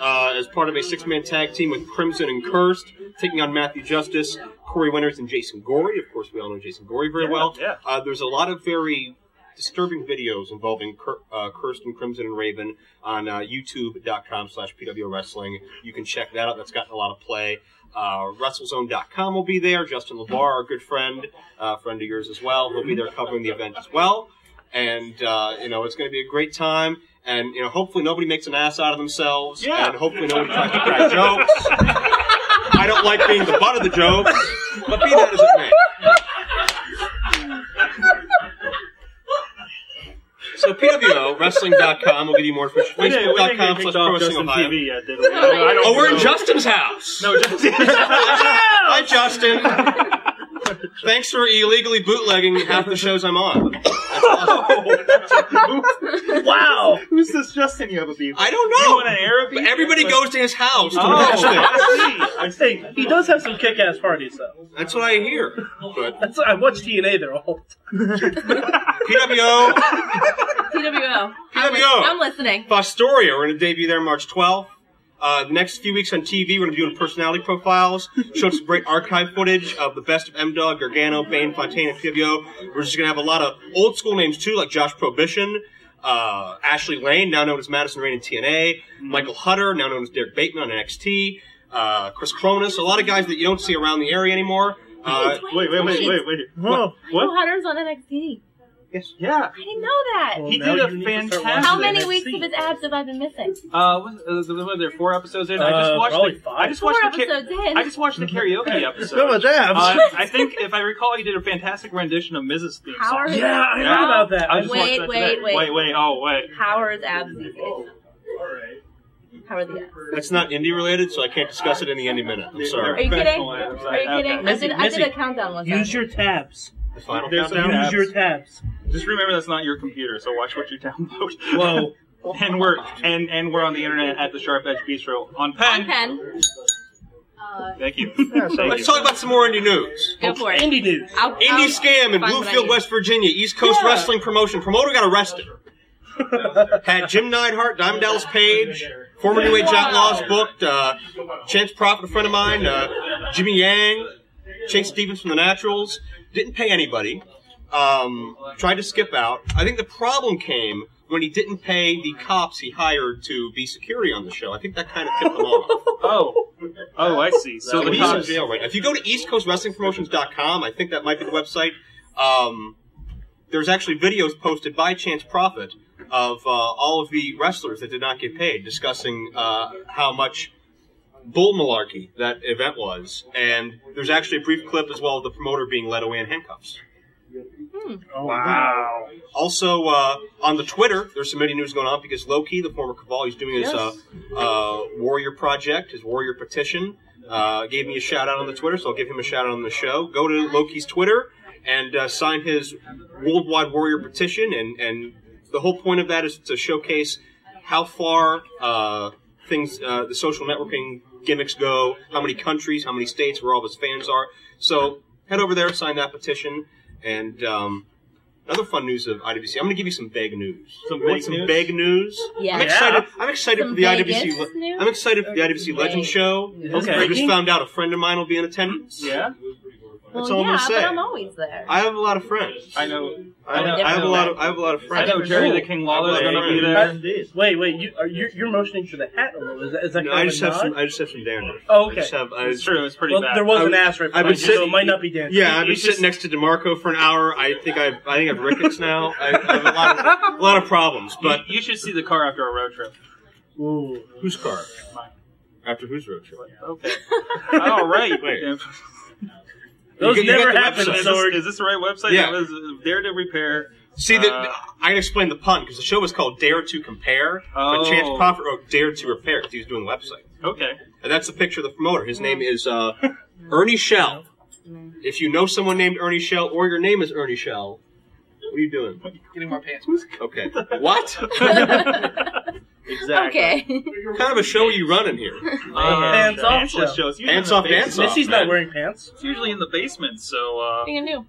Speaker 5: uh, as part of a six-man tag team with Crimson and Cursed, taking on Matthew Justice, Corey Winters, and Jason Gorey. Of course, we all know Jason Gorey very
Speaker 1: Yeah,
Speaker 5: well.
Speaker 1: yeah.
Speaker 5: Uh, there's a lot of very disturbing videos involving Cur- uh, Cursed and Crimson and Raven on uh, youtube.com slash PW Wrestling. You can check that out. That's gotten a lot of play. Uh, WrestleZone.com will be there. Justin LeBar, our good friend, uh, friend of yours as well, will be there covering the event as well. And, uh, you know, it's going to be a great time. And, you know, hopefully nobody makes an ass out of themselves.
Speaker 15: Yeah.
Speaker 5: And hopefully nobody tries to crack jokes. I don't like being the butt of the jokes. But be that as it may. So PWO, wrestling.com will give you more information.
Speaker 6: We didn't- we didn't get
Speaker 5: Facebook.com
Speaker 6: kicked
Speaker 5: slash
Speaker 6: off
Speaker 5: Pro Wrestling
Speaker 6: Justin
Speaker 5: Ohio.
Speaker 6: TV yet, did we? I don't
Speaker 5: Oh, we're in
Speaker 6: know.
Speaker 5: Justin's house.
Speaker 1: No, Justin.
Speaker 5: Hi, Justin.
Speaker 6: <laughs>
Speaker 5: Thanks for illegally bootlegging half the shows I'm on.
Speaker 1: wow. Who's this Justin you have a beef?
Speaker 5: I don't know.
Speaker 1: You want an Arab?
Speaker 5: But everybody goes to his house to
Speaker 1: Oh.
Speaker 5: watch this.
Speaker 6: <laughs>
Speaker 9: <laughs>
Speaker 4: I see. Hey, he does have some kick-ass parties though.
Speaker 5: That's what I hear. But
Speaker 4: That's, I watch TNA there all
Speaker 5: <laughs> PWO,
Speaker 3: PWO. I'm, li-
Speaker 5: PWO.
Speaker 3: I'm listening.
Speaker 5: Fostoria, we're going to debut there March 12th. Uh, the next few weeks on TV, we're going to be doing personality profiles, showing some great archive footage of the best of M Dog, Gargano, Bane, Fontaine, and Fibio. We're just going to have a lot of old school names too, like Josh Prohibition, uh, Ashley Lane, now known as Madison Rain in TNA, Michael Hutter, now known as Derek Bateman on NXT, uh, Chris Cronus, a lot of guys that you don't see around the area anymore. Uh,
Speaker 6: Wait, wait, wait, wait,
Speaker 1: wait.
Speaker 3: Oh,
Speaker 6: Whoa.
Speaker 3: Michael Hunter's on NXT.
Speaker 1: Yes. Yeah.
Speaker 3: I didn't know that.
Speaker 1: he did a fantastic.
Speaker 3: How many weeks of his abs have I been missing?
Speaker 1: Uh, was, uh, was there four episodes in? I
Speaker 16: Uh,
Speaker 1: just watched.
Speaker 16: probably
Speaker 1: the,
Speaker 16: five.
Speaker 1: I just
Speaker 3: Four
Speaker 1: watched the.
Speaker 3: episodes in.
Speaker 1: I just watched the karaoke episode.
Speaker 16: So much abs.
Speaker 1: Uh,
Speaker 3: <laughs>
Speaker 1: I think, if I recall, he did a fantastic rendition of Mrs. theme
Speaker 3: How
Speaker 1: song.
Speaker 3: are his- Yeah, I heard about that.
Speaker 1: I just watched
Speaker 3: Wait,
Speaker 1: that
Speaker 3: wait,
Speaker 1: today.
Speaker 3: wait.
Speaker 1: wait, wait. Oh, wait.
Speaker 3: How are his abs these days? How are the abs?
Speaker 5: that's not indie related, so I can't discuss it in the indie minute. I'm
Speaker 3: Are you
Speaker 5: sorry.
Speaker 3: kidding? Are you kidding? I did, I did a countdown once.
Speaker 4: Use your tabs.
Speaker 5: The final
Speaker 1: There's some-
Speaker 5: countdown.
Speaker 4: Use your tabs.
Speaker 1: Just remember that's not your computer, so watch what you download.
Speaker 4: Whoa.
Speaker 1: <laughs> and we're and and we're on the internet at the Sharp Edge Bistro on
Speaker 3: On
Speaker 1: Penn.
Speaker 3: pen.
Speaker 1: Thank you.
Speaker 5: Let's talk about some more indie news.
Speaker 3: Go for it.
Speaker 4: Indie news.
Speaker 3: I'll,
Speaker 5: Indie
Speaker 3: I'll
Speaker 5: scam in
Speaker 3: find what I
Speaker 5: Bluefield,
Speaker 3: need.
Speaker 5: West Virginia. East Coast Wrestling Promotion. Promoter got arrested. Had Jim Neidhart, Diamond Dallas Page, former New Age Outlaws booked, uh, Chance Prophet, a friend of mine, uh, Jimmy Yang, Chase Stevens from The Naturals. Didn't pay anybody. Um, tried to skip out. I think the problem came when he didn't pay the cops he hired to be security on the show. I think that kind of tipped them off.
Speaker 1: Oh, oh, I see. So
Speaker 5: So
Speaker 1: the
Speaker 5: he's in
Speaker 1: cops.
Speaker 5: jail right now. If you go to eastcoastwrestlingpromotions.com, I think that might be the website. Um, there's actually videos posted by Chance Profit of uh, all of the wrestlers that did not get paid discussing uh, how much bull malarkey that event was. And there's actually a brief clip as well of the promoter being led away in handcuffs.
Speaker 9: Oh,
Speaker 4: Wow.
Speaker 5: Also, uh, on the Twitter, there's some indie news going on because Loki, the former Caval, he's doing his uh, uh, Warrior project, his Warrior petition. Uh, gave me a shout out on the Twitter, so I'll give him a shout out on the show. Go to Loki's Twitter and uh, sign his Worldwide Warrior petition, and, and the whole point of that is to showcase how far uh, things, uh, the social networking gimmicks go, how many countries, how many states, where all of his fans are. So head over there, sign that petition, and. Um, Another fun news of IWC. I'm going to give you some vague news.
Speaker 1: Some
Speaker 5: You want
Speaker 1: vague
Speaker 5: some
Speaker 1: news?
Speaker 5: vague news.
Speaker 3: Yeah.
Speaker 5: I'm excited. I'm excited
Speaker 3: Some
Speaker 5: for the
Speaker 3: Vegas
Speaker 5: IWC. le-
Speaker 3: news?
Speaker 5: I'm excited for the IWC Legend
Speaker 3: Vegas.
Speaker 5: Show.
Speaker 1: Okay.
Speaker 5: I just found out a friend of mine will be in attendance.
Speaker 1: Yeah,
Speaker 5: That's
Speaker 3: Well,
Speaker 5: all
Speaker 3: yeah,
Speaker 5: I'm gonna say.
Speaker 3: but I'm always there.
Speaker 5: I have a lot of friends.
Speaker 1: I know.
Speaker 5: I,
Speaker 1: I know-
Speaker 5: I have
Speaker 1: I
Speaker 5: a
Speaker 1: know.
Speaker 5: lot of. I have a lot of
Speaker 1: I
Speaker 5: friends.
Speaker 1: know Jerry the King Lawler's going to be there.
Speaker 4: Wait, wait. You are you you're motioning to the hat a little. Is that, is that
Speaker 5: No,
Speaker 4: kind
Speaker 5: I
Speaker 4: of
Speaker 5: just
Speaker 4: a
Speaker 5: have
Speaker 4: nod?
Speaker 5: some. I just have some dander.
Speaker 4: Oh, okay.
Speaker 5: I just have. I
Speaker 1: It's true. It's pretty
Speaker 4: Well,
Speaker 1: bad.
Speaker 4: there was
Speaker 5: I
Speaker 4: an
Speaker 5: would-
Speaker 4: ass right
Speaker 5: I
Speaker 4: behind
Speaker 5: would
Speaker 4: you,
Speaker 5: sit-
Speaker 4: so it might not be Dan.
Speaker 5: Yeah, I've been
Speaker 1: you
Speaker 5: sitting
Speaker 1: just-
Speaker 5: next to Demarco for an hour. I think I've. I think I've rickets now. I, I have a lot of a lot of problems. But
Speaker 1: you, you should see the car after a road trip.
Speaker 4: Ooh.
Speaker 5: whose car? After whose
Speaker 4: <laughs>
Speaker 5: road trip?
Speaker 1: Okay. All Oh, right.
Speaker 5: Wait.
Speaker 1: Is
Speaker 4: Those
Speaker 5: You get- you
Speaker 4: never
Speaker 5: get the
Speaker 4: happen,
Speaker 5: website.
Speaker 1: this,
Speaker 4: Sword.
Speaker 1: is this the right website?
Speaker 5: Yeah.
Speaker 1: That was Dare to Repair.
Speaker 5: See, the,
Speaker 1: Uh,
Speaker 5: I can explain the pun because the show was called Dare to Compare,
Speaker 1: Oh.
Speaker 5: but Chance Crawford wrote Dare to Repair because he was doing the website.
Speaker 1: Okay.
Speaker 5: And that's the picture of the promoter. His name is uh, Ernie Shell. If you know someone named Ernie Shell or your name is Ernie Shell, What are you doing?
Speaker 17: Getting more pants.
Speaker 5: Okay. What? exactly.
Speaker 17: Okay.
Speaker 3: <laughs>
Speaker 5: What kind of a show are you running here?
Speaker 1: Pants Uh, off
Speaker 5: Pants
Speaker 1: show.
Speaker 5: show. Pants off, dance off.
Speaker 1: Missy's not
Speaker 5: man.
Speaker 1: wearing
Speaker 4: pants.
Speaker 1: It's usually in the basement, so uh,
Speaker 3: you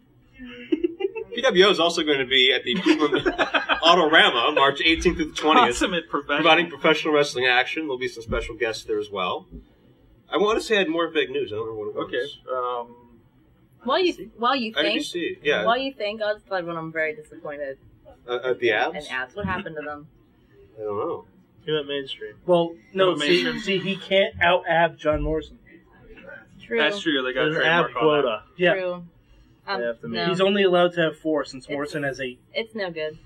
Speaker 3: do?
Speaker 5: PWO is also going to be at the Cleveland Autorama, March 18th through the 20th.
Speaker 1: Consummate professional.
Speaker 5: Providing professional wrestling action. There'll be some special guests there as well. I want to say I had more big news. I don't remember what it was.
Speaker 1: Okay. Um,
Speaker 3: While you while you
Speaker 5: I didn't
Speaker 3: think,
Speaker 5: see it, yeah.
Speaker 3: while you think, I'll just tell everyone I'm very disappointed.
Speaker 5: Uh, at the abs?
Speaker 3: And abs, what happened to them?
Speaker 5: I don't know.
Speaker 6: He went mainstream.
Speaker 4: Well, no,
Speaker 6: He went
Speaker 4: see,
Speaker 6: mainstream.
Speaker 4: see, he can't out ab John Morrison.
Speaker 3: True.
Speaker 1: That's true. They got
Speaker 4: There's an
Speaker 1: trademark
Speaker 4: ab
Speaker 1: on
Speaker 4: quota.
Speaker 1: that.
Speaker 4: Yeah.
Speaker 3: True. Um, no.
Speaker 4: He's only allowed to have four since Morrison has eight.
Speaker 3: It's no good.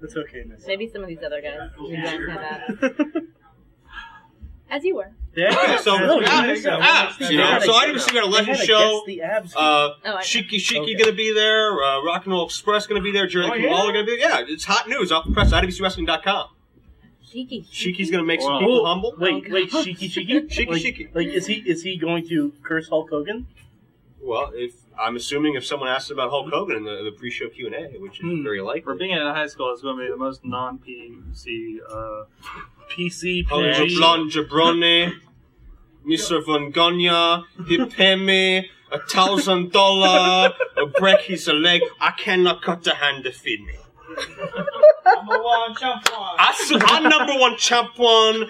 Speaker 4: That's okay, Miss.
Speaker 3: Maybe some of these other guys. You guys have abs. <laughs> As you were.
Speaker 4: Yeah.
Speaker 5: So,
Speaker 4: No, you
Speaker 5: abs,
Speaker 4: know.
Speaker 5: abs, you know.
Speaker 4: They
Speaker 5: Ah, So
Speaker 4: had a-
Speaker 5: items you got a
Speaker 4: they
Speaker 5: legend
Speaker 4: had a
Speaker 5: show.
Speaker 4: guess the abs.
Speaker 5: Uh,
Speaker 3: Oh, I-
Speaker 5: Shiki Shiki gonna be there. Uh, Rock and Roll Express gonna be there. Jerry oh, are gonna be there. Yeah, it's hot news off the press. IWCWrestling.com.
Speaker 3: Shiki.
Speaker 5: Shiki's gonna make some people humble.
Speaker 4: Wait, wait, Shiki, Shiki,
Speaker 5: Shiki,
Speaker 4: like,
Speaker 5: Shiki.
Speaker 4: Like, is he is he going to curse Hulk Hogan?
Speaker 5: Well, if I'm assuming if someone asks about Hulk Hogan in the, the pre-show Q and A, which is very likely.
Speaker 1: For being in high school, it's going to be the most non-PC. Uh,
Speaker 4: PC,
Speaker 5: Oh, Jablon Jabrone, Mr. Von Gonya, he pay me a thousand dollar, or break his leg. I cannot cut the hand to feed me.
Speaker 17: Number one, jump one.
Speaker 5: I s- I'm number one champion,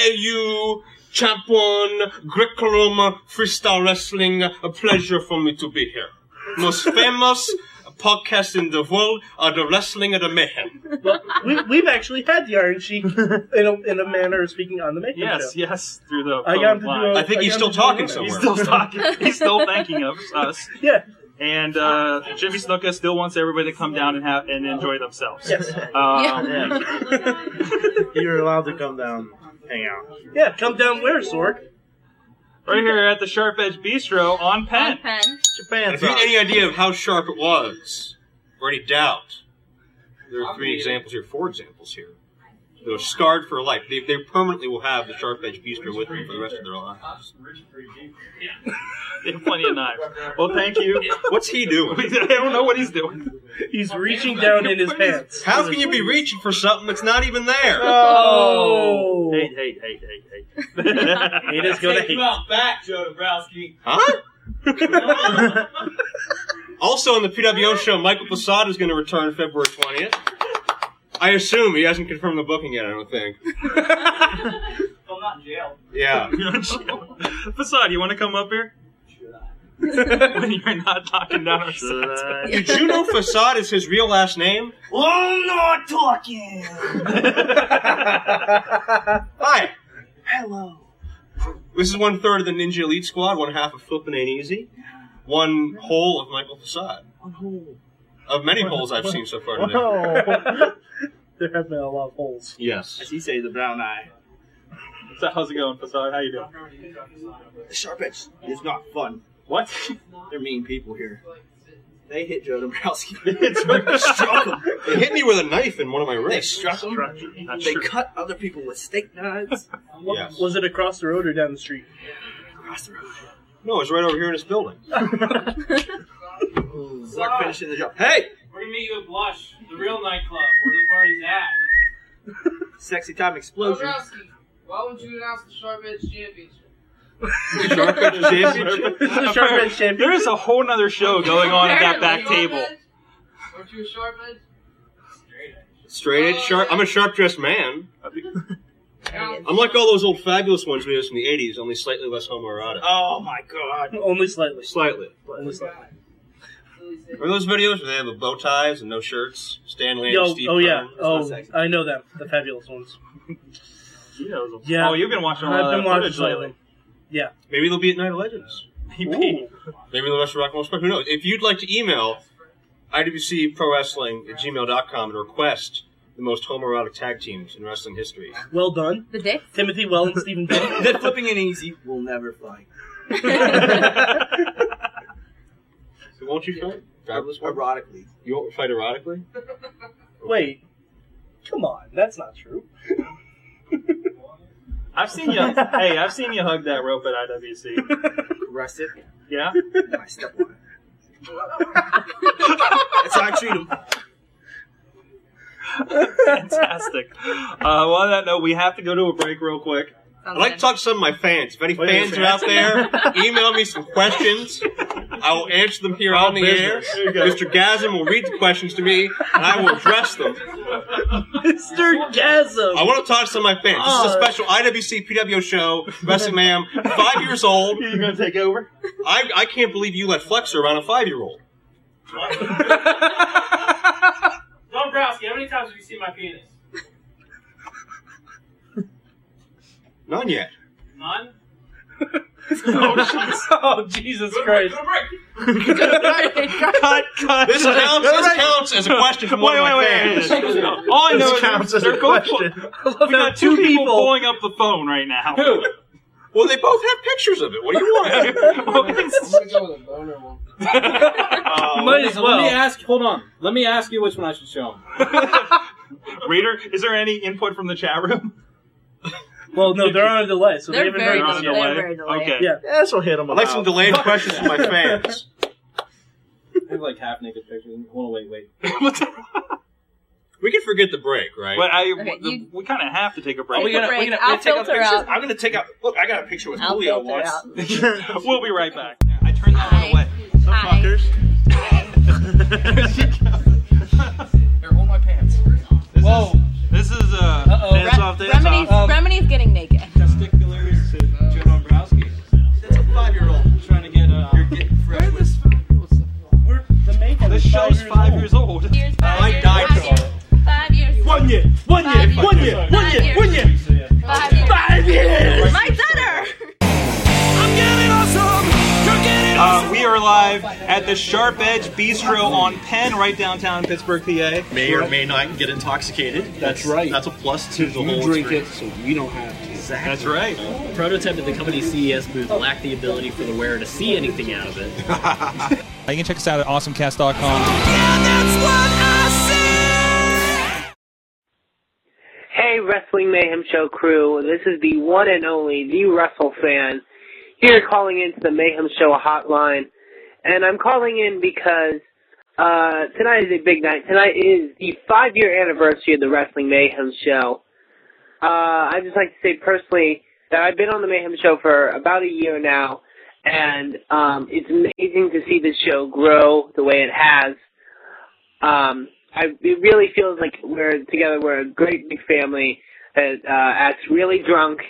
Speaker 5: AAU champion, Greco-Roman freestyle wrestling. A pleasure for me to be here. Most famous podcast in the world are the wrestling of the mayhem.
Speaker 4: Well, we, we've actually had the Iron Sheik in a, in a manner of speaking on the Mayhem
Speaker 1: yes,
Speaker 4: show.
Speaker 1: yes, through the.
Speaker 4: I got him to do
Speaker 1: phone
Speaker 4: a-
Speaker 1: line.
Speaker 4: I think I he's got him still to do talking a- somewhere.
Speaker 1: He's still talking.
Speaker 4: <laughs>
Speaker 1: He's still thanking us. us.
Speaker 4: Yeah.
Speaker 1: And uh, Jimmy Snuka still wants everybody to come down and have and enjoy themselves.
Speaker 4: Yes.
Speaker 1: Um,
Speaker 6: You're allowed to come down, hang out.
Speaker 4: Yeah, come down where, Sorg?
Speaker 1: Right here at the Sharp Edge Bistro on Penn.
Speaker 3: Pen.
Speaker 5: And if you had any idea of how sharp it was, or any doubt, there are three examples here, four examples here. They're scarred for life. They, they permanently will have the sharp edge beaster with them for the rest of their lives.
Speaker 1: <laughs> They have plenty of knives. Well, thank you.
Speaker 5: What's he
Speaker 1: <laughs>
Speaker 5: doing?
Speaker 1: I don't know what he's doing.
Speaker 4: He's reaching down in his pants.
Speaker 5: How can you be reaching for something that's not even there?
Speaker 1: <laughs>
Speaker 4: Oh.
Speaker 6: Hate, hate, hate, hate, hate.
Speaker 4: He just go to
Speaker 17: Take you out back, Joe Dabrowski.
Speaker 5: Huh?
Speaker 1: <laughs>
Speaker 5: also on the PWO show, Michael Posada is going to return February 20th. I assume he hasn't confirmed the booking yet, I don't think.
Speaker 17: I'm not in jail.
Speaker 1: <laughs>
Speaker 5: Yeah.
Speaker 1: <laughs> Facade, you want to come up here? when you're not knocking down our sets.
Speaker 5: Did you know Facade is his real last name?
Speaker 17: Long not talking.
Speaker 5: Hi.
Speaker 17: Hello.
Speaker 5: This is one third of the Ninja Elite Squad, one half of Flippin' Ain't Easy, one whole of Michael Facade. Of many holes I've seen so far today.
Speaker 4: Whoa. Oh. <laughs> there have been a lot of holes.
Speaker 5: Yes.
Speaker 16: As he says, the brown eye.
Speaker 1: So how's it going, Facade? How you doing?
Speaker 16: The sharp edge is not fun.
Speaker 1: What?
Speaker 16: They're mean people here. They hit Joe
Speaker 4: <laughs>
Speaker 16: Dombrowski.
Speaker 5: struck him. They hit me with a knife in one of my
Speaker 16: They
Speaker 5: wrists.
Speaker 16: struck him.
Speaker 1: Not
Speaker 16: They
Speaker 1: sure.
Speaker 16: cut other people with steak knives.
Speaker 4: What-
Speaker 5: Yes.
Speaker 4: Was it across the road or down the street?
Speaker 16: Across the road.
Speaker 5: No, it's right over here in this
Speaker 4: <laughs>
Speaker 5: building.
Speaker 16: Mark finishing the job. Hey!
Speaker 17: We're gonna meet you at Blush, the real nightclub where the party's at.
Speaker 4: <laughs>
Speaker 16: Sexy time explosion.
Speaker 2: why would you announce the Sharp Edge Championship?
Speaker 5: Sharp
Speaker 1: <laughs>
Speaker 5: Edge Championship.
Speaker 4: This is a sharp edge champion.
Speaker 1: There is a whole nother show going on at that back table.
Speaker 2: Aren't you a Sharp Edge?
Speaker 5: Straight edge sharp. I'm a sharp
Speaker 4: <laughs>
Speaker 5: dressed man. I'm like all those old fabulous ones we had from the 80s, only slightly less homoerotic.
Speaker 16: Oh my god.
Speaker 4: Only slightly.
Speaker 5: Slightly.
Speaker 4: Only slightly.
Speaker 5: Remember those videos where they have the bow ties and no shirts? Stan Lee
Speaker 4: Yo,
Speaker 5: and Steve
Speaker 4: oh yeah.
Speaker 5: Byrne?
Speaker 4: Oh,
Speaker 16: sexy.
Speaker 4: I know them. The fabulous ones.
Speaker 1: He knows them.
Speaker 4: Yeah.
Speaker 1: Oh, you've been watching a lot
Speaker 4: I've
Speaker 1: of
Speaker 4: been
Speaker 1: that
Speaker 4: watching
Speaker 1: footage
Speaker 4: some of
Speaker 1: lately.
Speaker 4: them. Yeah.
Speaker 5: Maybe they'll be at Night
Speaker 4: <laughs>
Speaker 5: of Legends.
Speaker 4: Ooh.
Speaker 5: Maybe the rest of Rock and Roll Express. Who knows? If you'd like to email IWC Pro Wrestling at gmail.com and request the most homoerotic tag teams in wrestling history.
Speaker 4: Well done.
Speaker 3: The dicks.
Speaker 4: Timothy Well <laughs> and Stephen Bennett.
Speaker 16: That flipping and easy will never
Speaker 4: <laughs>
Speaker 16: fight.
Speaker 5: So won't you fight? Fabulous one?
Speaker 16: Erotically.
Speaker 5: You won't fight erotically?
Speaker 4: Wait. Come on. That's not true.
Speaker 1: <laughs> I've seen you. hey,
Speaker 5: <laughs>
Speaker 1: I've seen you hug that rope at IWC.
Speaker 16: Caress it.
Speaker 1: Yeah.
Speaker 16: and I step on it.
Speaker 5: That's how I treat him.
Speaker 1: Fantastic. Uh, well, on that note, we have to go to a break real quick. Oh,
Speaker 5: I'd like to talk to some of my fans. If any fans are
Speaker 1: <laughs>
Speaker 5: out there, email me some questions. I will answer them here on the
Speaker 15: business. There you go.
Speaker 5: air. Mr. Gasm will read the questions to me, and I will address
Speaker 4: <laughs>
Speaker 5: them.
Speaker 6: Mr. Gasm.
Speaker 5: I want to talk to some of my fans. This
Speaker 2: Oh.
Speaker 5: is a special IWC PWO show, Wrestling Ma'am, five
Speaker 6: <laughs>
Speaker 5: years old. You
Speaker 6: going to take over?
Speaker 5: I, I can't believe you let Flexer around a five year old.
Speaker 17: Dombrowski, how many times have you seen my penis?
Speaker 5: None yet.
Speaker 17: None.
Speaker 5: <laughs> oh, Jesus Christ.
Speaker 1: cut, cut.
Speaker 5: This counts- this counts as a question from one
Speaker 1: wait,
Speaker 5: of my
Speaker 1: wait,
Speaker 5: fans.
Speaker 1: Wait. All I
Speaker 5: This
Speaker 1: know
Speaker 5: counts
Speaker 1: is
Speaker 5: as a
Speaker 1: they're going
Speaker 5: question.
Speaker 1: For, we got two people pulling up the phone right now.
Speaker 5: Who? Well, they both have pictures of it. What do you
Speaker 1: <laughs>
Speaker 2: want?
Speaker 5: Uh,
Speaker 16: Might as well. Let me
Speaker 1: well.
Speaker 16: ask. Hold on. Let me ask you which one I should show him.
Speaker 1: <laughs> Reader, is there any input from the chat room?
Speaker 6: Well, no, they're on a delay, so
Speaker 1: They're
Speaker 6: they haven't
Speaker 1: very
Speaker 6: heard
Speaker 1: delayed. They're very delayed.
Speaker 6: Okay. Yeah, this will hit them.
Speaker 5: I'd like some delayed questions
Speaker 6: <laughs>
Speaker 5: from my fans.
Speaker 16: I have like half naked pictures. Hold on, wait, wait.
Speaker 1: <laughs>
Speaker 5: We can forget the break, right?
Speaker 1: But I,
Speaker 16: Okay,
Speaker 1: the-
Speaker 16: you-
Speaker 1: we kind of have to take a break.
Speaker 16: Take a break. I'll filter out-
Speaker 5: I'm going to take out. Look, I got a picture with
Speaker 1: I'll
Speaker 5: Julio
Speaker 1: filter
Speaker 5: once. <laughs>
Speaker 1: out. we'll be right back. I turned that one away.
Speaker 2: <laughs>
Speaker 10: Here, hold my pants.
Speaker 1: Whoa. This is a uh, dance off, dance
Speaker 3: Remedy's,
Speaker 1: off. Um,
Speaker 5: Um,
Speaker 3: Remedy's getting naked.
Speaker 10: Joe Dombrowski. That's a five-year-old trying to get. Uh, you're getting fresh. Where this five-year-old? The makeup.
Speaker 1: This show's five years old.
Speaker 3: I
Speaker 1: died.
Speaker 3: Five years.
Speaker 1: One year. One
Speaker 3: year.
Speaker 1: One year. One year. One year.
Speaker 3: Five years.
Speaker 1: Five years.
Speaker 3: My daughter.
Speaker 1: Uh, we are live at the Sharp Edge Bistro on Penn, right downtown Pittsburgh, PA.
Speaker 5: May or may not get intoxicated. That's, right. That's a plus to the
Speaker 18: You
Speaker 5: whole
Speaker 18: drink
Speaker 5: experience.
Speaker 18: it so we don't have to. Exactly.
Speaker 1: That's right.
Speaker 18: The prototype of the company's CES booth lacked the ability for the wearer to see anything out of
Speaker 6: <laughs>
Speaker 18: it.
Speaker 19: You can check us out at awesomecast.com.
Speaker 20: Hey, Wrestling Mayhem Show crew. This is the one and only, the Russell fan, here calling into the Mayhem Show hotline. And I'm calling in because uh, tonight is a big night. Tonight is the five year anniversary of the Wrestling Mayhem Show. Uh, I'd just like to say personally that I've been on the Mayhem Show for about a year now, and um, it's amazing to see this show grow the way it has. Um, I, it really feels like we're together. We're a great big family that uh, acts really drunk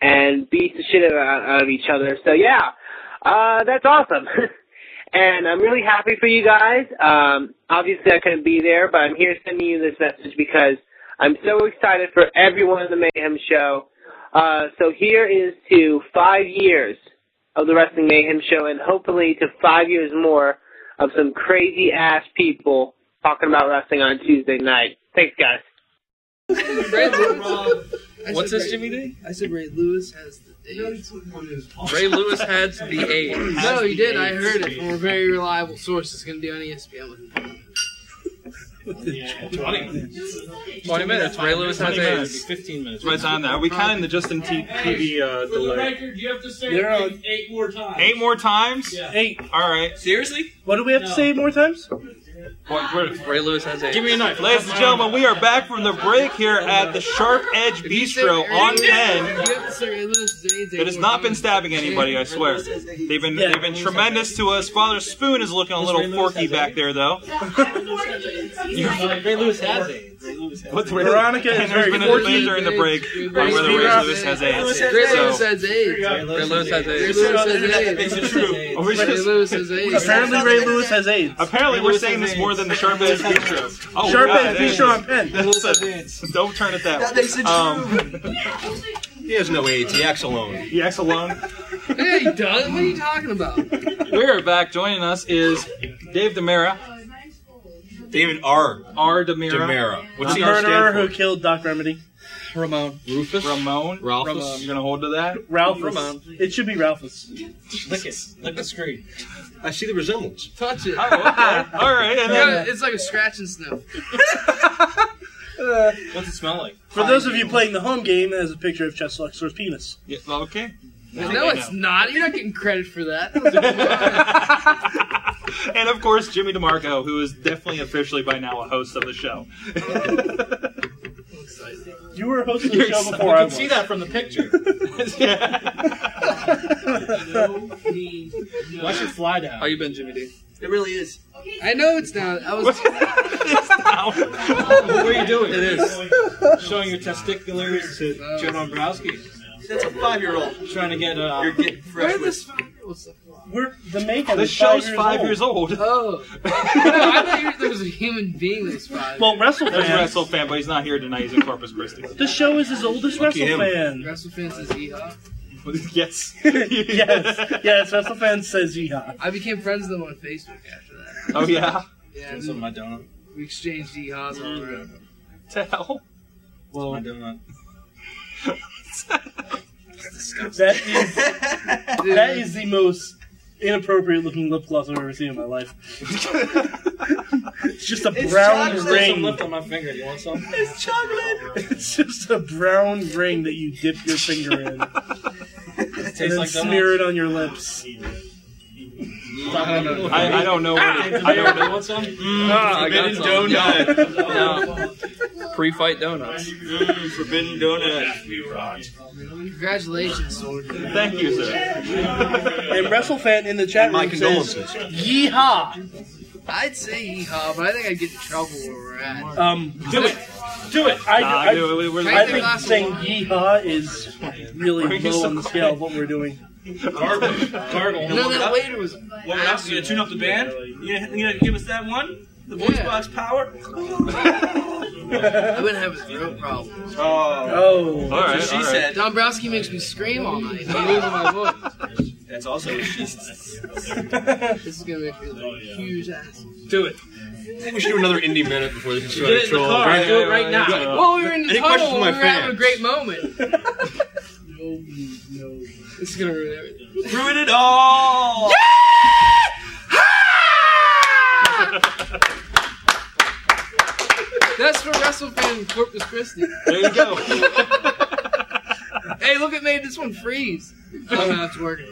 Speaker 20: and beats the shit out, out of each other. So yeah, uh, that's awesome. <laughs> and I'm really happy for you guys. Um, obviously, I couldn't be there, but I'm here sending you this message because I'm so excited for everyone in the Mayhem Show. Uh, so here is to five years of the Wrestling Mayhem Show, and hopefully to five years more of some crazy ass people talking about wrestling on Tuesday night. Thanks, guys.
Speaker 10: What's this, Jimmy D? I said Ray Lewis has the AIDS. Ray Lewis has the AIDS.
Speaker 2: No, he did. I heard it from a very reliable source. It's going to be on E ESPN with him.
Speaker 10: 20 minutes. Ray Lewis has
Speaker 1: 20 minutes.
Speaker 10: AIDS. 15 minutes.
Speaker 1: Right on that. We counting the Justin T- TV uh, delay.
Speaker 17: you have to say
Speaker 1: They're
Speaker 17: it eight more times.
Speaker 1: Eight more times? Eight. All right.
Speaker 10: Seriously?
Speaker 6: What do we have to
Speaker 17: <laughs>
Speaker 6: say more times?
Speaker 10: Ray Lewis has AIDS.
Speaker 1: Give me a knife. Ladies and gentlemen, we are back from the break here at the Sharp Edge Bistro on Penn.
Speaker 2: You have to say Ray Lewis is AIDS.
Speaker 1: It has not been stabbing anybody, I swear. They've been they've been tremendous to us. Father Spoon is looking a little forky back there though.
Speaker 18: Ray Lewis has AIDS. Ray Lewis has
Speaker 1: What's
Speaker 18: AIDS.
Speaker 1: Veronica and there's been a debate during the break on whether Ray Lewis has AIDS.
Speaker 2: Ray Lewis
Speaker 1: So,
Speaker 2: has AIDS. Ray Lewis has
Speaker 1: AIDS.
Speaker 2: Ray Lewis has AIDS.
Speaker 1: Is it true? Are we
Speaker 2: Ray
Speaker 1: just-
Speaker 2: Lewis has AIDS.
Speaker 6: Apparently, Ray Lewis has AIDS.
Speaker 1: apparently we're saying this more than the Sharp Edge Bistro. Oh,
Speaker 6: Sharp
Speaker 1: God,
Speaker 6: Edge
Speaker 1: it is.
Speaker 6: Bistro on Penn.
Speaker 1: That's a- Don't turn it that
Speaker 5: That makes
Speaker 1: way.
Speaker 5: it
Speaker 1: Um,
Speaker 5: He has no AIDS. He acts alone.
Speaker 1: He acts alone.
Speaker 2: Yeah, he does. What are you talking
Speaker 1: <laughs>
Speaker 2: about?
Speaker 1: We are back. Joining us is Dave Demera.
Speaker 5: David R.
Speaker 1: R. Demera.
Speaker 5: Demera.
Speaker 1: What's
Speaker 6: What's
Speaker 1: the
Speaker 6: the
Speaker 1: R stand
Speaker 6: murderer
Speaker 1: for?
Speaker 6: who killed Doc Remedy? Ramon.
Speaker 1: Rufus. Ramon.
Speaker 5: Ralphus.
Speaker 1: You're um, gonna hold to that.
Speaker 6: Ralph
Speaker 1: Ramon.
Speaker 6: It should be Ralphus.
Speaker 18: Lick it. Lick the screen.
Speaker 5: I see the resemblance.
Speaker 2: Touch
Speaker 6: <laughs>
Speaker 2: it.
Speaker 1: All right, and
Speaker 2: Yeah,
Speaker 1: then-
Speaker 2: it's like a scratch and
Speaker 1: <laughs>
Speaker 2: sniff.
Speaker 18: What's it smell like?
Speaker 6: For those of you playing the home game, there's a picture of Chess Luxor's penis.
Speaker 1: Yeah, okay.
Speaker 2: <laughs> No, it's not. You're not getting credit for that.
Speaker 1: and of course, Jimmy DeMarco, who is definitely officially by now a host of the show.
Speaker 4: You were hosting
Speaker 1: You're
Speaker 4: the show
Speaker 1: excited.
Speaker 4: before
Speaker 1: You
Speaker 4: I
Speaker 1: can
Speaker 4: was.
Speaker 1: see
Speaker 18: that from the picture.
Speaker 2: Watch it
Speaker 10: fly
Speaker 2: down.
Speaker 10: How you been, Jimmy D?
Speaker 2: It really is. I know it's not. I was.
Speaker 10: what
Speaker 2: are you doing?
Speaker 10: It is. Showing your testiculars to Joe Dombrowski. That's a five-year-old trying to get uh, You're getting fresh with.
Speaker 4: We're the maker.
Speaker 10: The
Speaker 4: is
Speaker 10: show's
Speaker 4: five years
Speaker 1: old. <laughs>
Speaker 2: Oh. no, I thought you were, there was a human being that was five.
Speaker 1: well, WrestleFan. There's
Speaker 2: fan.
Speaker 1: WrestleFan, but he's not here tonight. He's in Corpus Christi.
Speaker 4: The show is as old as
Speaker 1: Lucky him.
Speaker 4: WrestleFan.
Speaker 2: WrestleFan says yeehaw.
Speaker 1: <laughs>
Speaker 4: <laughs>
Speaker 1: yes.
Speaker 4: yes. Yes, WrestleFan says yeehaw.
Speaker 2: I became friends with them on Facebook after that.
Speaker 1: Oh, yeah?
Speaker 2: Yeah.
Speaker 10: That's on my donut.
Speaker 2: We exchanged yeehaws all around.
Speaker 1: To hell.
Speaker 10: Well, my donut.
Speaker 4: That is
Speaker 10: <laughs>
Speaker 4: that is the most inappropriate looking lip gloss I've ever seen in
Speaker 10: <laughs>
Speaker 4: my life. it's just a
Speaker 10: It's
Speaker 4: brown
Speaker 10: chocolate. There's some
Speaker 4: ring.
Speaker 10: left on my finger. You want some?
Speaker 4: It's chocolate. It's just a brown ring that you dip your
Speaker 10: <laughs>
Speaker 4: finger in and then
Speaker 10: like donuts.
Speaker 4: smear it on your lips.
Speaker 1: I, I don't know. Where,
Speaker 2: Ah.
Speaker 1: I don't know.
Speaker 10: want some?
Speaker 1: Ah, I
Speaker 10: Forbidden
Speaker 1: got some.
Speaker 10: donut. No. Pre-fight donuts.
Speaker 8: forbidden donut.
Speaker 2: Congratulations, soldier.
Speaker 1: Thank you, sir.
Speaker 4: And WrestleFan in the chat room
Speaker 2: My
Speaker 4: says, "Yeehaw!"
Speaker 2: I'd say yeehaw, but I think I'd get in trouble where we're at.
Speaker 4: Um, do it, do it. I,
Speaker 2: Nah,
Speaker 4: I,
Speaker 2: do it. We- we're-
Speaker 4: I
Speaker 2: Take a
Speaker 4: think
Speaker 2: glass of
Speaker 4: saying
Speaker 2: wine.
Speaker 4: "yeehaw" is really
Speaker 10: Bring us
Speaker 4: low
Speaker 10: some
Speaker 4: on the scale of what we're doing.
Speaker 10: Gargle. Gargle.
Speaker 2: No, that waiter was.
Speaker 10: What else? You gonna tune up the band? You gonna, you gonna give us that one? The voice box power?
Speaker 2: I've been having throat problems.
Speaker 10: Oh.
Speaker 4: Oh.
Speaker 10: All right, she all right. said.
Speaker 2: Dombrowski makes me scream all night. I'm losing my
Speaker 4: <laughs>
Speaker 2: voice.
Speaker 10: That's also she's
Speaker 2: This is gonna make me look like a huge ass.
Speaker 10: Do it.
Speaker 5: We should do another indie minute before this.
Speaker 10: Get it in the car. Do it right now.
Speaker 2: Well, we were in the
Speaker 5: Any questions
Speaker 2: tunnel. We
Speaker 5: for my
Speaker 2: were having a
Speaker 5: fans?
Speaker 2: great moment. no, no. This is gonna ruin everything.
Speaker 10: Ruin it all.
Speaker 2: That's for WrestleFan Corpus Christi.
Speaker 1: There you go.
Speaker 2: hey, look, it made this one freeze. Oh, no, it's working.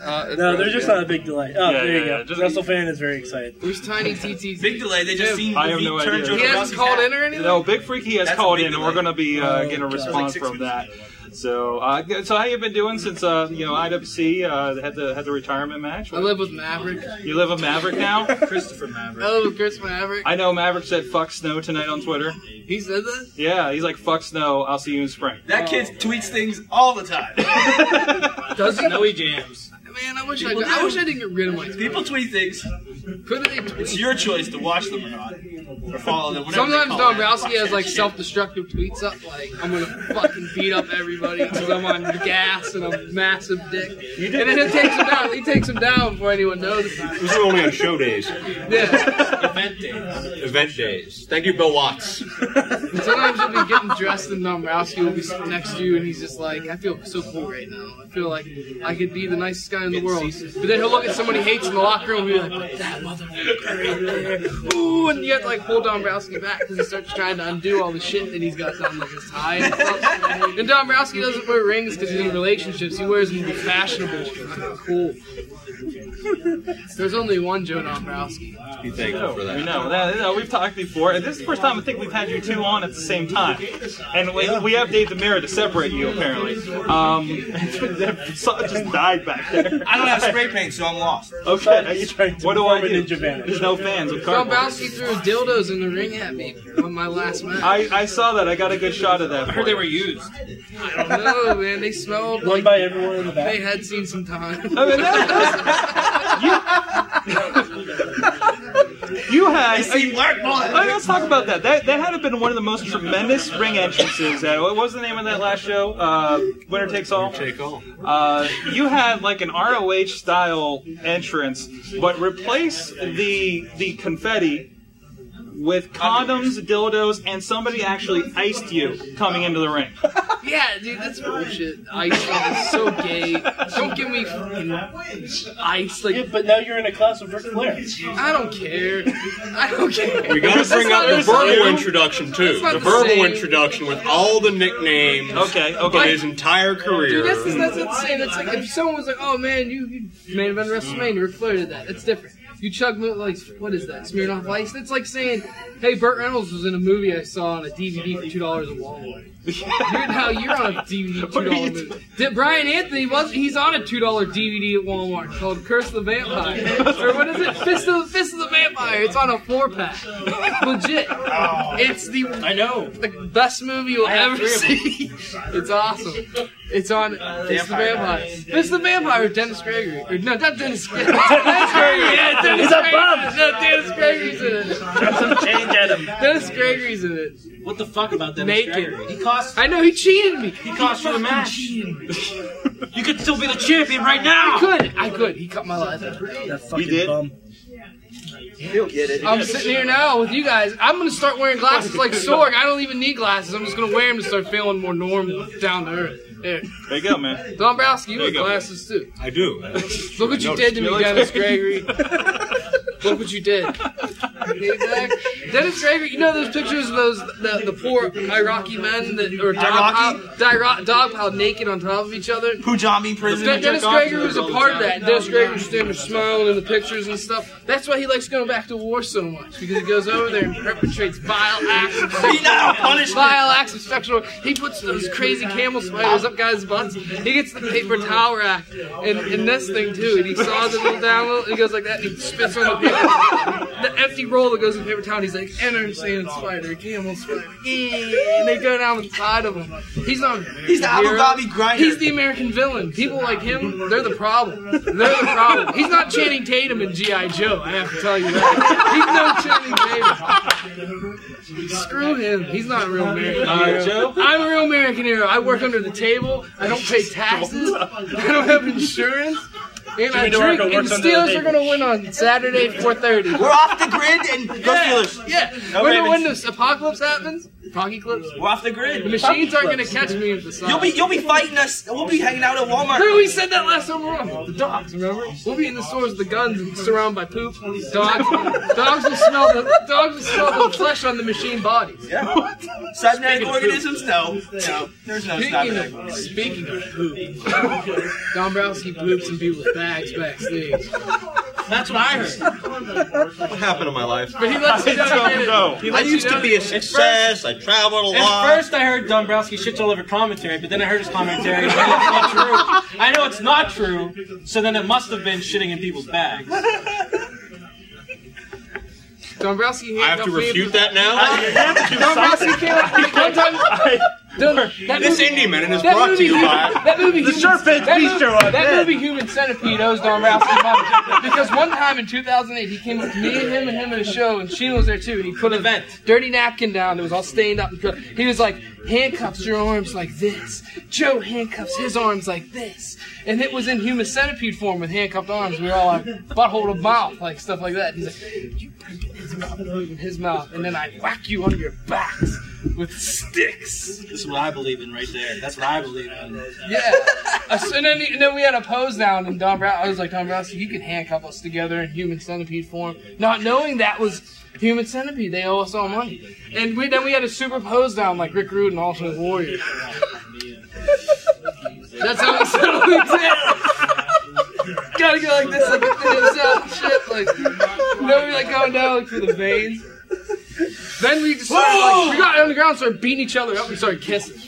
Speaker 6: Uh,
Speaker 4: No, they're just not a big delay. Oh,
Speaker 10: Yeah,
Speaker 4: there you
Speaker 10: yeah,
Speaker 4: go.
Speaker 10: yeah, just-
Speaker 4: WrestleFan is very excited.
Speaker 2: There's tiny TTs.
Speaker 10: Big delay. They just seen
Speaker 1: I
Speaker 10: the
Speaker 1: have
Speaker 10: V
Speaker 1: no
Speaker 10: turn
Speaker 1: idea.
Speaker 10: Joe
Speaker 1: He hasn't
Speaker 10: Dombrowski's
Speaker 2: called
Speaker 10: hat.
Speaker 2: in or anything?
Speaker 1: No, Big Freaky has
Speaker 10: That's
Speaker 1: called
Speaker 10: a big
Speaker 1: in, and we're going to be uh,
Speaker 10: Oh,
Speaker 1: getting a
Speaker 10: God. That's
Speaker 1: response
Speaker 10: like six
Speaker 1: from that. So, uh, g- so how you been doing since uh, you know IWC uh, had the had the retirement match?
Speaker 2: I live with Maverick.
Speaker 1: You live with Maverick now.
Speaker 10: <laughs> Christopher Maverick.
Speaker 2: I live with Chris Maverick.
Speaker 1: I know Maverick said "fuck snow" tonight on Twitter.
Speaker 2: He said that?
Speaker 1: Yeah, he's like "fuck snow." I'll see you in spring.
Speaker 10: That kid tweets things all the time.
Speaker 2: Does he?
Speaker 10: No, he jams.
Speaker 2: Man, I wish I,
Speaker 10: People
Speaker 2: I
Speaker 10: do.
Speaker 2: wish I didn't get rid of my.
Speaker 10: People tweet things.
Speaker 2: Could they tweet?
Speaker 10: It's your choice to watch them or not, or follow them. Whatever
Speaker 2: Sometimes
Speaker 10: they call it.
Speaker 2: Dombrowski has like self-destructive tweets up, like "I'm gonna fucking beat up everybody because I'm on gas and I'm a massive dick," and then he takes him down. He takes him down before anyone notices.
Speaker 5: This is only on show days,
Speaker 2: Event days.
Speaker 5: event days. Thank you, Bill Watts.
Speaker 2: Sometimes you'll be getting dressed and Dombrowski will be sitting next to you and he's just like, I feel so cool right now. I feel like I could be the nicest guy in the world. But then he'll look at someone he hates in the locker room and be like, that motherfucker right there. Ooh, and you have to like pull Dombrowski back because he starts trying to undo all the shit that he's got done, like his tie and stuff. And Dombrowski doesn't wear rings because he's in relationships. He wears them to be fashionable and fucking cool. There's only one Joe Dombrowski.
Speaker 5: Be thankful for
Speaker 1: We
Speaker 5: that.
Speaker 1: know, that, no, we've talked before, and this is the first time I think we've had you two on at the same time. And we, we have Dave Demira to separate you, apparently. Um, <laughs> that saw- just died back there.
Speaker 10: I don't have spray paint, so I'm
Speaker 4: <laughs>
Speaker 10: lost.
Speaker 1: Okay, what do I do?
Speaker 4: vanish.
Speaker 1: There's no fans of cardboard.
Speaker 2: Dombrowski threw dildos in the ring at me on my last match.
Speaker 1: I, I saw that. I got a good shot of that. I heard they were
Speaker 10: used.
Speaker 2: I don't know, man. They smelled like
Speaker 4: by everyone in the back.
Speaker 2: they had seen some time.
Speaker 1: You had.
Speaker 10: see black blood.
Speaker 1: Oh, let's talk about that. That that had been one of the most tremendous ring entrances. At, what was the name of that last show? Uh, Winner takes all.
Speaker 5: Take all.
Speaker 1: Uh, you had like an ROH style entrance, but replace the the confetti with condoms, dildos, and somebody actually iced you coming into the ring.
Speaker 2: <laughs> yeah, dude, that's bullshit. Ice is so gay. Don't give me fucking ice. Like,
Speaker 4: Yeah, but now you're in a class of Ric Flair.
Speaker 2: I don't care. I don't care.
Speaker 5: We gotta
Speaker 2: That's
Speaker 5: bring
Speaker 2: not
Speaker 5: up the
Speaker 2: the
Speaker 5: verbal
Speaker 2: same.
Speaker 5: introduction too.
Speaker 2: That's not
Speaker 5: The
Speaker 2: the
Speaker 5: verbal
Speaker 2: same.
Speaker 5: introduction with all the nicknames.
Speaker 1: Okay, okay.
Speaker 5: Of his entire career.
Speaker 2: Dude, that's, that's not the same. That's like if someone was like, "Oh man, you, you main event WrestleMania, Ric Flair did that." That's different. You chug mo- like what is that? Smirnoff Ice. That's like saying, "Hey, Burt Reynolds was in a movie I saw on a DVD for two dollars a Walmart." you're, now you're on a DVD two dollar movie. Did Brian Anthony was he's on a two dollar DVD at Walmart called Curse of the Vampire or what is it? Fist of the Fist of the Vampire. It's on a four pack. Legit. It's the I know the best movie you'll ever see. it's awesome. It's on. It's the
Speaker 15: Vampire
Speaker 2: vampire. It's the vampire. with Dennis Gregory. Or, no, not Dennis. <laughs> Gregory.
Speaker 15: Dennis
Speaker 2: Dennis
Speaker 15: Gregory.
Speaker 2: Gregory. Yeah, Dennis
Speaker 15: He's a
Speaker 2: Gregory.
Speaker 15: bum.
Speaker 2: No, Dennis Gregory's in it. some change at him. Dennis Gregory's in it. What the fuck about
Speaker 16: Dennis
Speaker 2: Naked.
Speaker 16: Gregory?
Speaker 2: He cost. I know he cheated me.
Speaker 16: He cost you the match.
Speaker 2: <laughs> You could still be the champion right now. I could. I could. He cut my life. That fucking did. bum.
Speaker 16: He'll get it.
Speaker 2: I'm sitting here now with you guys. I'm gonna start wearing glasses
Speaker 1: <laughs>
Speaker 2: like Sorg. I don't even need glasses. I'm just gonna wear them to start feeling more normal, down to earth. There.
Speaker 1: There you go, man.
Speaker 2: <laughs> Dombrowski, you
Speaker 1: There you
Speaker 2: have
Speaker 1: go.
Speaker 2: glasses too.
Speaker 1: I do.
Speaker 2: <laughs> Look what you did to me, Dennis Gregory.
Speaker 1: <laughs>
Speaker 2: Look what you did. Exactly. Dennis Gregory, you know those pictures of those the, the poor Iraqi men that or dog
Speaker 17: Iraqi?
Speaker 2: piled, di- dog piled naked on top of each other?
Speaker 17: Punjabi prison.
Speaker 2: Den- Dennis Gregory was a part of that. Dennis Gregory was standing there smiling in the pictures and stuff. That's why he likes going back to war so much because he goes over there and perpetrates vile
Speaker 17: <laughs>
Speaker 2: acts. of
Speaker 17: See, now punishment.
Speaker 2: Vile acts of sexual. He puts those crazy camel spiders up guys' butts. He gets the paper towel rack and, and this thing too. And he saws it little down a little. And he goes like that. And he spits on the paper. The empty roll that goes in the paper towel. And he's like, enter sand spider, camel spider. Yeah, And they go down inside of him. He's on.
Speaker 17: He's the Abu
Speaker 2: hero.
Speaker 17: Dhabi grinder.
Speaker 2: He's the American villain. People like him, they're the problem. They're the problem. He's not Channing Tatum in G.I. Joe, I have to tell you that. He's no Channing Tatum. Screw him. He's not a real American
Speaker 15: All right,
Speaker 2: hero.
Speaker 15: Joe.
Speaker 2: I'm a real American hero. I work under the table. I don't pay taxes. I don't have insurance. And I
Speaker 17: Jimmy Norco
Speaker 2: drink. And
Speaker 17: works
Speaker 2: the
Speaker 17: under the
Speaker 2: Steelers are
Speaker 17: table.
Speaker 2: going to win on Saturday, 4.30.
Speaker 17: We're off the grid and go
Speaker 2: yeah,
Speaker 17: Steelers.
Speaker 2: Yeah.
Speaker 17: No
Speaker 2: when, the,
Speaker 17: Ravens.
Speaker 2: when this apocalypse happens, Pocky clips.
Speaker 17: We're off the grid.
Speaker 2: The machines aren't going to catch me with the sun.
Speaker 17: You'll be you'll be fighting us. We'll be hanging out at Walmart.
Speaker 2: Remember we said that last time we were on? The dogs, remember? We'll be in the stores with the guns and surrounded by poop. Dogs, dogs will smell the dogs will smell the flesh on the machine bodies.
Speaker 17: Yeah. Cybernetic organisms? No. No. There's no
Speaker 2: Speaking
Speaker 17: cybernetic
Speaker 2: of,
Speaker 17: organisms.
Speaker 2: speaking of poop, <laughs> Dombrowski poops and people with bags backstage. That's what I heard.
Speaker 5: What happened in my life?
Speaker 2: But he lets you know he did it. He
Speaker 5: I
Speaker 2: lets you
Speaker 5: used
Speaker 2: know
Speaker 5: to be a
Speaker 2: he did it.
Speaker 5: success. I traveled a lot.
Speaker 16: At first, I heard Dombrowski shits all over commentary, but then I heard his commentary. and I know it's not true. I know it's not true. So then it must have been shitting in people's bags.
Speaker 2: Dombrowski
Speaker 5: I have to refute that now?
Speaker 2: Dombrowski came up one time. Dude, that
Speaker 5: This
Speaker 2: movie-
Speaker 5: Indie Minute is
Speaker 2: that
Speaker 5: brought to
Speaker 2: movie-
Speaker 5: you by.
Speaker 2: that movie.
Speaker 5: The
Speaker 2: Human-
Speaker 5: Surface
Speaker 2: that movie-
Speaker 5: Bistro on
Speaker 2: That
Speaker 5: Net.
Speaker 2: movie, Human Centipede, owes Don Rousey money because one time in 2008 he came up to me and him and him at a show and Sheena was there too and he put a dirty napkin down that was all stained up. And dr- he was like, handcuffs your arms like this. Joe handcuffs his arms like this, and it was in Human Centipede form with handcuffed arms. We were all like butthole to mouth, like stuff like that. And he's like, you put his mouth in his mouth, and then I whack you on your backs with sticks.
Speaker 16: This is what I believe in right there. That's what I believe in.
Speaker 2: Yeah. Uh, so- and, then, and then we had a pose down, and Don Brown, I was like, Don Brown, you can handcuff us together in human centipede form, not knowing that was human centipede. They owe us all money. And we, then we had a super pose down, like Rick Rude and Ultimate Warrior. That's how it settled it. <laughs> Gotta go like this, like with the hips out and shit, like, you know, we like going down like through the veins. Then we just started, like, we got on the ground, and started beating each other up, and started kissing.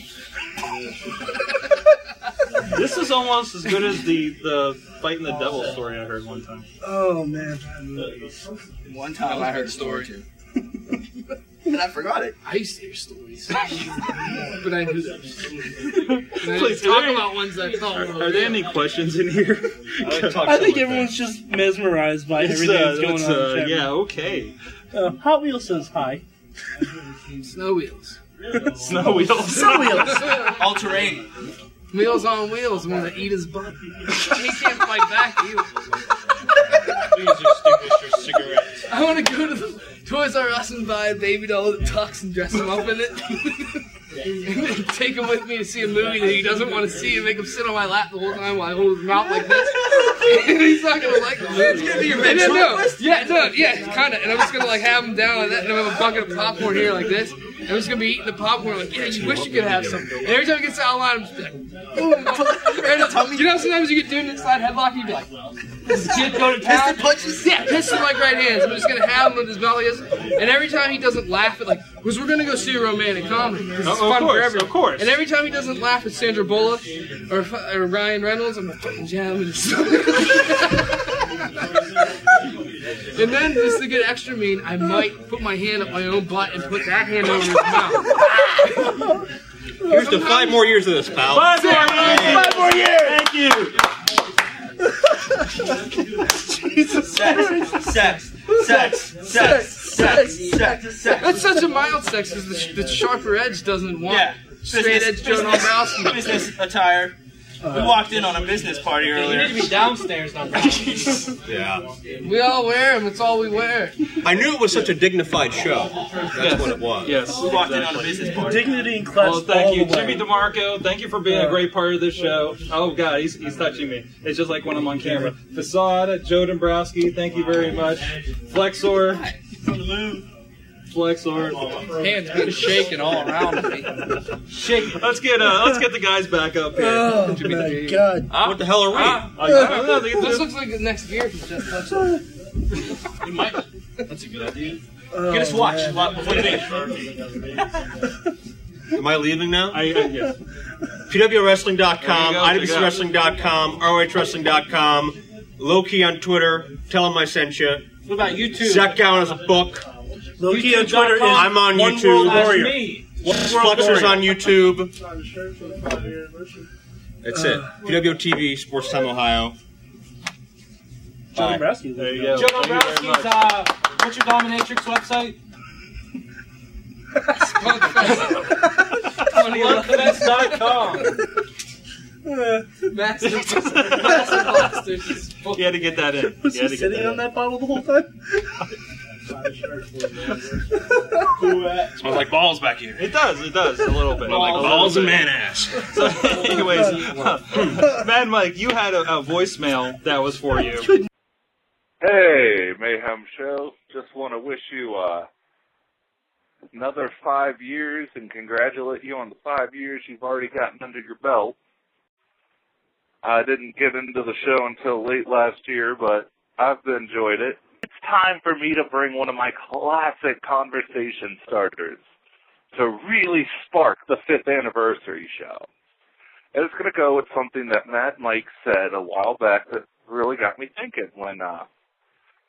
Speaker 1: This is almost as good as the the fighting the devil story I heard one time.
Speaker 17: Oh man. One time I heard a story. And I forgot it.
Speaker 2: I used to hear stories. <laughs> but I knew them.
Speaker 1: Please,
Speaker 2: talk
Speaker 1: are there-
Speaker 2: about ones I thought
Speaker 1: Are,
Speaker 2: were
Speaker 1: are there any questions in here? <laughs>
Speaker 17: I think everyone's just mesmerized by
Speaker 1: It's,
Speaker 17: everything
Speaker 1: uh,
Speaker 17: that's going
Speaker 1: it's,
Speaker 17: on.
Speaker 1: uh,
Speaker 17: in Trevor.
Speaker 1: yeah, okay.
Speaker 17: Uh, Hot Wheels says hi.
Speaker 2: Snow wheels.
Speaker 1: Snow wheels.
Speaker 17: Snow wheels. All terrain.
Speaker 2: Wheels on wheels want to eat his butt. He can't fight back either. I want to go to the Toys R Us and buy a baby doll that talks and dress him up in it. <laughs> Take him with me to see a movie that he doesn't want to see and make him sit on my lap the whole time while I hold his mouth like this. <laughs> and he's not gonna like the movie.
Speaker 15: It's gonna be your
Speaker 2: And then, no,
Speaker 15: ventriloquist?
Speaker 2: Yeah, no, yeah, kinda. And I'm just gonna like have him down like that and I'm gonna have a bucket of popcorn here like this. And I'm just gonna be eating the popcorn like, yeah, you wish you could have some. And every time he gets out of line, I'm just like, Ooh, and you know, sometimes you get doing this side headlock, and you'd be like, "This kid go to town." punches. Yeah, pissing like right hands. I'm just gonna have him with his mouth like this, and every time he doesn't laugh at like, because we're gonna go see a romantic comedy. 'cause
Speaker 1: Oh,
Speaker 2: it's
Speaker 1: of
Speaker 2: fun
Speaker 1: course,
Speaker 2: for everyone.
Speaker 1: of course.
Speaker 2: And every time he doesn't laugh at Sandra Bullock or, fu- or Ryan Reynolds, I'm like, fucking jab him in the <laughs> stomach. And then, just to get extra mean, I might put my hand up my own butt and put that hand over his mouth.
Speaker 5: Here's to five more years of this, pal.
Speaker 2: Five more years. Five more years.
Speaker 6: Thank you.
Speaker 2: Jesus
Speaker 15: Sex. Sex. Sex. Sex. Sex. Sex.
Speaker 2: That's such a mild sex because the, sh- the sharper edge doesn't want
Speaker 17: Yeah.
Speaker 2: straight edge Joe Dombrowski.
Speaker 17: business attire. we walked in on a business party
Speaker 2: you
Speaker 17: earlier.
Speaker 2: need to be downstairs,
Speaker 5: Yeah.
Speaker 2: We all wear them. It's all we wear.
Speaker 5: I knew it was such a dignified show. That's what it was.
Speaker 1: Yes.
Speaker 17: We walked in on a business party.
Speaker 4: Dignity and class.
Speaker 1: Well, thank
Speaker 17: all
Speaker 1: you,
Speaker 17: the way.
Speaker 1: Jimmy DeMarco. Thank you for being a great part of this show. Oh God, he's, he's touching me. It's just like when I'm on camera. Facade, Joe Dombrowski. Thank you very much. Flexor. Flexor.
Speaker 2: Hands been shaking all around me.
Speaker 1: Shake. Let's get uh, let's get the guys back up here.
Speaker 2: Oh, my God.
Speaker 5: What the hell are we?
Speaker 2: Ah. this looks like the next beer from Just Touch. It might. That's a good idea.
Speaker 17: Get us watch. Wa- before the beach.
Speaker 5: Am I leaving now? I,
Speaker 1: I guess.
Speaker 5: PWWrestling.com,
Speaker 17: There you go,
Speaker 5: IWCWrestling.com, ROHWrestling.com, low key on Twitter. Tell him I sent you.
Speaker 17: What about YouTube?
Speaker 5: Zach Gowan has a book.
Speaker 17: Loki on Twitter is
Speaker 5: I'm on
Speaker 17: One
Speaker 5: YouTube.
Speaker 17: World Warrior. That's me. One World
Speaker 5: Fluxer's
Speaker 17: Warrior.
Speaker 5: on YouTube. That's it. PWTV, Sports Time Ohio.
Speaker 4: Joe
Speaker 5: Bye.
Speaker 4: Dombrowski. There you
Speaker 5: go.
Speaker 17: Joe Dombrowski's, uh, what's your dominatrix website?
Speaker 4: <laughs>
Speaker 1: You had to get that in.
Speaker 4: Was
Speaker 1: You had
Speaker 4: he
Speaker 1: to get
Speaker 4: sitting on
Speaker 1: that
Speaker 4: that bottle the whole time?
Speaker 1: in. Smells like balls back here. It does. It does a little bit.
Speaker 8: Smell like
Speaker 1: A
Speaker 8: balls
Speaker 1: little
Speaker 8: and
Speaker 1: bit.
Speaker 8: man ass.
Speaker 1: So, anyways, <laughs> uh, Mad Mike, you had a, a voicemail that was for you.
Speaker 21: Hey, Mayhem Show. Just want to wish you uh, another five years and congratulate you on the five years you've already gotten under your belt. I didn't get into the show until late last year, but I've enjoyed it. It's time for me to bring one of my classic conversation starters to really spark the fifth anniversary show. And it's going to go with something that Matt Mike said a while back that really got me thinking when uh,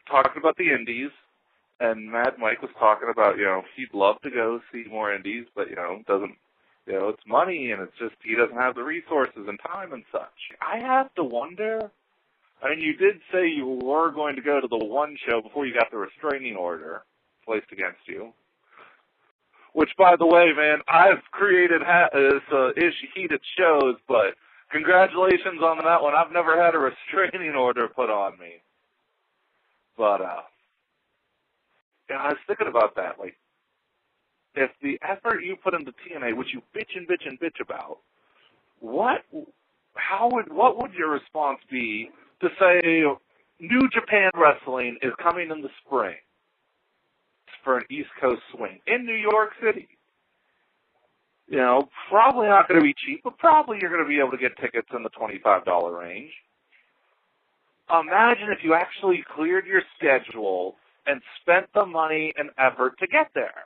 Speaker 21: talking about the indies. And Mad Mike was talking about, you know, he'd love to go see more indies, but, you know, doesn't, you know, it's money and it's just he doesn't have the resources and time and such. I have to wonder. I mean, you did say you were going to go to the one show before you got the restraining order placed against you. Which, by the way, man, I've created ha- this uh, ish- heated shows, but congratulations on that one. I've never had a <laughs> restraining order put on me. But uh yeah, I was thinking about that. Like if the effort you put into TNA, which you bitch and bitch and bitch about, what how would what would your response be to say New Japan Wrestling is coming in the spring for an East Coast swing in New York City? You know, probably not going to be cheap, but probably you're going to be able to get tickets in the twenty-five dollar range imagine if you actually cleared your schedule and spent the money and effort to get there.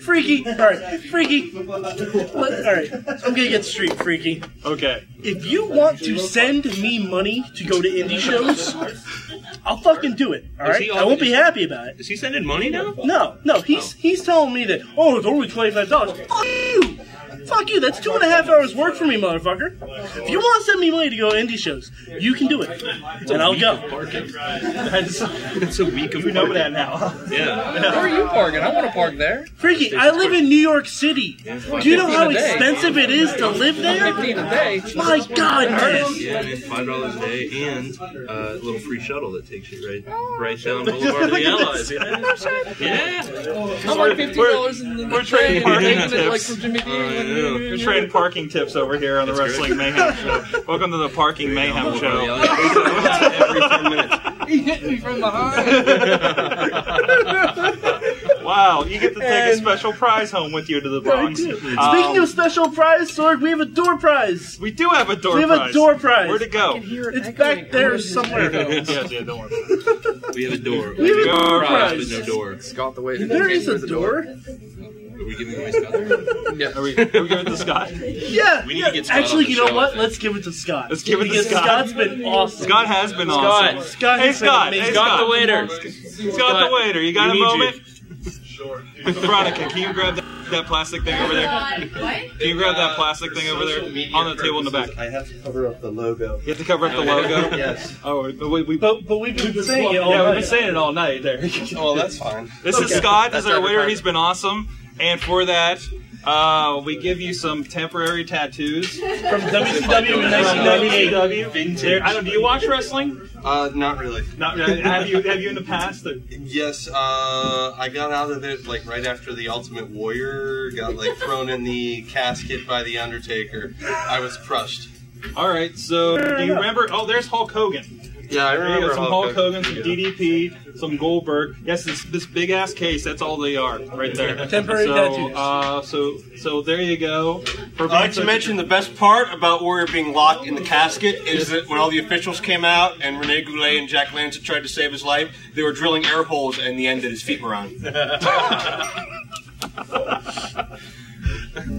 Speaker 4: Freaky. All right. Freaky. Let- All right. I'm going to get straight, Freaky.
Speaker 1: Okay.
Speaker 4: If you want to send me money to go to indie shows, I'll fucking do it. All
Speaker 5: Is
Speaker 4: right.
Speaker 5: he
Speaker 4: I won't be
Speaker 5: offering-
Speaker 4: happy about it.
Speaker 5: Is he sending money now?
Speaker 4: oh, No, no. He's he's telling me that. Oh, it's only twenty five dollars. Fuck you. Fuck you, that's two and a half hours work for me, motherfucker. If you want to send me money to go to indie shows, you can do it. And I'll
Speaker 5: <laughs>
Speaker 4: go.
Speaker 1: That's, that's a week of You know that <laughs> now.
Speaker 4: Yeah.
Speaker 2: Where are you parking? I want to park there.
Speaker 4: Freaky, I live in New York City. Do you know
Speaker 2: 15
Speaker 4: how
Speaker 2: a day.
Speaker 4: expensive it is to live there?
Speaker 2: Fifteen a day.
Speaker 4: My God, man.
Speaker 6: Yeah, and it's five dollars a day and uh, a little free shuttle that takes you right right <laughs> down Boulevard of the Allies. <laughs> Yeah.
Speaker 2: I'm like fifty dollars in the
Speaker 1: We're
Speaker 2: day, and
Speaker 1: trading parking
Speaker 2: it's Like
Speaker 1: tips. Oh,
Speaker 2: from Jimmy Dean.
Speaker 1: We're trading parking tips over here on the
Speaker 2: <laughs>
Speaker 1: Wrestling Mayhem Show. Welcome to the Parking Mayhem Show.
Speaker 2: He hit me from behind.
Speaker 1: Wow, you get to take a special prize home with you to the Bronx. Um, <laughs>
Speaker 4: Speaking of special prize, Sorg, we have a door prize.
Speaker 1: We do have a door
Speaker 4: We have a
Speaker 1: prize.
Speaker 4: door prize.
Speaker 1: Where'd it go? I can
Speaker 4: hear it it's back there somewhere.
Speaker 1: yeah, yeah, don't worry.
Speaker 6: We have a door.
Speaker 4: We have a door
Speaker 6: prize,
Speaker 4: prize.
Speaker 6: but no door. Scott the way.
Speaker 4: There is a door.
Speaker 6: Are we giving away Scott? yeah.
Speaker 1: Are we, are we giving it to Scott?
Speaker 4: Yeah.
Speaker 6: We need to get Scott
Speaker 4: Actually,
Speaker 6: on the
Speaker 4: you know
Speaker 6: show.
Speaker 4: what? Let's give it to Scott.
Speaker 1: Let's give it to
Speaker 4: Because
Speaker 1: Scott.
Speaker 4: Scott's been awesome.
Speaker 1: Scott has been
Speaker 4: Scott.
Speaker 1: awesome.
Speaker 4: Scott
Speaker 1: hey
Speaker 4: has been
Speaker 1: Scott, hey
Speaker 4: amazing.
Speaker 1: Scott,
Speaker 4: Scott the waiter.
Speaker 1: Scott the waiter, you got
Speaker 4: We
Speaker 1: a
Speaker 4: need
Speaker 1: moment? Veronica, can you grab that, that plastic thing over there? Can you grab that plastic thing over there on the table in the back? I have to cover up the logo. You have to cover up the logo.
Speaker 4: Yes.
Speaker 1: Oh, but we, we
Speaker 4: but, but we've been saying it all
Speaker 1: yeah, we've
Speaker 4: night.
Speaker 1: been saying it all night.
Speaker 5: <laughs>
Speaker 1: There.
Speaker 4: Oh, that's fine.
Speaker 1: This is
Speaker 4: Okay.
Speaker 1: Scott. This is
Speaker 4: That's
Speaker 1: our
Speaker 4: our
Speaker 1: waiter.
Speaker 4: department.
Speaker 1: He's been awesome, and for that, uh, we give you some temporary tattoos from
Speaker 4: WCW in 1998.
Speaker 1: There- I don't. Do you watch wrestling?
Speaker 5: Uh, not really.
Speaker 1: Not
Speaker 5: <laughs>
Speaker 1: really. Have you? Have you in the past? Or?
Speaker 5: Yes, uh, I got out of it like right after the Ultimate Warrior got like thrown in the casket by the Undertaker. I was crushed.
Speaker 1: All right. So do you remember? Oh, there's Hulk Hogan.
Speaker 5: Yeah, I
Speaker 1: You got
Speaker 5: remember
Speaker 1: some
Speaker 5: Hulk
Speaker 1: Hulk Hogan, some DDP, some Goldberg. Yes, this, this big ass case. That's all they are, right there.
Speaker 5: Temporary
Speaker 1: so,
Speaker 5: tattoos.
Speaker 1: Uh, so, so there you go. For
Speaker 5: I'd like to mention the best part about Warrior being locked in the casket is that when all the officials came out and Rene Goulet and Jack Lanza tried to save his life, they were drilling air holes and the end that his feet
Speaker 4: <laughs>
Speaker 5: were on.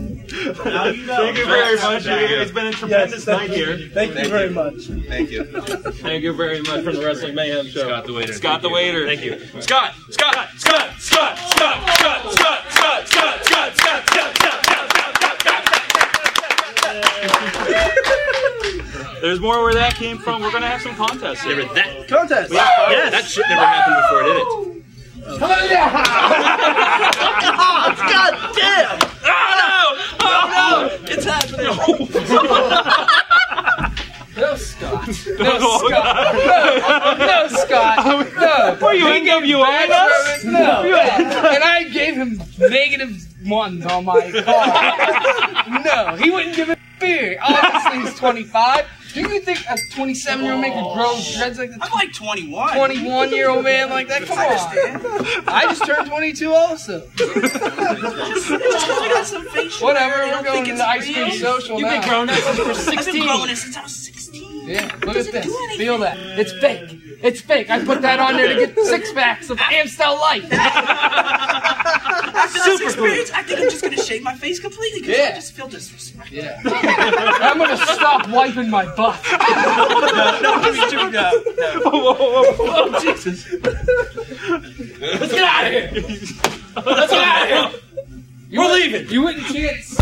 Speaker 1: Thank you very much. It's been a tremendous night here.
Speaker 4: Thank you very much.
Speaker 5: Thank you.
Speaker 1: Thank you very much for the Wrestling Mayhem show. Scott the waiter. Scott the
Speaker 6: Thank
Speaker 1: waiter. Thank you. Scott. Scott. Scott. Scott. Scott. Scott. Scott. Scott. Scott. Scott. Scott. Scott. Scott. There's more where that came from. We're gonna have some contests. Never that
Speaker 4: contest.
Speaker 1: Yes. oh, That shit never happened before, did <laughs> it? <laughs>
Speaker 4: God damn!
Speaker 3: Oh no! Oh no! It's happening!
Speaker 1: <laughs>
Speaker 2: No, Scott. No, Scott.
Speaker 1: <laughs>
Speaker 2: No, no,
Speaker 4: <laughs>
Speaker 2: Scott. No.
Speaker 3: Were you
Speaker 2: He
Speaker 3: in
Speaker 2: gave
Speaker 3: WNS?
Speaker 2: back rubber- No.
Speaker 3: Were you in-
Speaker 2: And I gave him negative ones on my car. No, he wouldn't give a beer. Obviously, he's 25. Do you think a 27 year old man could
Speaker 4: Oh.
Speaker 3: Oh,
Speaker 2: grow dreads like that? I'm like 21. 21 year old man like that? Come on. I
Speaker 3: <laughs>
Speaker 2: just turned 22 also. Whatever, we're going to the ice cream social
Speaker 3: You've been
Speaker 2: now.
Speaker 3: growing up since you were
Speaker 2: I've been
Speaker 3: 16.
Speaker 2: growing it
Speaker 3: since I was 16.
Speaker 2: Yeah, look at this. Feel that. It's fake. It's fake. I put that on there to get six packs of Amstel Light.
Speaker 3: After this
Speaker 2: Super
Speaker 3: experience, I think I'm just gonna shave my face completely because I
Speaker 2: Yeah.
Speaker 3: just feel disrespected.
Speaker 2: Yeah. <laughs> I'm gonna stop wiping my butt.
Speaker 3: Oh, Jesus.
Speaker 2: Let's get
Speaker 1: <laughs>
Speaker 2: out of here. Let's get out of here. We're leaving. You wouldn't chance.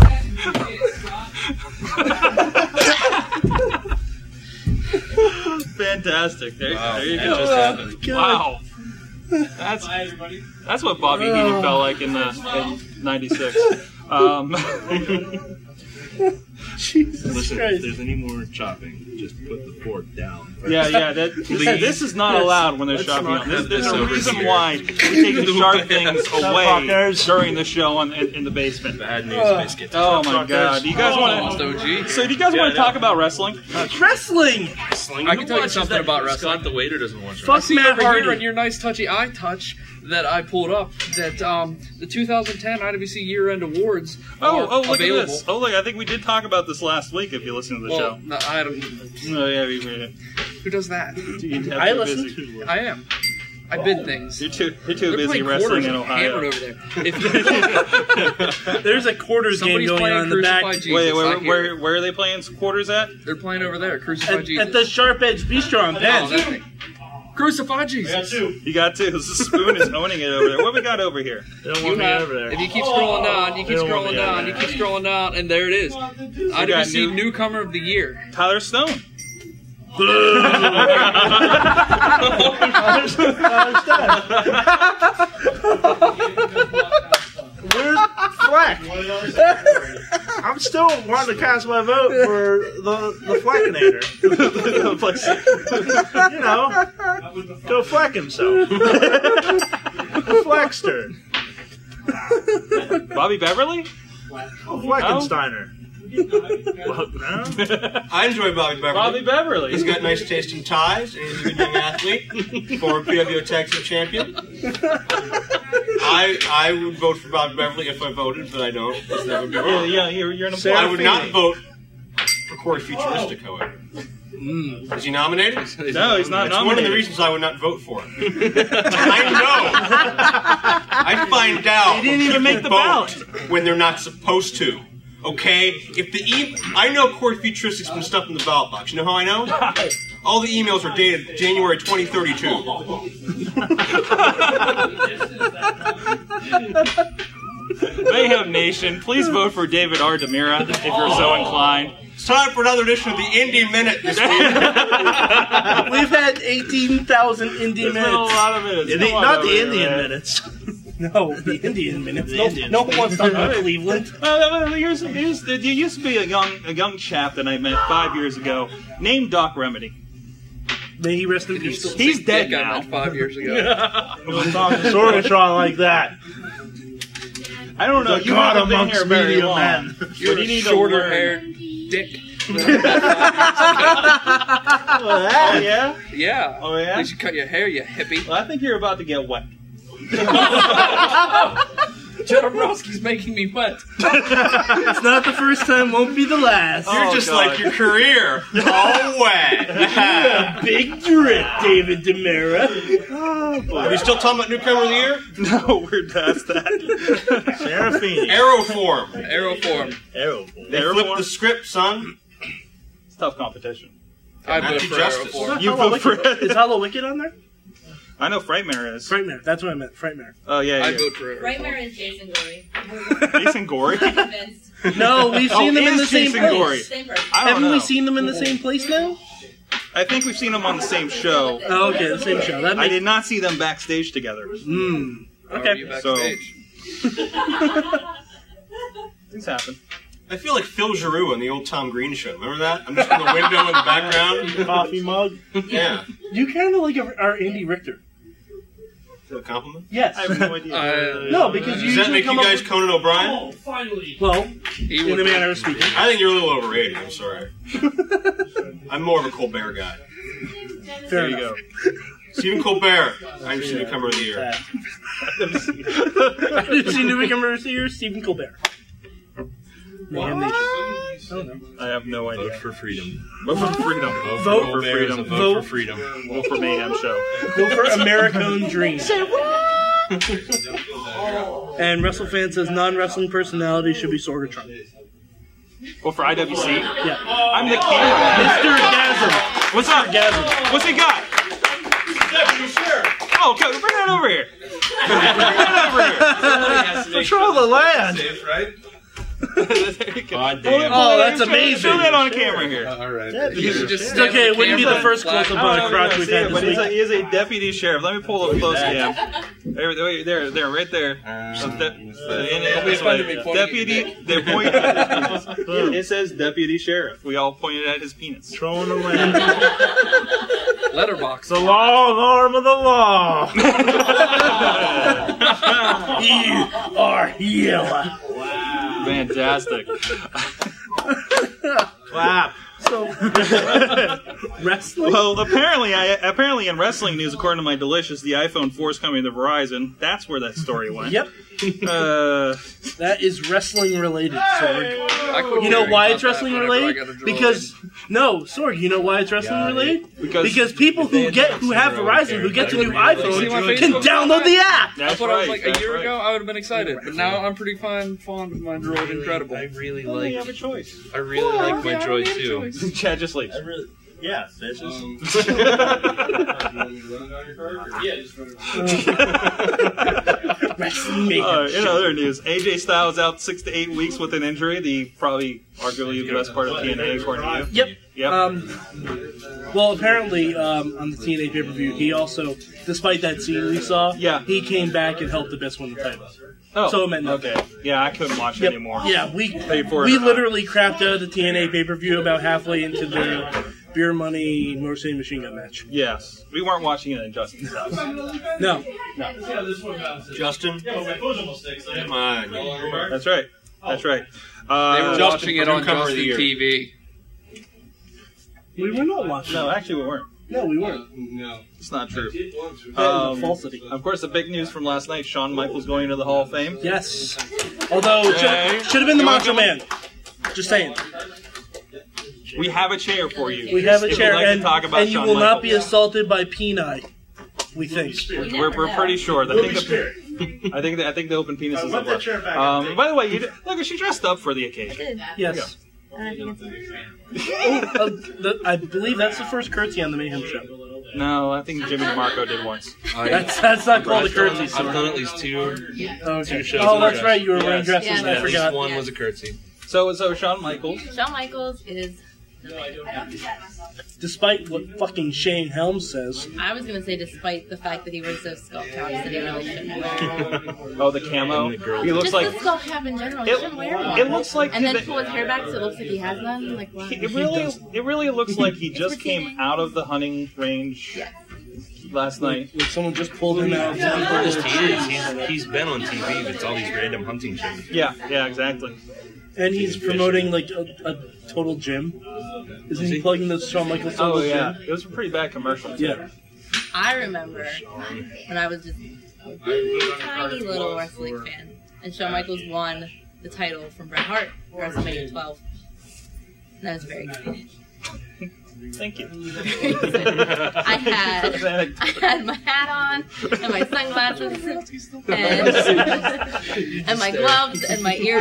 Speaker 1: Fantastic. There, there you
Speaker 3: That
Speaker 1: go.
Speaker 3: just happened.
Speaker 1: Oh, Wow. That's that's what Bobby Heenan felt like in the in <laughs> '96. Um,
Speaker 4: Jesus
Speaker 6: Listen,
Speaker 4: Christ.
Speaker 6: if there's any more chopping, just put the fork down.
Speaker 1: yeah, yeah.
Speaker 6: <laughs>
Speaker 1: That, this,
Speaker 6: Please.
Speaker 1: this is not
Speaker 6: Let's-
Speaker 1: allowed when they're
Speaker 6: let's
Speaker 1: shopping.
Speaker 6: not
Speaker 1: There's,
Speaker 6: have
Speaker 1: there's
Speaker 6: this
Speaker 1: a
Speaker 6: over
Speaker 1: reason
Speaker 6: here. <laughs>
Speaker 1: why we take
Speaker 4: <laughs>
Speaker 1: the sharp things away
Speaker 6: Motherfuckers.
Speaker 1: during the show on, in, in the basement. Bad
Speaker 6: news, Uh, biscuit.
Speaker 1: Oh my
Speaker 6: Motherfuckers.
Speaker 1: god. Do you guys
Speaker 6: Oh,
Speaker 1: want to? So do you guys
Speaker 6: Yeah,
Speaker 1: want
Speaker 6: I
Speaker 1: to
Speaker 6: know.
Speaker 1: talk about wrestling?
Speaker 4: Uh, Wrestling.
Speaker 22: I can tell you something about wrestling.
Speaker 6: Scott the waiter doesn't watch.
Speaker 22: Fuck
Speaker 2: I see
Speaker 22: Matt
Speaker 2: over
Speaker 22: Hardy.
Speaker 2: here in your nice touchy eye touch that I pulled up that um, the 2010 IWC year end awards.
Speaker 1: Oh,
Speaker 2: are
Speaker 1: oh, look
Speaker 2: available.
Speaker 1: at this. Oh, look, I think we did talk about this last week if you listen to the
Speaker 2: Well,
Speaker 1: show.
Speaker 2: no, I don't.
Speaker 1: Oh, yeah, we made it.
Speaker 2: Who does that?
Speaker 1: have
Speaker 2: I
Speaker 1: to
Speaker 2: listen. I am. I bid things.
Speaker 1: You're too, you're too
Speaker 2: They're
Speaker 1: busy
Speaker 2: playing
Speaker 1: wrestling
Speaker 2: quarters
Speaker 1: in
Speaker 2: and
Speaker 1: Ohio.
Speaker 2: hammered over there.
Speaker 4: There's a quarters
Speaker 2: Somebody's
Speaker 4: game going
Speaker 2: playing
Speaker 4: on in the back.
Speaker 2: Crucify Jesus,
Speaker 1: wait, wait,
Speaker 2: I
Speaker 1: where,
Speaker 2: hear
Speaker 1: where, where are they playing quarters at?
Speaker 2: They're playing over there, Crucify
Speaker 4: At, at the Sharp Edge Bistro on
Speaker 2: No,
Speaker 4: Penn.
Speaker 2: that thing. Crucify
Speaker 4: <laughs>
Speaker 2: Jesus.
Speaker 1: You got two. Spoon is owning it over there. What we got over here?
Speaker 2: You know, If you
Speaker 1: Oh.
Speaker 2: keep scrolling
Speaker 5: Oh,
Speaker 2: down, you keep scrolling down, you keep scrolling down, and there it is. IWC <laughs>
Speaker 1: new- <laughs>
Speaker 2: newcomer of the year.
Speaker 1: Tyler
Speaker 5: <laughs>
Speaker 1: Stone.
Speaker 4: Where's Flack? <laughs> I'm still wanting to cast my vote for the the Flackinator. <laughs> you know, go Flack himself. <laughs> the Flackster.
Speaker 1: Bobby Beverly?
Speaker 4: Flackensteiner. Well, no.
Speaker 5: I enjoy Bobby Beverly.
Speaker 1: Bobby Beverly.
Speaker 5: He's got nice taste in ties, and he's a good young
Speaker 1: <laughs>
Speaker 5: athlete, former PWO Tag Team Champion. I I would vote for Bobby Beverly if I voted, but I don't. because That would be wrong.
Speaker 1: Yeah, yeah, you're- you're an
Speaker 5: So I would not
Speaker 1: employee.
Speaker 5: vote for Corey Futuristic, however.
Speaker 1: Mm.
Speaker 5: Is he nominated? No,
Speaker 1: not
Speaker 5: he's That's one of
Speaker 1: nominated.
Speaker 5: the reasons I would not vote for him. I know. I find out. They didn't even make the ballot when they're not supposed to. Okay, if the e- I know Corey Futuristic's been stuffed in the ballot box. You know how I <laughs> know? All the emails are dated January 2032.
Speaker 1: Mayhem Nation, please vote for David R. Demira if you're so inclined.
Speaker 5: Oh. It's time for another edition of the Indie Minute this
Speaker 4: <laughs>
Speaker 5: week.
Speaker 4: We've had 18,000 Indian minutes.
Speaker 1: been a lot of minutes.
Speaker 4: Yeah, the-
Speaker 1: Come on
Speaker 4: not
Speaker 1: over
Speaker 4: the
Speaker 1: here,
Speaker 4: Indian
Speaker 1: man.
Speaker 4: minutes. <laughs> No, the Indian minutes.
Speaker 1: The
Speaker 4: no,
Speaker 1: Indian
Speaker 4: no one's talking <laughs> about
Speaker 1: minutes.
Speaker 4: Cleveland.
Speaker 1: Well, well, here's, here's, there used to be a young a young chap that I met five years ago named Doc Remedy.
Speaker 4: May he rest in peace.
Speaker 1: He's dead
Speaker 4: Dick <laughs> I
Speaker 1: now.
Speaker 4: met
Speaker 2: five years ago.
Speaker 4: <laughs> Sorgatron like that.
Speaker 1: I don't know.
Speaker 4: The
Speaker 1: You
Speaker 4: God
Speaker 1: haven't been
Speaker 4: amongst
Speaker 1: here very
Speaker 4: media
Speaker 1: long.
Speaker 4: <laughs> men.
Speaker 1: But
Speaker 4: You're
Speaker 1: you need
Speaker 4: shorter
Speaker 1: to
Speaker 4: haired
Speaker 2: dick.
Speaker 1: oh yeah.
Speaker 2: <laughs> Yeah.
Speaker 1: Oh yeah.
Speaker 2: They should cut your hair, you hippie.
Speaker 1: Well, I think you're about to get
Speaker 2: <laughs>
Speaker 1: wet.
Speaker 2: John Broski's making me wet.
Speaker 4: <laughs> it's not the first time, won't be the last.
Speaker 2: You're Oh, just God. like your
Speaker 4: <laughs>
Speaker 5: career.
Speaker 4: Oh.
Speaker 5: All wet.
Speaker 4: Big drip, David Demera.
Speaker 5: Are
Speaker 4: <laughs>
Speaker 5: we still talking about newcomer of the year?
Speaker 1: No, we're past that.
Speaker 4: Seraphine.
Speaker 5: Aeroform.
Speaker 2: Aeroform.
Speaker 4: Aeroform.
Speaker 5: They flipped the script, son.
Speaker 1: It's tough competition.
Speaker 2: I
Speaker 4: vote for Aeroform.
Speaker 1: You
Speaker 4: Hello
Speaker 1: vote for
Speaker 4: Wicked. Is Hollow Wicked on there?
Speaker 1: I know Frightmare is.
Speaker 4: Frightmare. That's what I meant. Frightmare.
Speaker 1: <laughs> Oh yeah. yeah.
Speaker 4: I'd vote for
Speaker 3: Reimer is Jason Gory. <laughs>
Speaker 1: Jason Gory.
Speaker 4: No, we've
Speaker 1: Oh,
Speaker 4: seen them in
Speaker 1: is
Speaker 4: the same
Speaker 1: Jason
Speaker 4: place.
Speaker 1: Gory.
Speaker 3: Same person.
Speaker 1: I don't
Speaker 4: Haven't
Speaker 1: know.
Speaker 4: we seen them in the same
Speaker 1: <laughs>
Speaker 4: place now?
Speaker 1: I think we've seen them on the same show.
Speaker 4: Oh, okay, the same show. That
Speaker 1: I
Speaker 4: makes-
Speaker 1: did not see them backstage together.
Speaker 4: Mm.
Speaker 1: Okay. So things happen.
Speaker 5: I feel like Phil Giroux on the old Tom Green show. Remember that? I'm just in the window in the background.
Speaker 4: <laughs> Coffee mug.
Speaker 5: Yeah.
Speaker 4: You kind of like our Andy
Speaker 1: <laughs>
Speaker 4: Richter.
Speaker 5: Is that a compliment?
Speaker 4: Yes.
Speaker 5: I have no idea.
Speaker 4: no, because you
Speaker 5: Does that
Speaker 4: usually
Speaker 5: make
Speaker 4: come
Speaker 5: you
Speaker 4: up
Speaker 5: guys
Speaker 4: with-
Speaker 5: Conan
Speaker 2: Oh,
Speaker 5: O'Brien?
Speaker 4: Well, in
Speaker 5: would
Speaker 4: the
Speaker 5: not.
Speaker 4: manner of speaking.
Speaker 5: I think you're a little overrated. I'm sorry. I'm more of a Colbert guy.
Speaker 4: Fair
Speaker 5: you go. Stephen Colbert. I'm just newcomer of the year.
Speaker 4: I didn't see Newbie Comer this year. Stephen Colbert. Man, they-
Speaker 1: I have no idea. Vote for freedom.
Speaker 4: Vote for freedom. Vote for freedom. Vote for
Speaker 1: freedom. Vote for mayhem show.
Speaker 4: Go for
Speaker 1: <laughs>
Speaker 4: American Dream. And WrestleFan says non-wrestling personality should be Sorgatron.
Speaker 1: Well, for IWC.
Speaker 4: Yeah.
Speaker 1: I'm the cameraman.
Speaker 4: Mr. Gasm.
Speaker 1: What's up,
Speaker 4: Gasm?
Speaker 1: What's he got? Oh, go, bring that over here. bring that over here.
Speaker 4: Control the land. Oh, that's amazing.
Speaker 1: Show that on camera here.
Speaker 4: all right.
Speaker 1: It's
Speaker 4: okay, it wouldn't be the first close up on a crotch we've had
Speaker 1: But he's a,
Speaker 4: this week.
Speaker 1: he is a deputy sheriff. Let me pull up close
Speaker 4: that. Um,
Speaker 1: cam. There, there- there, there, right there. Up the- in- in-
Speaker 4: Don't be offended me pointing
Speaker 1: deputy. They point. it, it says deputy sheriff. We all pointed at his penis.
Speaker 4: Throwing away.
Speaker 2: Letterbox.
Speaker 4: The long arm of the law. <laughs> you are healed. <laughs>
Speaker 1: Fantastic.
Speaker 4: Wow. <laughs> So <laughs> wrestling.
Speaker 1: Well, apparently, I apparently in wrestling news, according to my delicious, the iPhone 4 is coming to Verizon. That's where that story went.
Speaker 4: Yep.
Speaker 1: Uh,
Speaker 4: <laughs> that is wrestling related, Sorg.
Speaker 1: quit
Speaker 4: you know
Speaker 1: worrying
Speaker 4: why
Speaker 1: about
Speaker 4: it's
Speaker 1: that
Speaker 4: wrestling
Speaker 1: whenever I
Speaker 4: related?
Speaker 1: got a drawer.
Speaker 4: Because no, Sorg, you know why it's wrestling related?
Speaker 1: Because-
Speaker 4: people who get who have Verizon, who get the new
Speaker 2: See my
Speaker 4: iPhone,
Speaker 2: face?
Speaker 4: can download the app.
Speaker 2: That's what I was like a year ago. I would have been excited, but now I'm pretty fine, fond of my droid. Incredible. I
Speaker 1: really like. have a choice.
Speaker 6: I really
Speaker 2: Well,
Speaker 6: like my
Speaker 2: yeah, I
Speaker 6: droid
Speaker 2: have a
Speaker 6: too.
Speaker 4: <laughs>
Speaker 1: Chad just leaves.
Speaker 6: I really, Yeah, <laughs> bitches. <laughs>
Speaker 4: <laughs>
Speaker 1: Uh, in other news, AJ Styles out six to eight weeks with an injury. The probably arguably the best part of TNA, according to you.
Speaker 4: Yep. Yep. Um, well, apparently um, on the TNA pay per view, he also, despite that scene we saw, yeah. he came back and helped the best win the title.
Speaker 1: Oh,
Speaker 4: so it meant
Speaker 1: okay. Yeah, I couldn't watch it
Speaker 4: Yep.
Speaker 1: anymore.
Speaker 4: Yeah, we
Speaker 1: paid for it.
Speaker 4: we literally crapped out of the TNA pay per view about halfway into the beer money Motor City Machine Gun match.
Speaker 1: Yes, we weren't watching it in Justin's house.
Speaker 4: No.
Speaker 1: Justin, come
Speaker 8: on.
Speaker 1: That's right. That's right.
Speaker 8: They
Speaker 1: Uh,
Speaker 8: were watching it on Justin
Speaker 1: TV.
Speaker 4: We were not watching.
Speaker 1: No, actually, we weren't.
Speaker 4: No, we weren't.
Speaker 1: No, it's not true. Um,
Speaker 4: a falsity.
Speaker 1: Of course, the big news from last night: Shawn Michaels going into the Hall of Fame.
Speaker 4: Yes. Although it should, should have been the Macho Man. Just saying.
Speaker 1: We have a chair for you.
Speaker 4: We have a
Speaker 1: If you'd
Speaker 4: chair,
Speaker 1: like to
Speaker 4: and,
Speaker 1: talk about
Speaker 4: and you
Speaker 1: Shawn
Speaker 4: will
Speaker 1: Michaels.
Speaker 4: not be assaulted by Peni. We think.
Speaker 1: We're, we're pretty sure. I think, the, <laughs> I think the, I think the open penis
Speaker 4: Uh,
Speaker 1: is
Speaker 4: let that
Speaker 1: left.
Speaker 4: chair back up,
Speaker 1: Um, by the way, you did, look, she dressed up for the occasion.
Speaker 4: Yes. Oh, uh, the, I believe that's the first curtsy on the Mayhem show.
Speaker 1: No, I think Jimmy DeMarco did once.
Speaker 4: I- That's- that's not called a
Speaker 1: I've done-
Speaker 4: curtsy, sir.
Speaker 1: I've done at least two.
Speaker 4: Okay.
Speaker 1: shows
Speaker 4: Oh,
Speaker 1: in a
Speaker 4: that's
Speaker 1: dress.
Speaker 4: right. You were
Speaker 1: Yes.
Speaker 4: wearing dresses.
Speaker 3: Yeah.
Speaker 4: and
Speaker 3: At
Speaker 4: I
Speaker 3: least
Speaker 4: forgot.
Speaker 3: one Yeah. was
Speaker 1: a curtsy. So so Shawn Michaels.
Speaker 3: Shawn Michaels is.
Speaker 4: Despite what fucking Shane Helms says.
Speaker 3: I was gonna say, despite the fact that he wears those skull caps that he really shouldn't wear.
Speaker 1: oh, the camo. He looks
Speaker 3: Just
Speaker 1: like
Speaker 3: the skull cap in general. He
Speaker 1: It-
Speaker 3: shouldn't wear one.
Speaker 1: it looks like
Speaker 3: And then
Speaker 1: the-
Speaker 3: pull his hair back so it looks like he has none. Like wow.
Speaker 1: it really it really looks like he just came out of the hunting range last night.
Speaker 4: someone just pulled him out.
Speaker 8: His teeth, he's, he's been on TV, but it's all these random hunting shows.
Speaker 1: Yeah, yeah, exactly.
Speaker 4: And he's promoting like a, a total gym. Isn't he plugging the Shawn Michaels total
Speaker 1: Oh yeah,
Speaker 4: gym?
Speaker 1: it was a pretty bad commercial. Too.
Speaker 4: Yeah.
Speaker 3: I remember when I was just a really tiny little wrestling fan, and Shawn Michaels won the title from Bret Hart at WrestleMania 12. And that was very exciting.
Speaker 1: Thank you.
Speaker 3: <laughs> I had I had my hat on and my sunglasses and, and my gloves and my
Speaker 4: Oh, Are you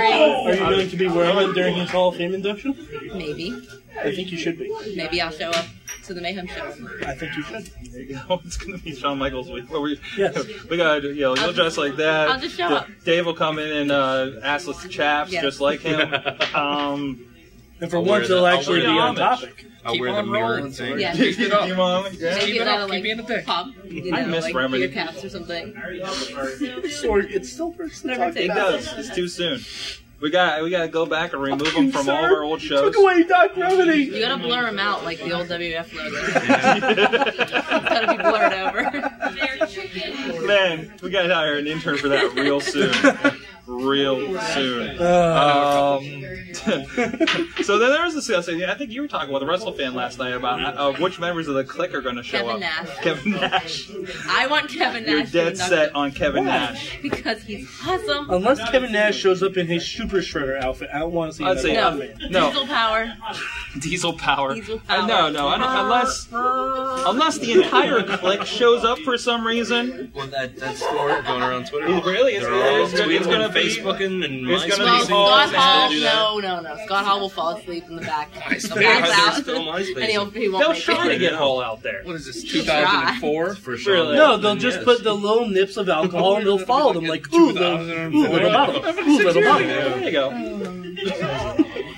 Speaker 3: earrings.
Speaker 4: going to be wearing it during his Hall of Fame induction?
Speaker 3: Maybe
Speaker 4: I think you should be.
Speaker 3: maybe I'll show up to the Mayhem show.
Speaker 4: I think you should.
Speaker 1: <laughs> it's gonna be Shawn Michaels week. Where we, <laughs> we gotta, do- you know, you'll dress like that.
Speaker 3: I'll just show
Speaker 1: Da-
Speaker 3: up.
Speaker 1: Dave will come in in uh, assless chaps,
Speaker 3: Yes.
Speaker 1: just
Speaker 8: <laughs>
Speaker 1: like him. Um,
Speaker 4: and for once, it'll actually be on topic.
Speaker 8: I'll wear the mirrored thing. <laughs>
Speaker 3: Yeah.
Speaker 1: Keep it up.
Speaker 3: Maybe
Speaker 1: Keep it
Speaker 3: that'll
Speaker 1: up.
Speaker 3: like pop, you know,
Speaker 1: I miss
Speaker 3: like
Speaker 1: Remedy.
Speaker 3: ear caps or something.
Speaker 4: Sorry, it's still first to talk
Speaker 1: It
Speaker 4: about.
Speaker 1: does. It's too soon. We got we gotta go back and remove them from all of our old shows.
Speaker 4: away Doc Remedy.
Speaker 3: You gotta blur him out like the old WF
Speaker 1: <laughs>
Speaker 3: logo. it's gotta be blurred over.
Speaker 1: Man, we gotta hire an intern for that real soon. Real soon. Um, <laughs> so then there was a discussion. I think you were talking about the wrestle fan last night about uh, which members of the clique are going to show
Speaker 3: Kevin
Speaker 1: up.
Speaker 3: Nash.
Speaker 1: Kevin Nash.
Speaker 3: I want Kevin
Speaker 1: You're
Speaker 3: Nash.
Speaker 1: dead
Speaker 3: to knock
Speaker 1: set on Kevin
Speaker 4: Why?
Speaker 1: Nash.
Speaker 3: it because he's awesome.
Speaker 4: Unless Kevin Nash shows up in his Super Shredder outfit, I don't want to see
Speaker 1: I'd say
Speaker 4: another
Speaker 1: no.
Speaker 4: man.
Speaker 1: No,
Speaker 3: Diesel power.
Speaker 1: diesel power.
Speaker 3: Diesel power.
Speaker 1: Uh, no, no. I don't, unless unless the entire clique shows up for some reason.
Speaker 8: Well, that, that's the word going around Twitter.
Speaker 1: It really is.
Speaker 8: They're all
Speaker 1: It's gonna- it's
Speaker 8: tweeting
Speaker 1: gonna
Speaker 8: and
Speaker 1: be-
Speaker 8: Facebooking and
Speaker 1: it's gonna be
Speaker 3: Well,
Speaker 8: MySpace.
Speaker 3: Scott
Speaker 8: They
Speaker 3: Hall,
Speaker 8: still do that.
Speaker 3: no, no, no. Scott Hall will fall asleep in the
Speaker 1: <laughs>
Speaker 3: back. He'll
Speaker 8: They're
Speaker 3: pass out,
Speaker 8: still MySpace.
Speaker 3: and he'll, he won't
Speaker 1: They'll
Speaker 3: make
Speaker 1: try
Speaker 3: it.
Speaker 1: to get Hall out there.
Speaker 3: What is this,
Speaker 1: He'll try.
Speaker 3: 2004?
Speaker 8: For
Speaker 1: Really?
Speaker 4: No, they'll just put the little nips of alcohol and they'll follow them like, ooh, little, ooh, little bottle, ooh, little bottle.
Speaker 8: There
Speaker 1: you
Speaker 8: go.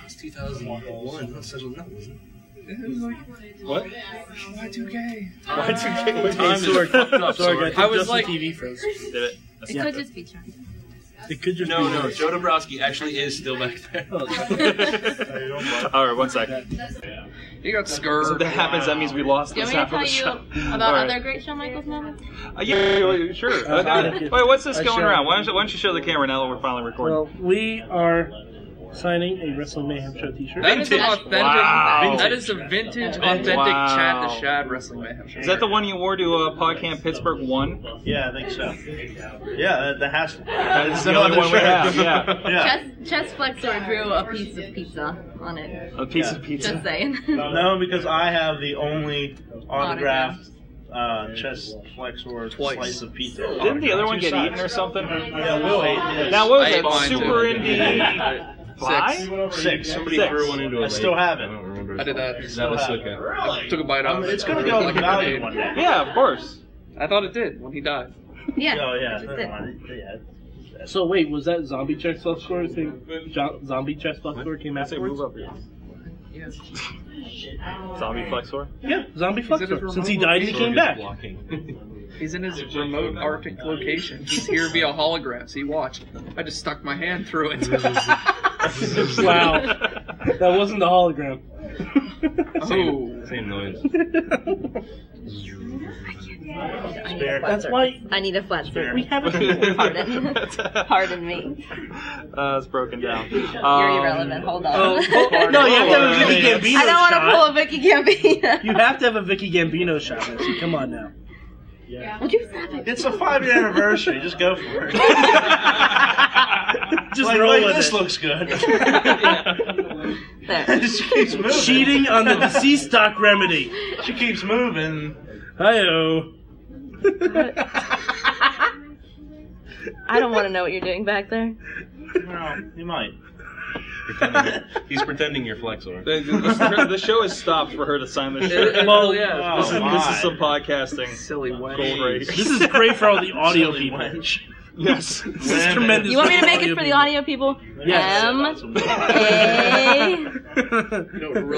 Speaker 8: It's 2001. That's such a nut, wasn't
Speaker 1: <laughs>
Speaker 8: it?
Speaker 1: What?
Speaker 8: Y2K.
Speaker 4: Y2K.
Speaker 8: Time is
Speaker 4: Sorry,
Speaker 8: fucked up,
Speaker 4: sorry,
Speaker 8: sorry.
Speaker 4: I think Justin TV froze.
Speaker 1: Did it?
Speaker 3: It could just be China.
Speaker 4: It could just
Speaker 8: no,
Speaker 4: be
Speaker 8: no.
Speaker 4: worse.
Speaker 8: Joe Dombrowski actually is still back there.
Speaker 1: <laughs> All right, one second.
Speaker 18: You got scared.
Speaker 1: So that happens. That means we lost
Speaker 3: Do you
Speaker 1: this
Speaker 3: want me to
Speaker 1: half of
Speaker 3: tell
Speaker 1: the
Speaker 3: you
Speaker 1: show.
Speaker 3: about
Speaker 1: All right.
Speaker 3: other great Shawn Michaels moments?
Speaker 1: Uh, yeah, yeah, yeah, sure.
Speaker 4: Uh,
Speaker 1: Okay.
Speaker 4: I-
Speaker 1: Wait, what's this
Speaker 4: I
Speaker 1: going
Speaker 4: shall-
Speaker 1: around? Why don't, you, why don't you show the camera now that we're finally recording?
Speaker 4: Well, we are signing a Wrestling Mayhem Show t shirt.
Speaker 18: That is an authentic.
Speaker 1: Wow.
Speaker 18: That is a vintage, authentic
Speaker 1: Wow.
Speaker 18: Chad the Shad wrestling mayhem.
Speaker 1: is that the one you wore to uh, PodCamp Pittsburgh 1?
Speaker 23: Yeah, I think so. Yeah, that, that has to. That
Speaker 1: is the only one we
Speaker 4: <laughs>
Speaker 1: have,
Speaker 6: <laughs>
Speaker 1: yeah.
Speaker 3: Chest, chest flexor drew a piece of pizza on it.
Speaker 1: A piece
Speaker 23: Yeah.
Speaker 1: of pizza.
Speaker 3: Just saying.
Speaker 23: no, because I have the only
Speaker 3: Autograph.
Speaker 23: autographed uh, chest flexor slice of pizza.
Speaker 1: Didn't the other one
Speaker 23: Two
Speaker 1: get
Speaker 23: sides.
Speaker 1: eaten or something?
Speaker 23: Yeah, Will ate his.
Speaker 1: Now, what was
Speaker 23: I ate
Speaker 1: that?
Speaker 23: mine, too.
Speaker 1: Super Indie.
Speaker 6: Five?
Speaker 5: Six. Somebody
Speaker 6: Six.
Speaker 5: threw one into
Speaker 6: I
Speaker 5: it.
Speaker 6: still have it.
Speaker 5: I did that.
Speaker 6: Still
Speaker 5: was
Speaker 6: have
Speaker 5: like a-
Speaker 6: Really?
Speaker 5: took a bite out
Speaker 6: Um,
Speaker 5: of it.
Speaker 6: It's going to go
Speaker 1: <laughs>
Speaker 6: in
Speaker 5: Like a
Speaker 6: value
Speaker 5: grenade.
Speaker 6: one day.
Speaker 1: Yeah, of course.
Speaker 24: I thought it did when he died.
Speaker 3: Yeah.
Speaker 6: Oh, yeah.
Speaker 24: That's
Speaker 6: never
Speaker 24: it.
Speaker 6: mind. Yeah.
Speaker 4: So wait, was that zombie chest left score thing? Jo- zombie chest left score came afterwards.
Speaker 1: Uh,
Speaker 25: Zombie Flexor?
Speaker 4: Yeah, zombie
Speaker 2: Is it a
Speaker 4: flexor. Since he
Speaker 2: remote
Speaker 4: died, he came
Speaker 2: location?
Speaker 4: back.
Speaker 2: <laughs> He's in his remote Arctic location. <laughs> He's here via hologram, so he watched. I just stuck my hand through <laughs> it.
Speaker 4: <laughs> wow, that wasn't the hologram.
Speaker 5: <laughs> Same, same noise.
Speaker 3: I need a
Speaker 5: Spare.
Speaker 3: That's why I need a flat spare. We
Speaker 25: have
Speaker 3: a pardon. pardon me.
Speaker 1: Uh, it's broken down.
Speaker 3: You're
Speaker 1: Um,
Speaker 3: irrelevant. Hold on.
Speaker 1: oh,
Speaker 3: <laughs>
Speaker 4: no, you have to have a Vicky Gambino
Speaker 3: I don't want to
Speaker 4: shot.
Speaker 3: pull a Vicky Gambino.
Speaker 4: You have to have a Vicky Gambino shot. Nancy. Come on now.
Speaker 3: Would you stop it?
Speaker 6: It's a
Speaker 4: <laughs>
Speaker 6: five year <laughs> anniversary. Just go for it.
Speaker 4: Just
Speaker 6: like,
Speaker 4: roll
Speaker 6: like,
Speaker 4: with
Speaker 6: this
Speaker 4: it.
Speaker 6: looks good.
Speaker 3: she
Speaker 6: keeps moving.
Speaker 4: Cheating on the deceased doc remedy.
Speaker 6: She keeps moving.
Speaker 4: Hi-oh.
Speaker 3: <laughs> I don't want to know what you're doing back there.
Speaker 6: <laughs> No, you might.
Speaker 5: He's pretending you're flexor.
Speaker 1: The, the- the show has stopped for her to sign the <laughs> show.
Speaker 4: Well, yeah.
Speaker 1: This, is,
Speaker 4: Oh,
Speaker 1: this
Speaker 4: my.
Speaker 1: is some podcasting.
Speaker 2: Silly way.
Speaker 1: Gold race.
Speaker 4: This is great for all the audio people.
Speaker 1: Yes.
Speaker 4: This is tremendous.
Speaker 3: You want me to make it for the
Speaker 4: <laughs>
Speaker 3: audio people?
Speaker 4: Yes.
Speaker 3: M A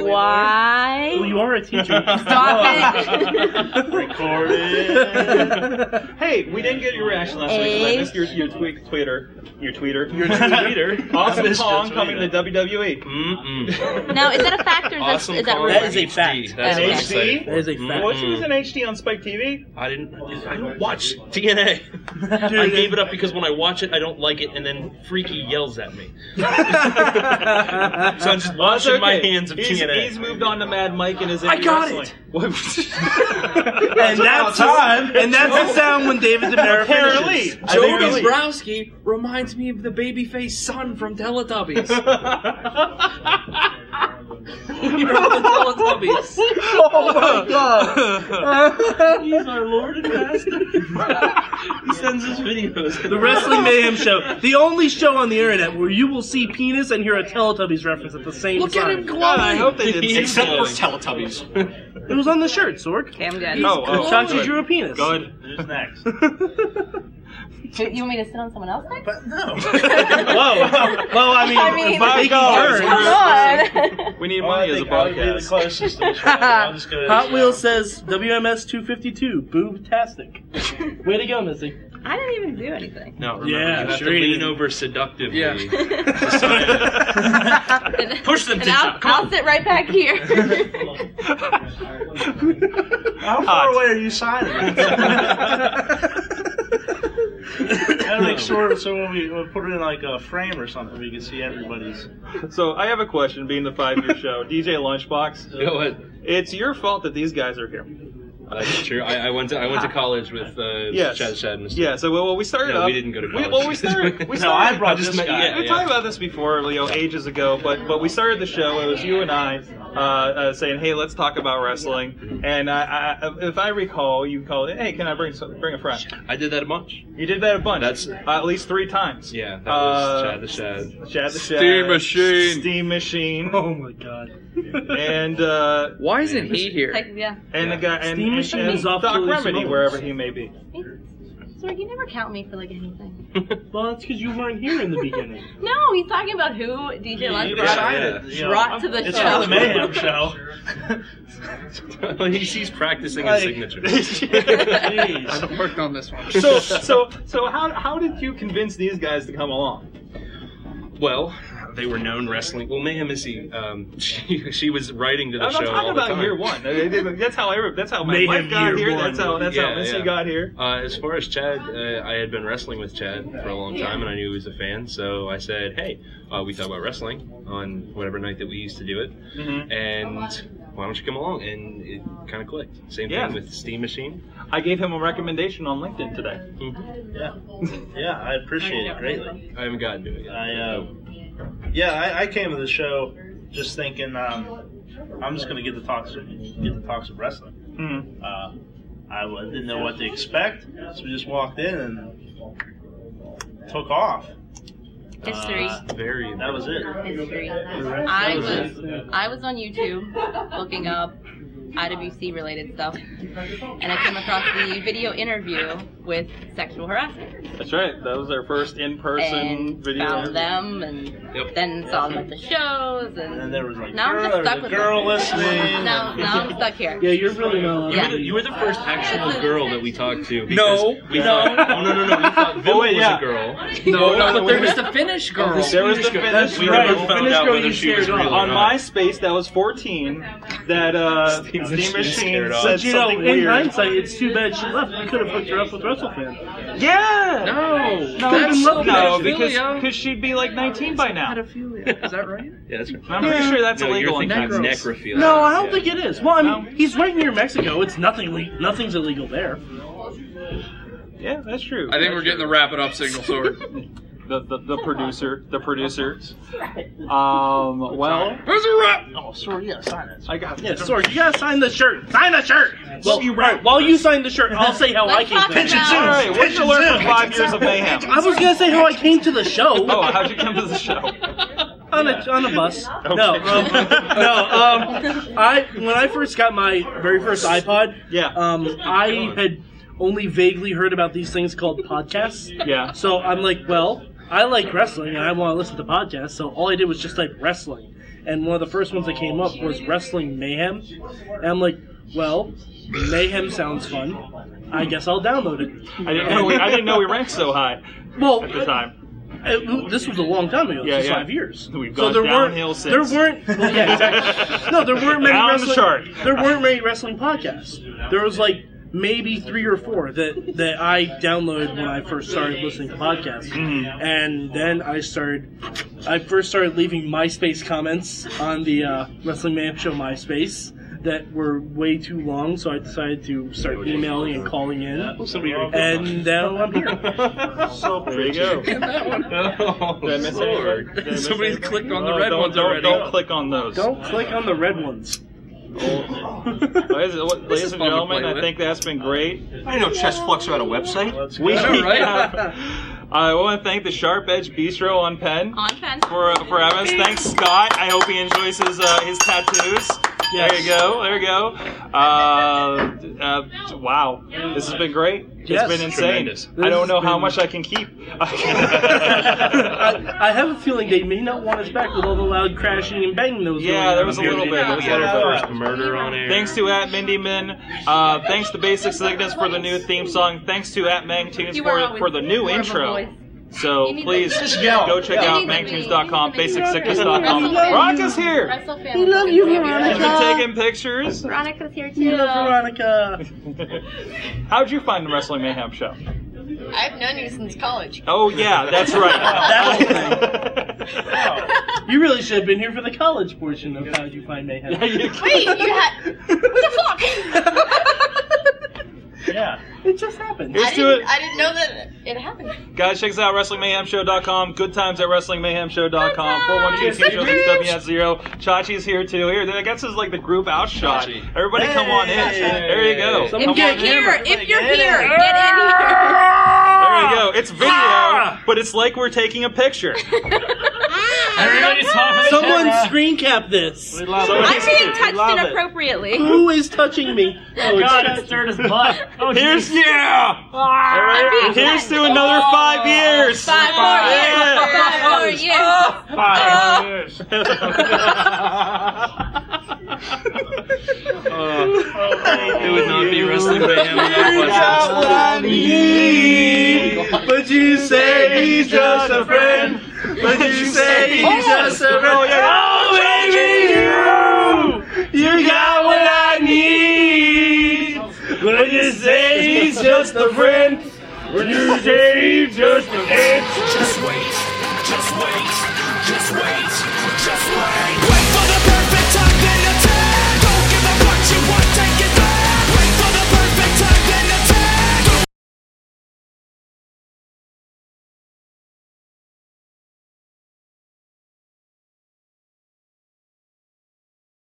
Speaker 1: <laughs>
Speaker 3: Y.
Speaker 4: Well, you are a teacher.
Speaker 3: Stop
Speaker 4: <laughs>
Speaker 3: it.
Speaker 1: Hey, we didn't get your reaction last week. 'cause I
Speaker 3: Hey.
Speaker 1: missed your your tweet, Twitter. Your tweeter.
Speaker 6: Your tweeter.
Speaker 1: <laughs>
Speaker 6: I
Speaker 1: Awesome
Speaker 6: missed your
Speaker 1: Kong coming to E.
Speaker 6: tweeter.
Speaker 1: WWE. Mm-mm.
Speaker 3: Now, is that a fact or is that, is that rumor?
Speaker 5: fact. That's
Speaker 3: Okay.
Speaker 5: what I'm saying.
Speaker 4: That is a
Speaker 5: fact.
Speaker 1: Mm-hmm. What she was in HD on Spike TV?
Speaker 5: I didn't. I don't watch
Speaker 1: <laughs>
Speaker 5: TNA. I gave it up because when I watch it, I don't like it, and then Freaky yells at
Speaker 1: <laughs>
Speaker 5: me. so I'm just washing my hands of
Speaker 1: he's,
Speaker 5: TNA.
Speaker 1: He's moved on to Mad Mike and is.
Speaker 5: I got
Speaker 1: wrestling. it. <laughs>
Speaker 6: and that's time. And that's the sound when David Demare
Speaker 2: Apparently,
Speaker 6: finishes.
Speaker 2: Joe Dombrowski reminds me of the babyface son from Teletubbies. <laughs> you remember the Teletubbies?
Speaker 4: oh my god. He's our Lord and Master.
Speaker 6: <laughs> He sends his videos.
Speaker 4: The Wrestling Mayhem Show, the only show on the internet where you will see penis and hear a Teletubbies reference at the same
Speaker 6: Look at
Speaker 4: time.
Speaker 6: him glowing. God, I hope they didn't.
Speaker 4: Except for
Speaker 6: Teletubbies.
Speaker 4: It was on the shirt, Sork.
Speaker 3: Okay, I'm good.
Speaker 4: Oh, oh. Chachi drew a penis.
Speaker 1: Good.
Speaker 6: Who's next?
Speaker 3: You- You want me to sit on someone else next? But no.
Speaker 6: <laughs> Whoa. Well, I mean,
Speaker 3: I mean,
Speaker 6: five dollars.
Speaker 3: Come on.
Speaker 1: We need money as a podcast.
Speaker 4: <laughs> Hot Wheels says WMS 252,
Speaker 1: <laughs>
Speaker 4: boobtastic. Way to go, Missy.
Speaker 3: I didn't even do anything.
Speaker 5: No, remember,
Speaker 4: Yeah,
Speaker 5: you have
Speaker 4: sure
Speaker 5: to
Speaker 4: you
Speaker 5: lean
Speaker 4: did.
Speaker 5: over seductively.
Speaker 3: Push them. And I'll, I'll sit right back here.
Speaker 6: How far away are you signing? Gotta make sure so when we we'll put it in like a frame or something, we can see everybody's.
Speaker 1: So I have a question. Being the five-year show, <laughs> DJ Lunchbox.
Speaker 5: Go ahead.
Speaker 1: It's your fault that these guys are here. Ah.
Speaker 5: That's true. I, I went to I went to college with uh,
Speaker 1: Yes.
Speaker 5: Chad Shad and
Speaker 1: Yeah. So well, we started
Speaker 5: No,
Speaker 1: up.
Speaker 5: we didn't go to college.
Speaker 1: We, well, we started. We
Speaker 5: <laughs> No,
Speaker 1: started,
Speaker 5: I brought this guy.
Speaker 1: Yeah, we
Speaker 5: Yeah.
Speaker 1: talked about this before, Leo, ages ago. But but we started the show. It was you and I uh, uh, saying, "Hey, let's talk about wrestling." And I, I, if I recall, you called, "Hey, can I bring some, bring a friend?"
Speaker 5: I did that a bunch.
Speaker 1: You did that a bunch. That's uh, at least three times.
Speaker 5: Yeah, that was
Speaker 1: Uh,
Speaker 5: Chad the Shad.
Speaker 1: Chad the Shad,
Speaker 5: Steam machine.
Speaker 2: <laughs>
Speaker 1: Steam machine.
Speaker 4: Oh my god.
Speaker 1: and uh,
Speaker 2: why isn't he here?
Speaker 3: <laughs> Like, yeah.
Speaker 1: And the guy and,
Speaker 2: Steam
Speaker 1: and,
Speaker 2: machine
Speaker 1: and
Speaker 2: is off
Speaker 1: Doc
Speaker 2: to Lucy
Speaker 1: Remedy,
Speaker 2: Bowles.
Speaker 1: wherever he may be.
Speaker 3: So you never count me for like anything.
Speaker 4: Well, that's because you weren't here in
Speaker 3: <laughs>
Speaker 4: the beginning.
Speaker 3: No, he's talking about who DJ Lunch
Speaker 4: Yeah,
Speaker 3: brought,
Speaker 4: yeah.
Speaker 3: brought to the
Speaker 6: It's
Speaker 3: show.
Speaker 6: not the
Speaker 5: <laughs>
Speaker 6: Mayhem show.
Speaker 5: he's, he's practicing
Speaker 1: Like- <laughs>
Speaker 5: his signature.
Speaker 2: I've worked on this one.
Speaker 1: So so so how how did you convince these guys to come along?
Speaker 5: Well, they were known wrestling. Well, Mayhem Missy, um, <laughs> she, she was writing to the
Speaker 1: I'm
Speaker 5: show
Speaker 1: not
Speaker 5: all
Speaker 1: talking
Speaker 5: the
Speaker 1: about
Speaker 5: time.
Speaker 1: year one. They- they- That's how I, that's how my
Speaker 5: Mayhem
Speaker 1: wife got
Speaker 5: year
Speaker 1: here.
Speaker 5: one.
Speaker 1: That's how that's
Speaker 5: Yeah,
Speaker 1: how Missy
Speaker 5: yeah.
Speaker 1: got here.
Speaker 5: Uh, as far as Chad, uh, I had been wrestling with Chad for a long time, and I knew he was a fan. So I said, "Hey, uh, we talk about wrestling on whatever night that we used to do it,
Speaker 4: Mm-hmm.
Speaker 1: Mhm.
Speaker 5: and why don't you come along?" And it kind of clicked. Same
Speaker 1: Yeah.
Speaker 5: thing with Steam Machine. Hmm.
Speaker 1: I gave him a recommendation on LinkedIn today.
Speaker 4: <laughs>
Speaker 6: Yeah, yeah, I appreciate it greatly.
Speaker 5: I haven't gotten to it yet.
Speaker 6: I, uh, yeah, I, I came to the show just thinking um, I'm just gonna get the talks get the talks of wrestling. Uh, I w- didn't know what to expect, so we just walked in and took off. Uh,
Speaker 3: History.
Speaker 5: very.
Speaker 4: That was it.
Speaker 3: History.
Speaker 4: That
Speaker 3: I
Speaker 4: was it.
Speaker 3: was I was on YouTube looking up IWC related stuff, and I came across the video interview with sexual harassment.
Speaker 1: That's right. That was our first in-person
Speaker 3: and
Speaker 1: video.
Speaker 3: found them, and then saw them at the shows, and,
Speaker 1: And there was like,
Speaker 3: now I'm
Speaker 1: girl,
Speaker 3: just stuck
Speaker 1: the
Speaker 3: with
Speaker 1: girl
Speaker 3: it.
Speaker 1: listening.
Speaker 3: Now, now I'm stuck here.
Speaker 4: Yeah, you're really not.
Speaker 5: You, were the, you were the first
Speaker 1: Uh,
Speaker 5: actual girl that we talked to.
Speaker 4: No,
Speaker 5: we
Speaker 4: no.
Speaker 5: Thought, oh, no, no, no. We
Speaker 4: <laughs>
Speaker 5: thought Villa was a girl.
Speaker 26: No, no, but there was
Speaker 5: we-
Speaker 26: the Finnish girl.
Speaker 5: There was the Finnish
Speaker 26: That's
Speaker 5: girl.
Speaker 26: right.
Speaker 5: We never found out whether
Speaker 26: you
Speaker 5: she was
Speaker 26: scared
Speaker 5: real
Speaker 26: off.
Speaker 1: On
Speaker 5: or not.
Speaker 1: MySpace, that was 14. That uh, Steam
Speaker 4: Machine
Speaker 1: Machine
Speaker 4: scared off.
Speaker 1: said
Speaker 4: But you know,
Speaker 1: something
Speaker 4: in
Speaker 1: weird.
Speaker 4: hindsight, it's too bad she left. We could have hooked her up with WrestleFan.
Speaker 1: Yeah.
Speaker 4: No.
Speaker 1: No,
Speaker 4: That's
Speaker 1: no,
Speaker 4: pedophilia.
Speaker 1: because because she'd be like 19 by now. Pedophilia. Is that right?
Speaker 5: Yeah, that's
Speaker 1: I'm pretty sure that's
Speaker 5: no,
Speaker 1: illegal in
Speaker 5: You're thinking
Speaker 1: Texas.
Speaker 5: necrophilia.
Speaker 4: No, I don't think it is. Well, I mean, he's right near Mexico. It's nothing. Le- nothing's illegal there.
Speaker 1: Yeah, that's true.
Speaker 27: I think we're getting the wrap it up signal, sword.
Speaker 1: <laughs> the, the the producer, the producer. Um, well,
Speaker 4: There's a wrap. Oh, sorry, you gotta sign it.
Speaker 1: I got
Speaker 4: Yeah, sorry, you gotta sign the shirt. Sign the shirt. Well, you right. While you sign the shirt, I'll say how I
Speaker 1: Let's
Speaker 4: came.
Speaker 1: talk
Speaker 4: to it.
Speaker 1: Pigeon about- Zoom. Alright, what'd you
Speaker 4: Pigeon
Speaker 1: learn
Speaker 4: Zoom.
Speaker 1: from five years of mayhem?
Speaker 4: I was gonna say how I came to the show.
Speaker 1: oh, how'd you come to the show?
Speaker 4: on a on a
Speaker 1: <laughs>
Speaker 4: bus. No, um, no. Um, I when I first got my very first iPod,
Speaker 1: yeah,
Speaker 4: um, I had only vaguely heard about these things called podcasts.
Speaker 1: Yeah.
Speaker 4: So I'm like, well, I like wrestling and I want to listen to podcasts. So all I did was just type wrestling, and one of the first ones that came up was Wrestling Mayhem, and I'm like, well, Mayhem sounds fun. I guess I'll download it.
Speaker 1: I didn't know we, I didn't know we ranked so high.
Speaker 4: Well,
Speaker 1: at the time.
Speaker 4: Uh, this was a long time ago.
Speaker 1: Yeah,
Speaker 4: this was
Speaker 1: yeah.
Speaker 4: five years.
Speaker 1: We've
Speaker 4: So
Speaker 1: gone
Speaker 4: there
Speaker 1: downhill
Speaker 4: weren't,
Speaker 1: since.
Speaker 4: There
Speaker 1: <laughs>
Speaker 4: weren't. Well, yeah, exactly. No, there weren't many.
Speaker 1: Down the
Speaker 4: wrestling,
Speaker 1: chart.
Speaker 4: There weren't many wrestling podcasts. There was like maybe three or four that that I downloaded when I first started listening to podcasts,
Speaker 1: Mm-hmm.
Speaker 4: and then I started. I first started leaving MySpace comments on the uh, Wrestling Man Show MySpace. That were way too long, so I decided to start emailing and calling in. And now
Speaker 1: <laughs>
Speaker 4: I'm here. so
Speaker 1: there you go. <laughs> Did I miss anything? Did I miss
Speaker 27: Somebody
Speaker 1: anything?
Speaker 27: clicked on the
Speaker 1: No,
Speaker 27: red
Speaker 1: Uh, don't-
Speaker 27: ones
Speaker 1: don't-
Speaker 27: already.
Speaker 1: Don't click on those.
Speaker 4: Don't click on the red ones.
Speaker 1: Ladies and
Speaker 4: This is fun to
Speaker 1: gentlemen,
Speaker 4: play
Speaker 1: I
Speaker 4: with.
Speaker 1: think that's been great.
Speaker 4: I didn't know Chess Flux
Speaker 28: had a website.
Speaker 1: We
Speaker 28: go.
Speaker 1: <laughs>
Speaker 28: All right.
Speaker 1: I want to thank the Sharp Edge Bistro on Penn
Speaker 3: on Penn
Speaker 1: for uh, for having us. Thanks, Scott. I hope he enjoys his uh, his tattoos. There you go. There you go. Uh, uh, wow, this has been great.
Speaker 4: Yes.
Speaker 1: it's been insane.
Speaker 4: Tremendous.
Speaker 1: I don't
Speaker 4: This
Speaker 1: know
Speaker 4: has
Speaker 1: how
Speaker 4: been-
Speaker 1: much I can keep.
Speaker 4: I have a feeling they may not want us back with all the loud crashing and banging that was going
Speaker 1: Yeah,
Speaker 4: on.
Speaker 1: there was a little bit. There was a little bit.
Speaker 5: murder on air.
Speaker 1: Thanks to at Mindy Min. Uh, thanks to Basic Sickness for the new theme song. Thanks to at Mangtunes
Speaker 3: You are
Speaker 1: for,
Speaker 3: always
Speaker 1: for the new
Speaker 3: more of a
Speaker 1: intro.
Speaker 3: voice.
Speaker 1: So
Speaker 3: You need
Speaker 1: please
Speaker 3: to- Just yell.
Speaker 1: go check
Speaker 3: You
Speaker 1: out
Speaker 3: need to be-
Speaker 1: mangtunes.com, basicsickness.com.
Speaker 3: WrestleFan.
Speaker 1: Rock is here.
Speaker 3: WrestleFan.
Speaker 4: We love you,
Speaker 1: She's
Speaker 4: Veronica.
Speaker 1: been taking pictures.
Speaker 3: Veronica's here too.
Speaker 4: We love Veronica.
Speaker 1: <laughs> How'd you find the Wrestling Mayhem show?
Speaker 29: I've known you since college.
Speaker 1: Oh yeah, that's right. <laughs>
Speaker 4: <laughs> You really should have been here for the college portion of How'd You Find Mayhem.
Speaker 29: Wait,
Speaker 3: <laughs>
Speaker 29: you had what the fuck?
Speaker 4: yeah, it just happened.
Speaker 1: Here's
Speaker 29: I,
Speaker 1: to
Speaker 29: didn't,
Speaker 1: it.
Speaker 29: I didn't know that it happened.
Speaker 1: Guys, check us out, WrestlingMayhemShow.com. Good times at WrestlingMayhemShow.com. 412-226-WF0. Chachi's here too. Here, I guess this is like the group out shot. Everybody come on in. There you go. Come
Speaker 3: If
Speaker 1: on
Speaker 3: you're
Speaker 1: in.
Speaker 3: here, if you're here,
Speaker 2: in.
Speaker 3: get in here.
Speaker 1: There you go. It's video, but it's like we're taking
Speaker 3: <laughs>
Speaker 1: a picture.
Speaker 4: Someone screen cap this. We love
Speaker 1: it.
Speaker 3: I'm being touched
Speaker 4: it.
Speaker 3: inappropriately.
Speaker 4: Who is touching me? Oh,
Speaker 3: God,
Speaker 4: it's
Speaker 3: it's
Speaker 4: dirt as butt.
Speaker 1: Here's yeah.
Speaker 3: I'm being
Speaker 1: Here's to
Speaker 3: touched.
Speaker 1: another five years.
Speaker 3: Five more years. Five more years. Ah!
Speaker 1: Five years.
Speaker 5: uh, it would not be wrestling mayhem without
Speaker 2: got what I need,
Speaker 4: but you say
Speaker 2: he's just a friend. But you say he's just a friend. Oh, baby, you, you got what I need. But you say he's just a friend. But you say he's just a friend. Just wait, just wait, just wait, just wait.